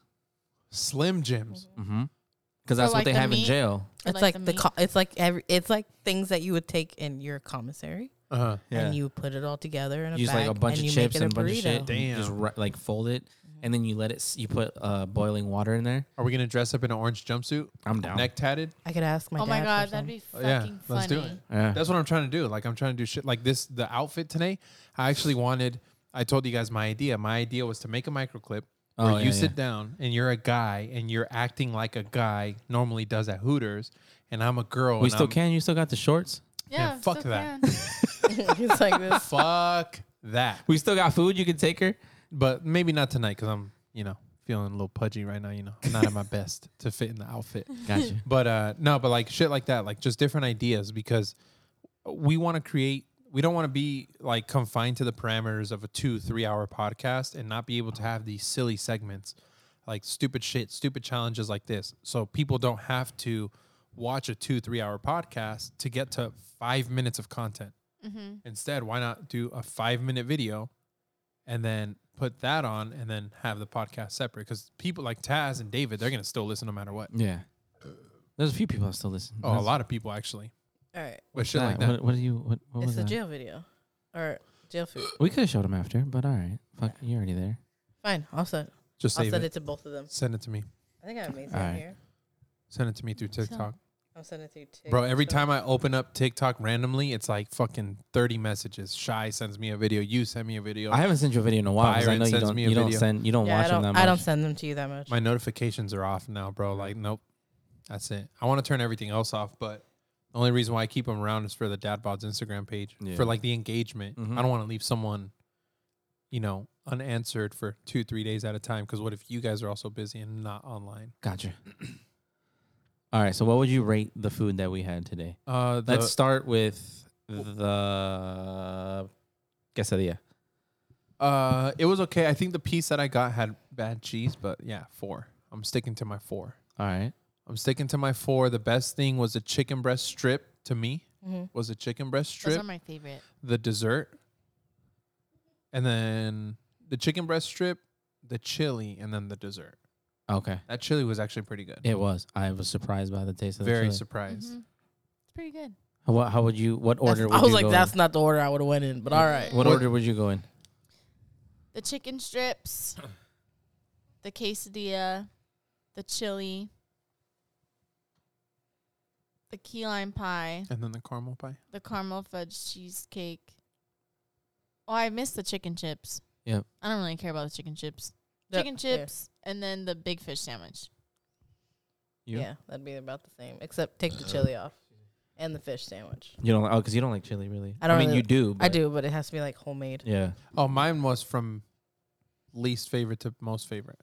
Speaker 3: Slim Jims.
Speaker 1: because that's
Speaker 4: like
Speaker 1: what they
Speaker 4: the
Speaker 1: have in
Speaker 4: meat?
Speaker 1: jail.
Speaker 4: Or
Speaker 2: It's like, the,
Speaker 4: meat?
Speaker 2: co- it's like every it's like things that you would take in your commissary
Speaker 3: Uh
Speaker 4: Mm-hmm.
Speaker 3: huh.
Speaker 2: and you put it all together in a
Speaker 1: You use
Speaker 2: bag
Speaker 1: like a
Speaker 2: and
Speaker 1: bunch of
Speaker 2: you
Speaker 1: chips
Speaker 2: make it
Speaker 1: and a
Speaker 2: a
Speaker 1: bunch of
Speaker 2: burrito. Mm-hmm.
Speaker 1: shit. and you Just
Speaker 3: Damn.
Speaker 1: ri like fold it, and then you let it. s- You put uh, boiling water in there.
Speaker 3: Are we gonna dress up in an orange jumpsuit,
Speaker 1: I'm down.
Speaker 3: neck tatted?
Speaker 2: I could ask my
Speaker 4: oh
Speaker 2: dad
Speaker 4: my
Speaker 2: for
Speaker 4: god,
Speaker 2: some.
Speaker 4: that'd be fucking
Speaker 3: yeah,
Speaker 4: funny.
Speaker 3: let's do it.
Speaker 1: Yeah.
Speaker 3: That's what I'm trying to do. Like I'm trying to do shit like this. The outfit today, I actually wanted. I told you guys my idea. My idea was to make a microclip where
Speaker 1: Oh,
Speaker 3: you
Speaker 1: yeah,
Speaker 3: sit
Speaker 1: yeah.
Speaker 3: down and you're a guy and you're acting like a guy normally does at Hooters, and I'm a girl.
Speaker 1: we
Speaker 3: and
Speaker 1: still
Speaker 3: I'm-
Speaker 1: can. You still got the shorts.
Speaker 4: Yeah,
Speaker 3: fuck
Speaker 2: [laughs]
Speaker 4: still
Speaker 3: that.
Speaker 4: can.
Speaker 2: He's
Speaker 4: [laughs]
Speaker 2: like this.
Speaker 3: [laughs] Fuck that.
Speaker 1: We still got food. You can take her.
Speaker 3: But maybe not tonight because I'm, you know, feeling a little pudgy right now. You know, I'm not at my [laughs] best to fit in the outfit.
Speaker 1: Gotcha.
Speaker 2: [laughs]
Speaker 3: But uh no, but like shit like that, like just different ideas because we want to create we don't want to be like confined to the parameters of a two, three hour podcast and not be able to have these silly segments. like stupid shit, stupid challenges like this. So people don't have to watch a two, three hour podcast to get to five minutes of content.
Speaker 4: Mm-hmm.
Speaker 3: Instead, why not do a five minute video and then put that on and then have the podcast separate? Because people like Taz and David, they're going to still listen no matter what.
Speaker 1: Yeah. There's a few people that still listen.
Speaker 3: Oh, a lot of people actually.
Speaker 2: All right.
Speaker 3: With shit like
Speaker 1: That-
Speaker 3: that.
Speaker 1: What, what do you? What, what
Speaker 2: It's
Speaker 1: was
Speaker 2: the
Speaker 1: that?
Speaker 2: jail video. Or jail food.
Speaker 1: We could have showed him after, but all right. Fuck, you're already there.
Speaker 2: Fine. I'll send
Speaker 3: Just
Speaker 2: I'll
Speaker 3: save
Speaker 2: send
Speaker 3: it.
Speaker 2: it. to both of them.
Speaker 3: Send it to me.
Speaker 2: I think I made it
Speaker 1: All right.
Speaker 2: here.
Speaker 3: Send it to me through
Speaker 4: So-
Speaker 3: TikTok.
Speaker 2: I'll send it through TikTok.
Speaker 3: Bro, every time I open up TikTok randomly, it's like fucking 30 messages. Shy sends me a video. You send me a video.
Speaker 1: I haven't sent you a video in a while because I
Speaker 3: Byron
Speaker 1: know you
Speaker 3: sends
Speaker 1: don't.
Speaker 3: me a
Speaker 1: You don't
Speaker 3: video.
Speaker 1: send. You don't
Speaker 2: yeah,
Speaker 1: watch
Speaker 2: I don't,
Speaker 1: them that much.
Speaker 2: I don't send them to you that much.
Speaker 3: My notifications are off now, bro. Like, nope. That's it. I want to turn everything else off, but the only reason why I keep them around is for the Dad Bod's Instagram page
Speaker 1: Yeah.
Speaker 3: for like the engagement.
Speaker 1: Mhm.
Speaker 3: I don't want to leave someone, you know, unanswered for two, three days at a time. Because what if you guys are also busy and not online?
Speaker 1: Gotcha. all right. So, what would you rate the food that we had today?
Speaker 3: Uh, the,
Speaker 1: Let's start with the quesadilla.
Speaker 3: uh, it was okay. I think the piece that I got had bad cheese, but yeah, four. I'm sticking to my four.
Speaker 1: All right.
Speaker 3: I'm sticking to my four. The best thing was the chicken breast strip to me.
Speaker 2: Mhm.
Speaker 3: Was a chicken breast
Speaker 4: Those
Speaker 3: strip.
Speaker 4: are my favorite.
Speaker 3: the dessert, and then the chicken breast strip, the chili, and then the dessert.
Speaker 1: Okay.
Speaker 3: That chili was actually pretty good.
Speaker 1: It was. I was surprised by the taste of the
Speaker 3: Very
Speaker 1: chili.
Speaker 3: surprised.
Speaker 4: Mhm. It's pretty good.
Speaker 1: how, what- how would you? What order? Would
Speaker 2: I was
Speaker 1: you
Speaker 2: like,
Speaker 1: go in?
Speaker 2: that's not the order I would have went in, but all right.
Speaker 1: What
Speaker 3: What-
Speaker 1: order would you go in?
Speaker 4: The chicken strips, the quesadilla, the chili, the key lime pie,
Speaker 3: And then the caramel pie.
Speaker 4: the caramel fudge cheesecake. Oh, I missed the chicken chips.
Speaker 1: Yep.
Speaker 4: I don't really care about the chicken chips.
Speaker 2: Yeah,
Speaker 4: Chicken
Speaker 2: yeah.
Speaker 4: chips and then the big fish sandwich.
Speaker 1: You? Uh-huh.
Speaker 2: Yeah, that'd be about the same, except take the chili off and the fish sandwich.
Speaker 1: You don't. Like, oh, because you don't like chili, really.
Speaker 2: I don't
Speaker 1: I mean,
Speaker 2: really-
Speaker 1: you do.
Speaker 2: I
Speaker 1: but-
Speaker 2: do, but it has to be like homemade.
Speaker 1: Yeah.
Speaker 3: Oh, mine was from least favorite to most favorite.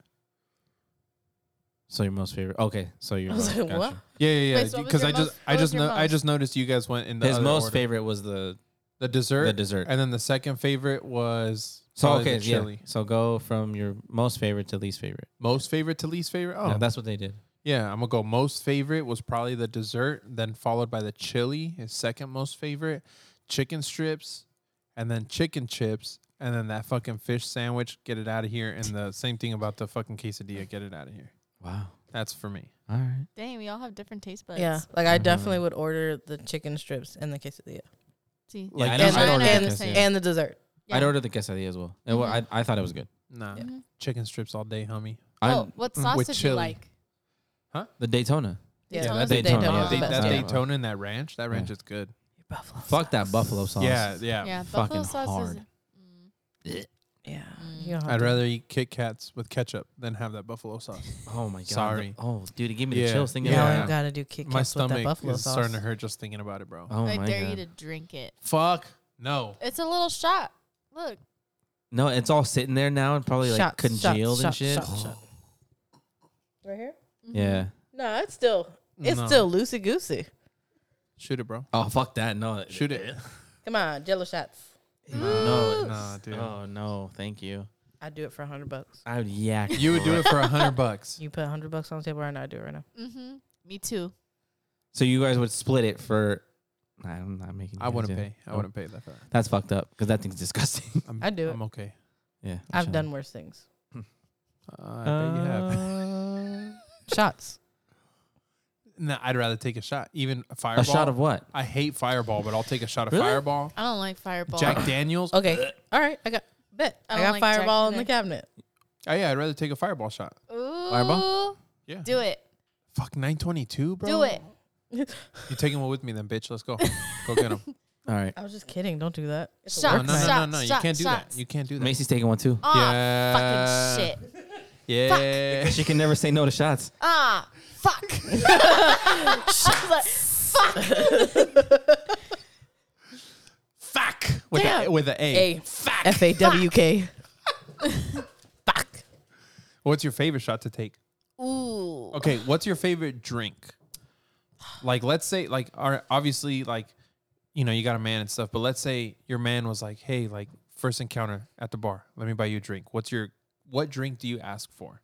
Speaker 1: So your most favorite. Okay. So your.
Speaker 2: I was like, what?
Speaker 3: Yeah, yeah,
Speaker 4: Wait, so
Speaker 3: yeah.
Speaker 4: what
Speaker 3: Because
Speaker 4: was your
Speaker 3: I just,
Speaker 4: most-
Speaker 3: I
Speaker 4: what was
Speaker 3: just,
Speaker 4: your
Speaker 3: no, I
Speaker 4: most?
Speaker 3: just noticed you guys went in the
Speaker 1: His
Speaker 3: other
Speaker 1: most
Speaker 3: order.
Speaker 1: favorite was the
Speaker 3: the dessert,
Speaker 1: the dessert.
Speaker 3: and then the second favorite was
Speaker 1: So
Speaker 3: probably
Speaker 1: okay,
Speaker 3: the
Speaker 1: yeah.
Speaker 3: chili.
Speaker 1: So go from your most favorite to least favorite.
Speaker 3: Most favorite to least favorite. Oh,
Speaker 1: Yeah, that's what they did.
Speaker 3: Yeah, I'm gonna go. Most favorite was probably the dessert, then followed by the chili. His second most favorite, chicken strips, and then chicken chips, and then that fucking fish sandwich. Get it out of here. And the same thing about the fucking quesadilla. Get it out of here.
Speaker 1: Wow.
Speaker 3: That's for me.
Speaker 1: All right.
Speaker 4: Dang, we all have different taste buds.
Speaker 2: Yeah, like I
Speaker 1: Mhm.
Speaker 2: definitely would order the chicken strips and the quesadilla
Speaker 4: See?
Speaker 1: Yeah,
Speaker 3: Like,
Speaker 1: I
Speaker 2: and,
Speaker 1: don't, I'd
Speaker 4: mine
Speaker 1: order
Speaker 4: are
Speaker 1: the
Speaker 4: the
Speaker 1: quesadilla.
Speaker 4: same.
Speaker 2: and the dessert.
Speaker 4: Yeah.
Speaker 1: I'd order the quesadilla as well. It wa-
Speaker 2: Mm-hmm.
Speaker 4: Mhm.
Speaker 1: I, I thought it was good.
Speaker 3: Nah,
Speaker 4: Mhm.
Speaker 3: chicken strips all day, homie.
Speaker 1: I
Speaker 4: Oh, what
Speaker 3: mm,
Speaker 4: sauce
Speaker 3: with
Speaker 4: did
Speaker 3: chili.
Speaker 4: you like?
Speaker 1: the Daytona.
Speaker 2: Yeah,
Speaker 4: Yeah,
Speaker 1: that
Speaker 2: the
Speaker 1: Daytona,
Speaker 2: Daytona's
Speaker 1: yeah.
Speaker 2: the
Speaker 3: They-
Speaker 2: best.
Speaker 3: that
Speaker 1: Yeah.
Speaker 3: Daytona and that ranch. That ranch
Speaker 1: Yeah.
Speaker 3: is good.
Speaker 2: Buffalo
Speaker 1: Fuck that
Speaker 2: sauce.
Speaker 1: buffalo sauce.
Speaker 3: Yeah, yeah.
Speaker 4: yeah,
Speaker 1: fucking
Speaker 4: buffalo sauce
Speaker 1: hard.
Speaker 4: is. Mm.
Speaker 2: Yeah,
Speaker 4: Mm.
Speaker 2: you don't have
Speaker 3: I'd
Speaker 2: to-
Speaker 3: rather eat Kit Kats with ketchup than have that buffalo sauce.
Speaker 1: Oh my god. the-
Speaker 3: Sorry.
Speaker 1: oh, dude, it gave me the
Speaker 3: Yeah.
Speaker 1: chills thinking
Speaker 2: Now
Speaker 3: Yeah.
Speaker 1: about
Speaker 2: you
Speaker 1: that.
Speaker 2: gotta do Kit Kats
Speaker 3: My
Speaker 2: with that
Speaker 3: stomach
Speaker 2: buffalo
Speaker 3: is
Speaker 2: sauce.
Speaker 3: starting to hurt just thinking about it, bro.
Speaker 1: Oh
Speaker 4: I
Speaker 1: my
Speaker 4: dare you
Speaker 1: god.
Speaker 4: to drink it.
Speaker 3: Fuck no.
Speaker 4: It's a little shot. Look.
Speaker 1: No, it's all sitting there now and probably like
Speaker 2: Shots, shots,
Speaker 1: congealed and
Speaker 2: shots,
Speaker 1: shit.
Speaker 2: shots, shots. Right here?
Speaker 1: [gasps]
Speaker 4: Mm-hmm.
Speaker 1: Yeah.
Speaker 2: No, it's still it's
Speaker 3: No.
Speaker 2: still loosey goosey.
Speaker 3: shoot it, bro.
Speaker 1: Oh fuck that. No.
Speaker 3: Shoot
Speaker 1: [laughs]
Speaker 3: it.
Speaker 2: Come on, Jello shots.
Speaker 1: No.
Speaker 3: Nah, dude.
Speaker 1: Oh no. Thank you.
Speaker 2: I'd do it for a hundred bucks.
Speaker 1: I would yak.
Speaker 3: You would do it for a hundred bucks.
Speaker 2: You put a hundred bucks on the table right now. I do it right now.
Speaker 4: Mm-hmm. Me too.
Speaker 1: So you guys would split it for. Nah, I'm not making. you
Speaker 3: I
Speaker 1: guys
Speaker 3: wouldn't
Speaker 1: do that.
Speaker 3: pay. I
Speaker 1: Oh.
Speaker 3: wouldn't pay that far.
Speaker 1: That's fucked up because that thing's disgusting. [laughs]
Speaker 3: I'm,
Speaker 2: I'd do it.
Speaker 3: I'm okay.
Speaker 1: yeah. I'm
Speaker 2: I've
Speaker 1: chilling.
Speaker 2: done worse things.
Speaker 3: Uh, I bet you have.
Speaker 2: Shots.
Speaker 3: No, I'd rather take a shot. Even a fireball.
Speaker 1: Uh, a shot of what?
Speaker 3: I hate fireball, but I'll take a shot of
Speaker 1: Really?
Speaker 3: fireball.
Speaker 4: I don't like fireball.
Speaker 3: Jack Daniels. Oh
Speaker 4: [laughs]
Speaker 2: Okay. All right. I got bet.
Speaker 4: I
Speaker 2: I,
Speaker 4: don't
Speaker 2: got
Speaker 4: like Jack
Speaker 2: fireball in the
Speaker 4: either.
Speaker 2: cabinet.
Speaker 3: Oh, yeah, I'd rather take a fireball shot.
Speaker 4: Ooh.
Speaker 1: Fireball?
Speaker 3: Yeah.
Speaker 4: Do it.
Speaker 3: Fuck nine twenty two, bro.
Speaker 4: Do it.
Speaker 3: You taking one with me then, bitch? Let's go. Go get him.
Speaker 1: All right.
Speaker 2: I was just kidding. Don't do that. It's a
Speaker 4: Shot.
Speaker 3: no,
Speaker 2: work
Speaker 3: no, no,
Speaker 2: night.
Speaker 3: no,
Speaker 4: Shots,
Speaker 3: no. You
Speaker 4: shots,
Speaker 3: can't do
Speaker 4: shots.
Speaker 3: that. You can't do that.
Speaker 1: Macy's taking one too.
Speaker 4: Ah,
Speaker 3: Yeah.
Speaker 4: fucking shit.
Speaker 3: [laughs] Yeah.
Speaker 1: She can never say no to shots.
Speaker 4: Ah,
Speaker 2: [laughs]
Speaker 4: fuck.
Speaker 3: Fuck with
Speaker 2: Damn.
Speaker 3: a, with a A.
Speaker 2: A
Speaker 3: Fuck.
Speaker 2: F A W K. [laughs] Fuck.
Speaker 3: What's your favorite shot to take?
Speaker 4: Ooh.
Speaker 3: Okay, what's your favorite drink? Like, let's say, like, are obviously, like, you know, you got a man and stuff, but let's say your man was like, "Hey, like, first encounter at the bar, let me buy you a drink." What's your what drink do you ask for?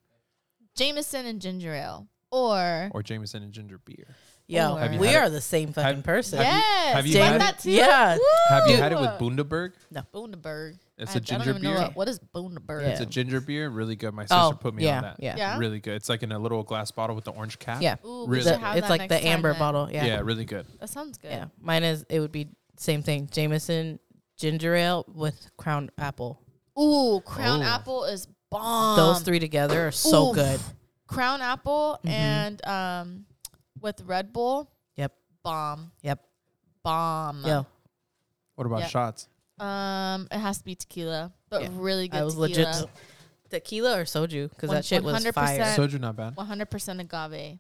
Speaker 4: Jameson and ginger ale, or
Speaker 3: or Jameson and ginger beer.
Speaker 2: Yo,
Speaker 4: Have
Speaker 3: you
Speaker 2: we
Speaker 3: had
Speaker 2: are the same fucking
Speaker 3: have-
Speaker 2: person.
Speaker 3: have you-
Speaker 4: yes,
Speaker 3: have you
Speaker 4: like
Speaker 2: had
Speaker 4: that
Speaker 2: it?
Speaker 4: too?
Speaker 2: Yeah.
Speaker 3: Have you
Speaker 4: Woo!
Speaker 3: had it with
Speaker 2: uh,
Speaker 3: Bundaberg?
Speaker 4: Bundaberg.
Speaker 3: It's
Speaker 4: I
Speaker 3: a
Speaker 4: have- I
Speaker 3: ginger
Speaker 4: don't even
Speaker 3: beer.
Speaker 4: Know what, what is Bundaberg?
Speaker 2: Yeah.
Speaker 3: It's a ginger beer, really good. My sister
Speaker 2: Oh,
Speaker 3: put me
Speaker 2: yeah,
Speaker 3: on that.
Speaker 2: yeah.
Speaker 4: Yeah?
Speaker 3: really good. It's like in a little glass bottle with the orange cap.
Speaker 2: yeah.
Speaker 3: Really?
Speaker 4: Ooh, we
Speaker 2: The-
Speaker 4: should have
Speaker 2: it's
Speaker 4: that
Speaker 2: like the
Speaker 4: next time
Speaker 2: amber
Speaker 4: then.
Speaker 2: bottle. Yeah.
Speaker 3: yeah, really good.
Speaker 4: That sounds good.
Speaker 2: Yeah. Mine is it would be same thing. Jameson ginger ale with crown apple.
Speaker 4: Ooh, crown
Speaker 3: Oh.
Speaker 4: apple is bomb.
Speaker 2: Those three together are so
Speaker 4: Um, oof.
Speaker 2: good. Mm-hmm.
Speaker 4: crown apple and um with Red Bull.
Speaker 2: Yep.
Speaker 4: Bomb.
Speaker 2: Yep.
Speaker 4: Bomb.
Speaker 2: Yo,
Speaker 3: What about
Speaker 4: Yeah.
Speaker 3: shots?
Speaker 4: Um, it has to be tequila, but
Speaker 2: Yeah.
Speaker 4: really good.
Speaker 2: I was
Speaker 4: tequila.
Speaker 2: legit tequila or soju because
Speaker 4: One-
Speaker 2: that shit was fire.
Speaker 4: 100%.
Speaker 3: Soju, not bad.
Speaker 4: One hundred percent agave.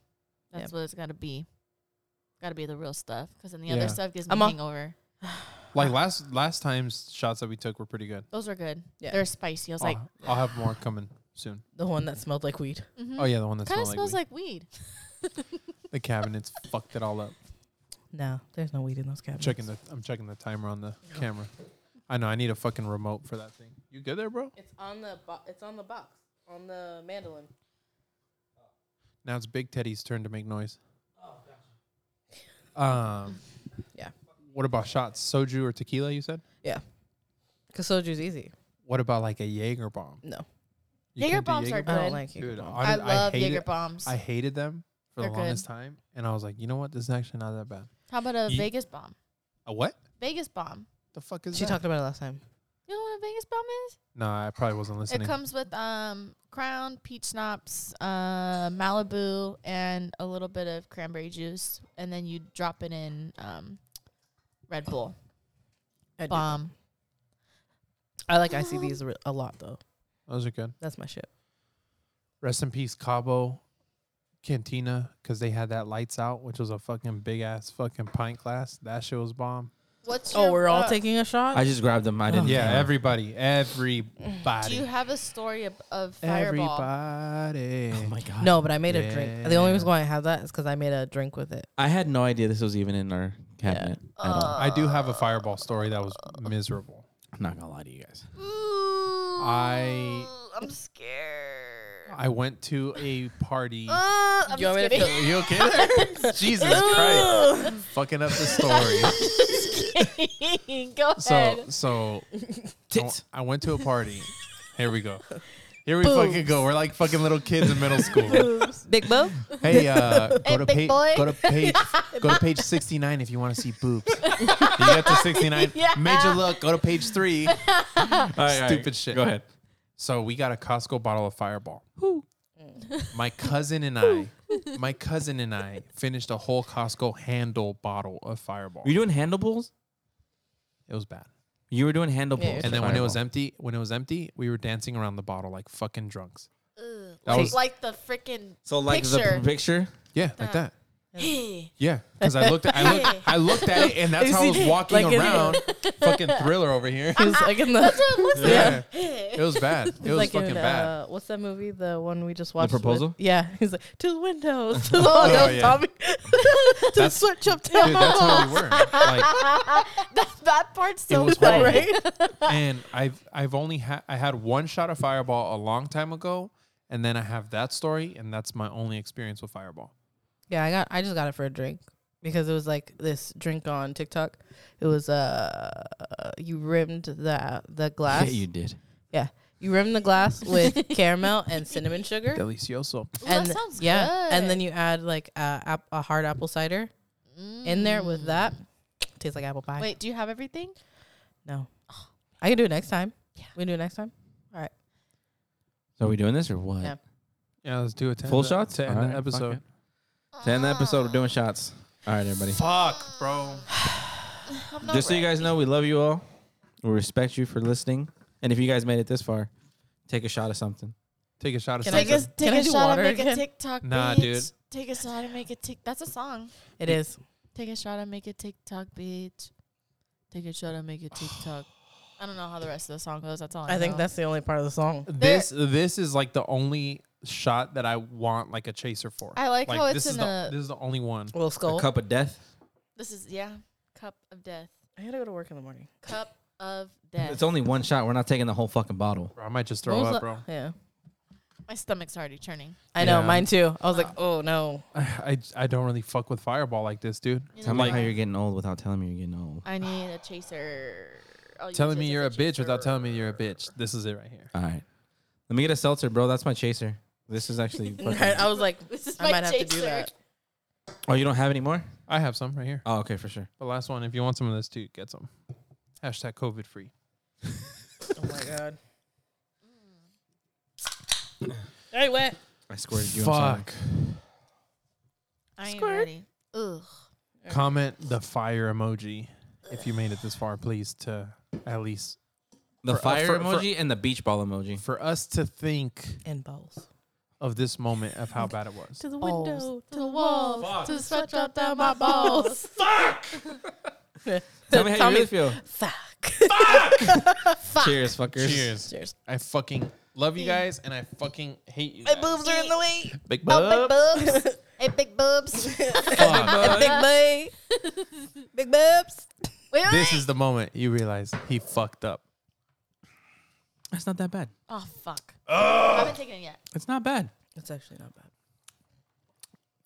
Speaker 4: That's
Speaker 2: Yep.
Speaker 4: what it's got to be. Got to be the real stuff, because then the
Speaker 3: Yeah.
Speaker 4: other stuff gives me
Speaker 2: I'm a-
Speaker 4: hangover.
Speaker 3: Like last last time's shots that we took were pretty good.
Speaker 4: Those are good.
Speaker 2: Yeah.
Speaker 4: They're spicy. I was
Speaker 3: I'll,
Speaker 4: like,
Speaker 3: I'll have more coming soon.
Speaker 2: The one that smelled like weed.
Speaker 4: Mm-hmm.
Speaker 3: Oh yeah, the one that
Speaker 4: kind of
Speaker 3: smelled
Speaker 4: Hmm. smells
Speaker 3: like,
Speaker 4: like weed.
Speaker 3: weed. the cabinets fucked it all up.
Speaker 2: No, there's no weed in those cabinets.
Speaker 3: Checking the I'm checking the timer on the camera. I know I need a fucking remote for that thing. You good there, bro?
Speaker 2: It's on the bo- it's on the box on the mandolin.
Speaker 3: Now it's Big Teddy's turn to make noise. Um,
Speaker 2: Yeah.
Speaker 3: What about shots? Soju or tequila? You said.
Speaker 2: Cause soju's easy.
Speaker 3: What about like a Jaeger bomb?
Speaker 2: No,
Speaker 3: You
Speaker 4: Jaeger
Speaker 3: can't do
Speaker 4: bombs are
Speaker 3: Jaeger
Speaker 2: I don't
Speaker 4: Good.
Speaker 2: like
Speaker 3: Dude,
Speaker 2: Jaeger bomb.
Speaker 4: I,
Speaker 3: hon-
Speaker 4: love
Speaker 3: hated-
Speaker 4: Jaeger bombs.
Speaker 3: I hated them for
Speaker 4: They're
Speaker 3: the
Speaker 4: good.
Speaker 3: longest time, and I was like, you know what? This is actually not that bad.
Speaker 4: How about a
Speaker 3: Ye-
Speaker 4: Vegas bomb?
Speaker 3: A what?
Speaker 4: Vegas bomb.
Speaker 3: The fuck is
Speaker 2: She
Speaker 3: that?
Speaker 2: talked about it last time.
Speaker 4: You know what a Vegas bomb is?
Speaker 3: no, I probably wasn't listening.
Speaker 4: It comes with um crown, peach schnapps, uh, Malibu, and a little bit of cranberry juice, and then you drop it in um, Red Bull.
Speaker 2: I, do.
Speaker 4: Bomb.
Speaker 2: I like ICBs re- a lot though.
Speaker 3: Those are good.
Speaker 2: That's my shit.
Speaker 3: Rest in peace, Cabo Cantina, because they had that lights out, which was a fucking big ass fucking pint glass. That shit was bomb.
Speaker 4: What's
Speaker 2: Oh,
Speaker 4: your,
Speaker 2: we're all
Speaker 4: uh,
Speaker 2: taking a shot.
Speaker 1: I just grabbed
Speaker 2: Oh
Speaker 1: them. I didn't.
Speaker 3: Yeah,
Speaker 1: care.
Speaker 3: everybody,
Speaker 4: Do
Speaker 3: everybody,
Speaker 4: you have a story of, of Fireball?
Speaker 3: everybody.
Speaker 1: Oh my god.
Speaker 2: no, but I made a drink. The only
Speaker 3: Yeah.
Speaker 2: reason why I have that is because I made a drink with it.
Speaker 1: I had no idea this was even in our cabinet at all.
Speaker 3: I do have a fireball story that was miserable.
Speaker 1: I'm not gonna lie to you [laughs] guys.
Speaker 3: I
Speaker 4: I'm scared.
Speaker 3: I went to a party.
Speaker 4: Uh, I'm
Speaker 2: You want me
Speaker 4: just
Speaker 2: to
Speaker 4: kidding.
Speaker 3: Are you okay? there?
Speaker 4: [laughs]
Speaker 3: Jesus Christ, fucking up the story.
Speaker 4: [laughs] Go
Speaker 3: So
Speaker 1: [laughs]
Speaker 4: ahead.
Speaker 3: so
Speaker 1: Tits.
Speaker 3: I, I went to a party. Here we go. Here we
Speaker 2: Boobs.
Speaker 3: fucking go. We're like fucking little kids in middle
Speaker 1: [laughs]
Speaker 3: school.
Speaker 2: [laughs] Big Bo.
Speaker 3: Hey, uh,
Speaker 4: Hey,
Speaker 3: go to page
Speaker 4: big boy.
Speaker 3: go
Speaker 1: [laughs]
Speaker 3: to page go to page sixty nine if you want to see boobs. you get to sixty nine, major look. Go to page three. Stupid shit.
Speaker 1: Go ahead.
Speaker 3: So we got a Costco bottle of Fireball. Mm. My cousin and I, my cousin and I finished a whole Costco handle bottle of Fireball.
Speaker 1: Were you doing handle pulls?
Speaker 3: It was bad.
Speaker 1: You were doing handle
Speaker 2: Yeah.
Speaker 1: pulls.
Speaker 3: And then when it was
Speaker 1: Fireball.
Speaker 3: empty, when it was empty, we were dancing around the bottle like fucking drunks.
Speaker 4: Ugh.
Speaker 3: That
Speaker 4: like,
Speaker 3: was-
Speaker 4: like the freaking.
Speaker 1: so like
Speaker 4: Picture.
Speaker 1: the p- picture.
Speaker 3: Yeah, like that.
Speaker 4: Hey.
Speaker 3: Yeah, because I looked at I looked, [laughs] I looked at it, and that's how I [laughs] was walking
Speaker 2: Like in-
Speaker 3: around. fucking thriller over here.
Speaker 2: He was like in the.
Speaker 3: [laughs] Yeah, it was
Speaker 2: [laughs]
Speaker 3: bad. It was
Speaker 2: like
Speaker 3: fucking
Speaker 2: in,
Speaker 3: bad.
Speaker 2: Uh, what's that movie? The one we just watched.
Speaker 1: Proposal?
Speaker 2: With, yeah, [laughs] he's like to the
Speaker 3: [laughs]
Speaker 2: windows. [laughs] to the windows,
Speaker 3: Oh, yeah.
Speaker 2: Tommy. to the [laughs]
Speaker 3: That's-
Speaker 2: switch up
Speaker 3: Dude,
Speaker 2: [laughs]
Speaker 3: that's how we were. Like,
Speaker 4: [laughs] that, that part's
Speaker 3: it
Speaker 4: so
Speaker 3: was
Speaker 4: funny.
Speaker 3: horrible.
Speaker 2: right?
Speaker 3: [laughs] And I've I've only had I had one shot of Fireball a long time ago, and then I have that story, and that's my only experience with Fireball.
Speaker 2: Yeah, I got. I just got it for a drink because it was like this drink on TikTok. It was uh, you rimmed the the glass.
Speaker 1: Yeah, you did.
Speaker 2: You rimmed the glass [laughs] with caramel and cinnamon sugar.
Speaker 3: Delicioso.
Speaker 4: Ooh,
Speaker 2: and
Speaker 4: that sounds
Speaker 2: yeah,
Speaker 4: good.
Speaker 2: and then you add like a, ap- a hard apple cider in there with that. Tastes like apple pie.
Speaker 4: Mm. Wait, do you have everything?
Speaker 2: [sighs] no, I can do it next time.
Speaker 4: Yeah.
Speaker 2: we can do it [sighs] next time.
Speaker 1: So are we doing this or what?
Speaker 2: Yeah.
Speaker 3: Yeah, let's do it. to
Speaker 1: Full
Speaker 3: end the-
Speaker 1: shots?
Speaker 3: to end
Speaker 1: Alright,
Speaker 3: the
Speaker 1: fuck
Speaker 3: episode.
Speaker 1: it. To
Speaker 4: Ah.
Speaker 1: end the episode, we're doing shots. All right, everybody.
Speaker 3: Fuck, bro.
Speaker 4: I'm not
Speaker 1: Just so you
Speaker 4: ready.
Speaker 1: guys know, we love you all. We respect you for listening. And if you guys made it this far, take a shot of something.
Speaker 3: Take a shot of
Speaker 2: Can I
Speaker 4: Take
Speaker 3: something.
Speaker 4: a,
Speaker 2: just-
Speaker 4: take
Speaker 2: can I
Speaker 4: a
Speaker 2: do
Speaker 4: shot
Speaker 2: water
Speaker 4: and make
Speaker 2: again?
Speaker 4: a TikTok.
Speaker 3: Nah,
Speaker 4: bitch.
Speaker 3: dude.
Speaker 4: Take a shot and make a tick. That's a song.
Speaker 2: It is.
Speaker 4: Take a shot and make a TikTok, bitch. Take a shot and make a TikTok. I don't know how the rest of the song goes. That's all. I,
Speaker 2: I think
Speaker 4: know.
Speaker 2: that's the only part of the song.
Speaker 3: This this is like the only shot that I want like a chaser for.
Speaker 4: I like, how
Speaker 3: this
Speaker 4: it's
Speaker 3: is
Speaker 4: in
Speaker 3: the
Speaker 4: a.
Speaker 3: this is the only one.
Speaker 2: little skull.
Speaker 1: A cup of death.
Speaker 4: This is yeah. Cup of death.
Speaker 2: I gotta go to work in the morning.
Speaker 4: Cup of death.
Speaker 1: It's only one shot. We're not taking the whole fucking bottle.
Speaker 3: Bro, [laughs] I might just throw
Speaker 2: What was
Speaker 3: up,
Speaker 2: the-
Speaker 3: bro.
Speaker 2: Yeah.
Speaker 4: My stomach's already churning.
Speaker 2: I know,
Speaker 3: Yeah.
Speaker 2: mine too. I was like, oh no.
Speaker 3: I, I I don't really fuck with Fireball like this, dude.
Speaker 4: You
Speaker 1: Tell
Speaker 4: know,
Speaker 1: me
Speaker 4: like,
Speaker 1: how you're getting old without telling me you're getting old.
Speaker 4: I need a chaser. I'll use
Speaker 3: Telling
Speaker 4: it
Speaker 3: me
Speaker 4: as
Speaker 3: you're a bitch without
Speaker 4: chaser.
Speaker 3: telling me you're a bitch. This is it right here.
Speaker 1: All right. Let me get a seltzer, bro. That's my chaser. This is
Speaker 2: [laughs]
Speaker 1: actually. fucking-
Speaker 2: I was like,
Speaker 4: This is
Speaker 2: I
Speaker 4: my
Speaker 2: might have to do
Speaker 4: chaser.
Speaker 2: that.
Speaker 1: oh, you don't have any more?
Speaker 3: I have some right here.
Speaker 1: Oh, okay, for sure.
Speaker 3: The last one, if you want some of this too, get some. Hashtag COVID free.
Speaker 2: Oh my god. Anyway,
Speaker 1: I squirted you.
Speaker 3: Fuck.
Speaker 4: I ain't
Speaker 2: Squirt.
Speaker 4: ready. Ugh.
Speaker 3: Comment the fire emoji if you made it this far, please, to at least
Speaker 1: The
Speaker 3: For- uh,
Speaker 1: fire
Speaker 3: for- for-
Speaker 1: emoji and the beach ball
Speaker 2: [laughs]
Speaker 1: emoji.
Speaker 3: for us to think
Speaker 2: and balls
Speaker 3: of this moment of how bad it
Speaker 4: [laughs]
Speaker 3: was.
Speaker 2: to the
Speaker 4: Balls.
Speaker 2: window,
Speaker 4: To the walls,
Speaker 1: Fuck.
Speaker 4: to the sweat drop down my balls.
Speaker 1: Tell me how
Speaker 2: Tell
Speaker 1: you
Speaker 2: me-
Speaker 1: really feel.
Speaker 2: Fuck.
Speaker 1: Cheers, fuckers.
Speaker 3: Cheers.
Speaker 2: Cheers.
Speaker 3: I fucking love you guys and I fucking hate you.
Speaker 4: My
Speaker 3: guys.
Speaker 4: boobs are in the way.
Speaker 3: Big
Speaker 4: Oh,
Speaker 3: bub.
Speaker 4: big boobs. [laughs] hey, big boobs.
Speaker 3: Fuck.
Speaker 2: Big [laughs] boy. Big boobs.
Speaker 4: Wait,
Speaker 3: This
Speaker 4: wait.
Speaker 3: is the moment you realize he fucked up.
Speaker 1: That's not that bad.
Speaker 4: Oh fuck. I haven't taken it yet.
Speaker 1: It's not bad.
Speaker 2: It's actually not bad.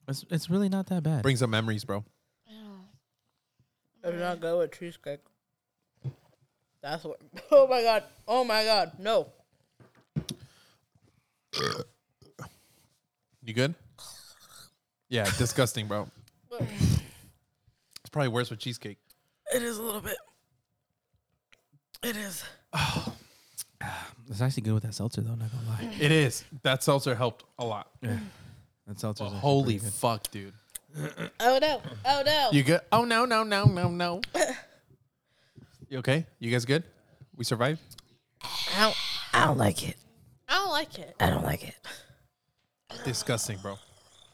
Speaker 1: It's, it's really not that bad.
Speaker 3: Brings up memories, bro.
Speaker 2: I do not go with cheesecake. That's what. [laughs] Oh my god. Oh my god. No.
Speaker 3: You good? Yeah, disgusting, bro. It's probably worse with cheesecake.
Speaker 2: It is a little bit. It is.
Speaker 1: It's actually good with that seltzer though. Not gonna
Speaker 2: Mm.
Speaker 1: lie.
Speaker 3: It is. That seltzer helped a lot.
Speaker 1: That seltzer.
Speaker 3: Holy fuck, dude.
Speaker 2: Oh no. Oh no.
Speaker 3: You good? Oh no, no, no, no, no. you okay? You guys good? We survived?
Speaker 2: I don't, I don't like it.
Speaker 4: I don't like it.
Speaker 2: I don't like it.
Speaker 3: Disgusting, bro.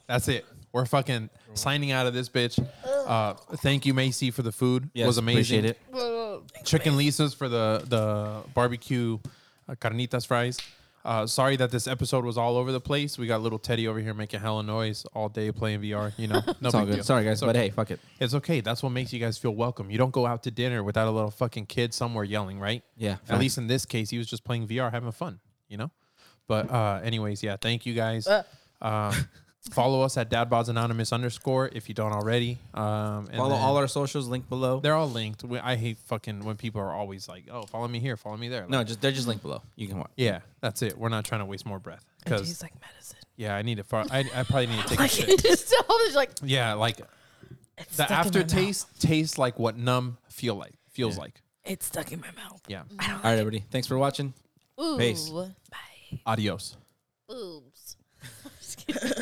Speaker 3: That's it. We're fucking signing out of this bitch. Uh, thank you, Macy, for the food.
Speaker 1: Yes,
Speaker 3: was amazing.
Speaker 1: Appreciate it.
Speaker 3: Chicken Lisa's for the the barbecue uh, carnitas fries. Uh, sorry that this episode was all over the place. We got little Teddy over here making hella noise all day playing VR.
Speaker 1: [laughs]
Speaker 3: You know, no
Speaker 1: It's all
Speaker 3: big
Speaker 1: good.
Speaker 3: deal.
Speaker 1: Sorry guys,
Speaker 3: It's
Speaker 1: but
Speaker 3: okay.
Speaker 1: hey, fuck it.
Speaker 3: it's okay. That's what makes you guys feel welcome. You don't go out to dinner without a little fucking kid somewhere yelling, right?
Speaker 1: Yeah.
Speaker 3: At least in this case, he was just playing VR, having fun, you know. But uh, anyways, yeah, thank you guys.
Speaker 2: Uh.
Speaker 3: Um, follow us at Dadbods Anonymous underscore if you don't already. Um, and
Speaker 1: follow
Speaker 3: then-
Speaker 1: all our socials. Link below.
Speaker 3: They're all linked. We, I hate fucking when people are always like, "Oh, follow me here, follow me there." Like,
Speaker 1: No, just they're just linked below. You can watch.
Speaker 3: Yeah, that's it. We're not trying to waste more breath
Speaker 2: It
Speaker 3: because
Speaker 2: tastes like medicine.
Speaker 3: yeah, I need to. Far- I, I probably need to take a shit.
Speaker 4: It just so [laughs] it's like
Speaker 3: Yeah, like
Speaker 2: It's
Speaker 3: the
Speaker 2: stuck in my mouth.
Speaker 3: aftertaste tastes like what numb feel like feels like.
Speaker 2: It's stuck in my mouth.
Speaker 3: Yeah.
Speaker 1: All right, everybody. Thanks for watching.
Speaker 4: ooh.
Speaker 1: Base.
Speaker 4: Boobs.
Speaker 3: Adios.
Speaker 4: Just kidding.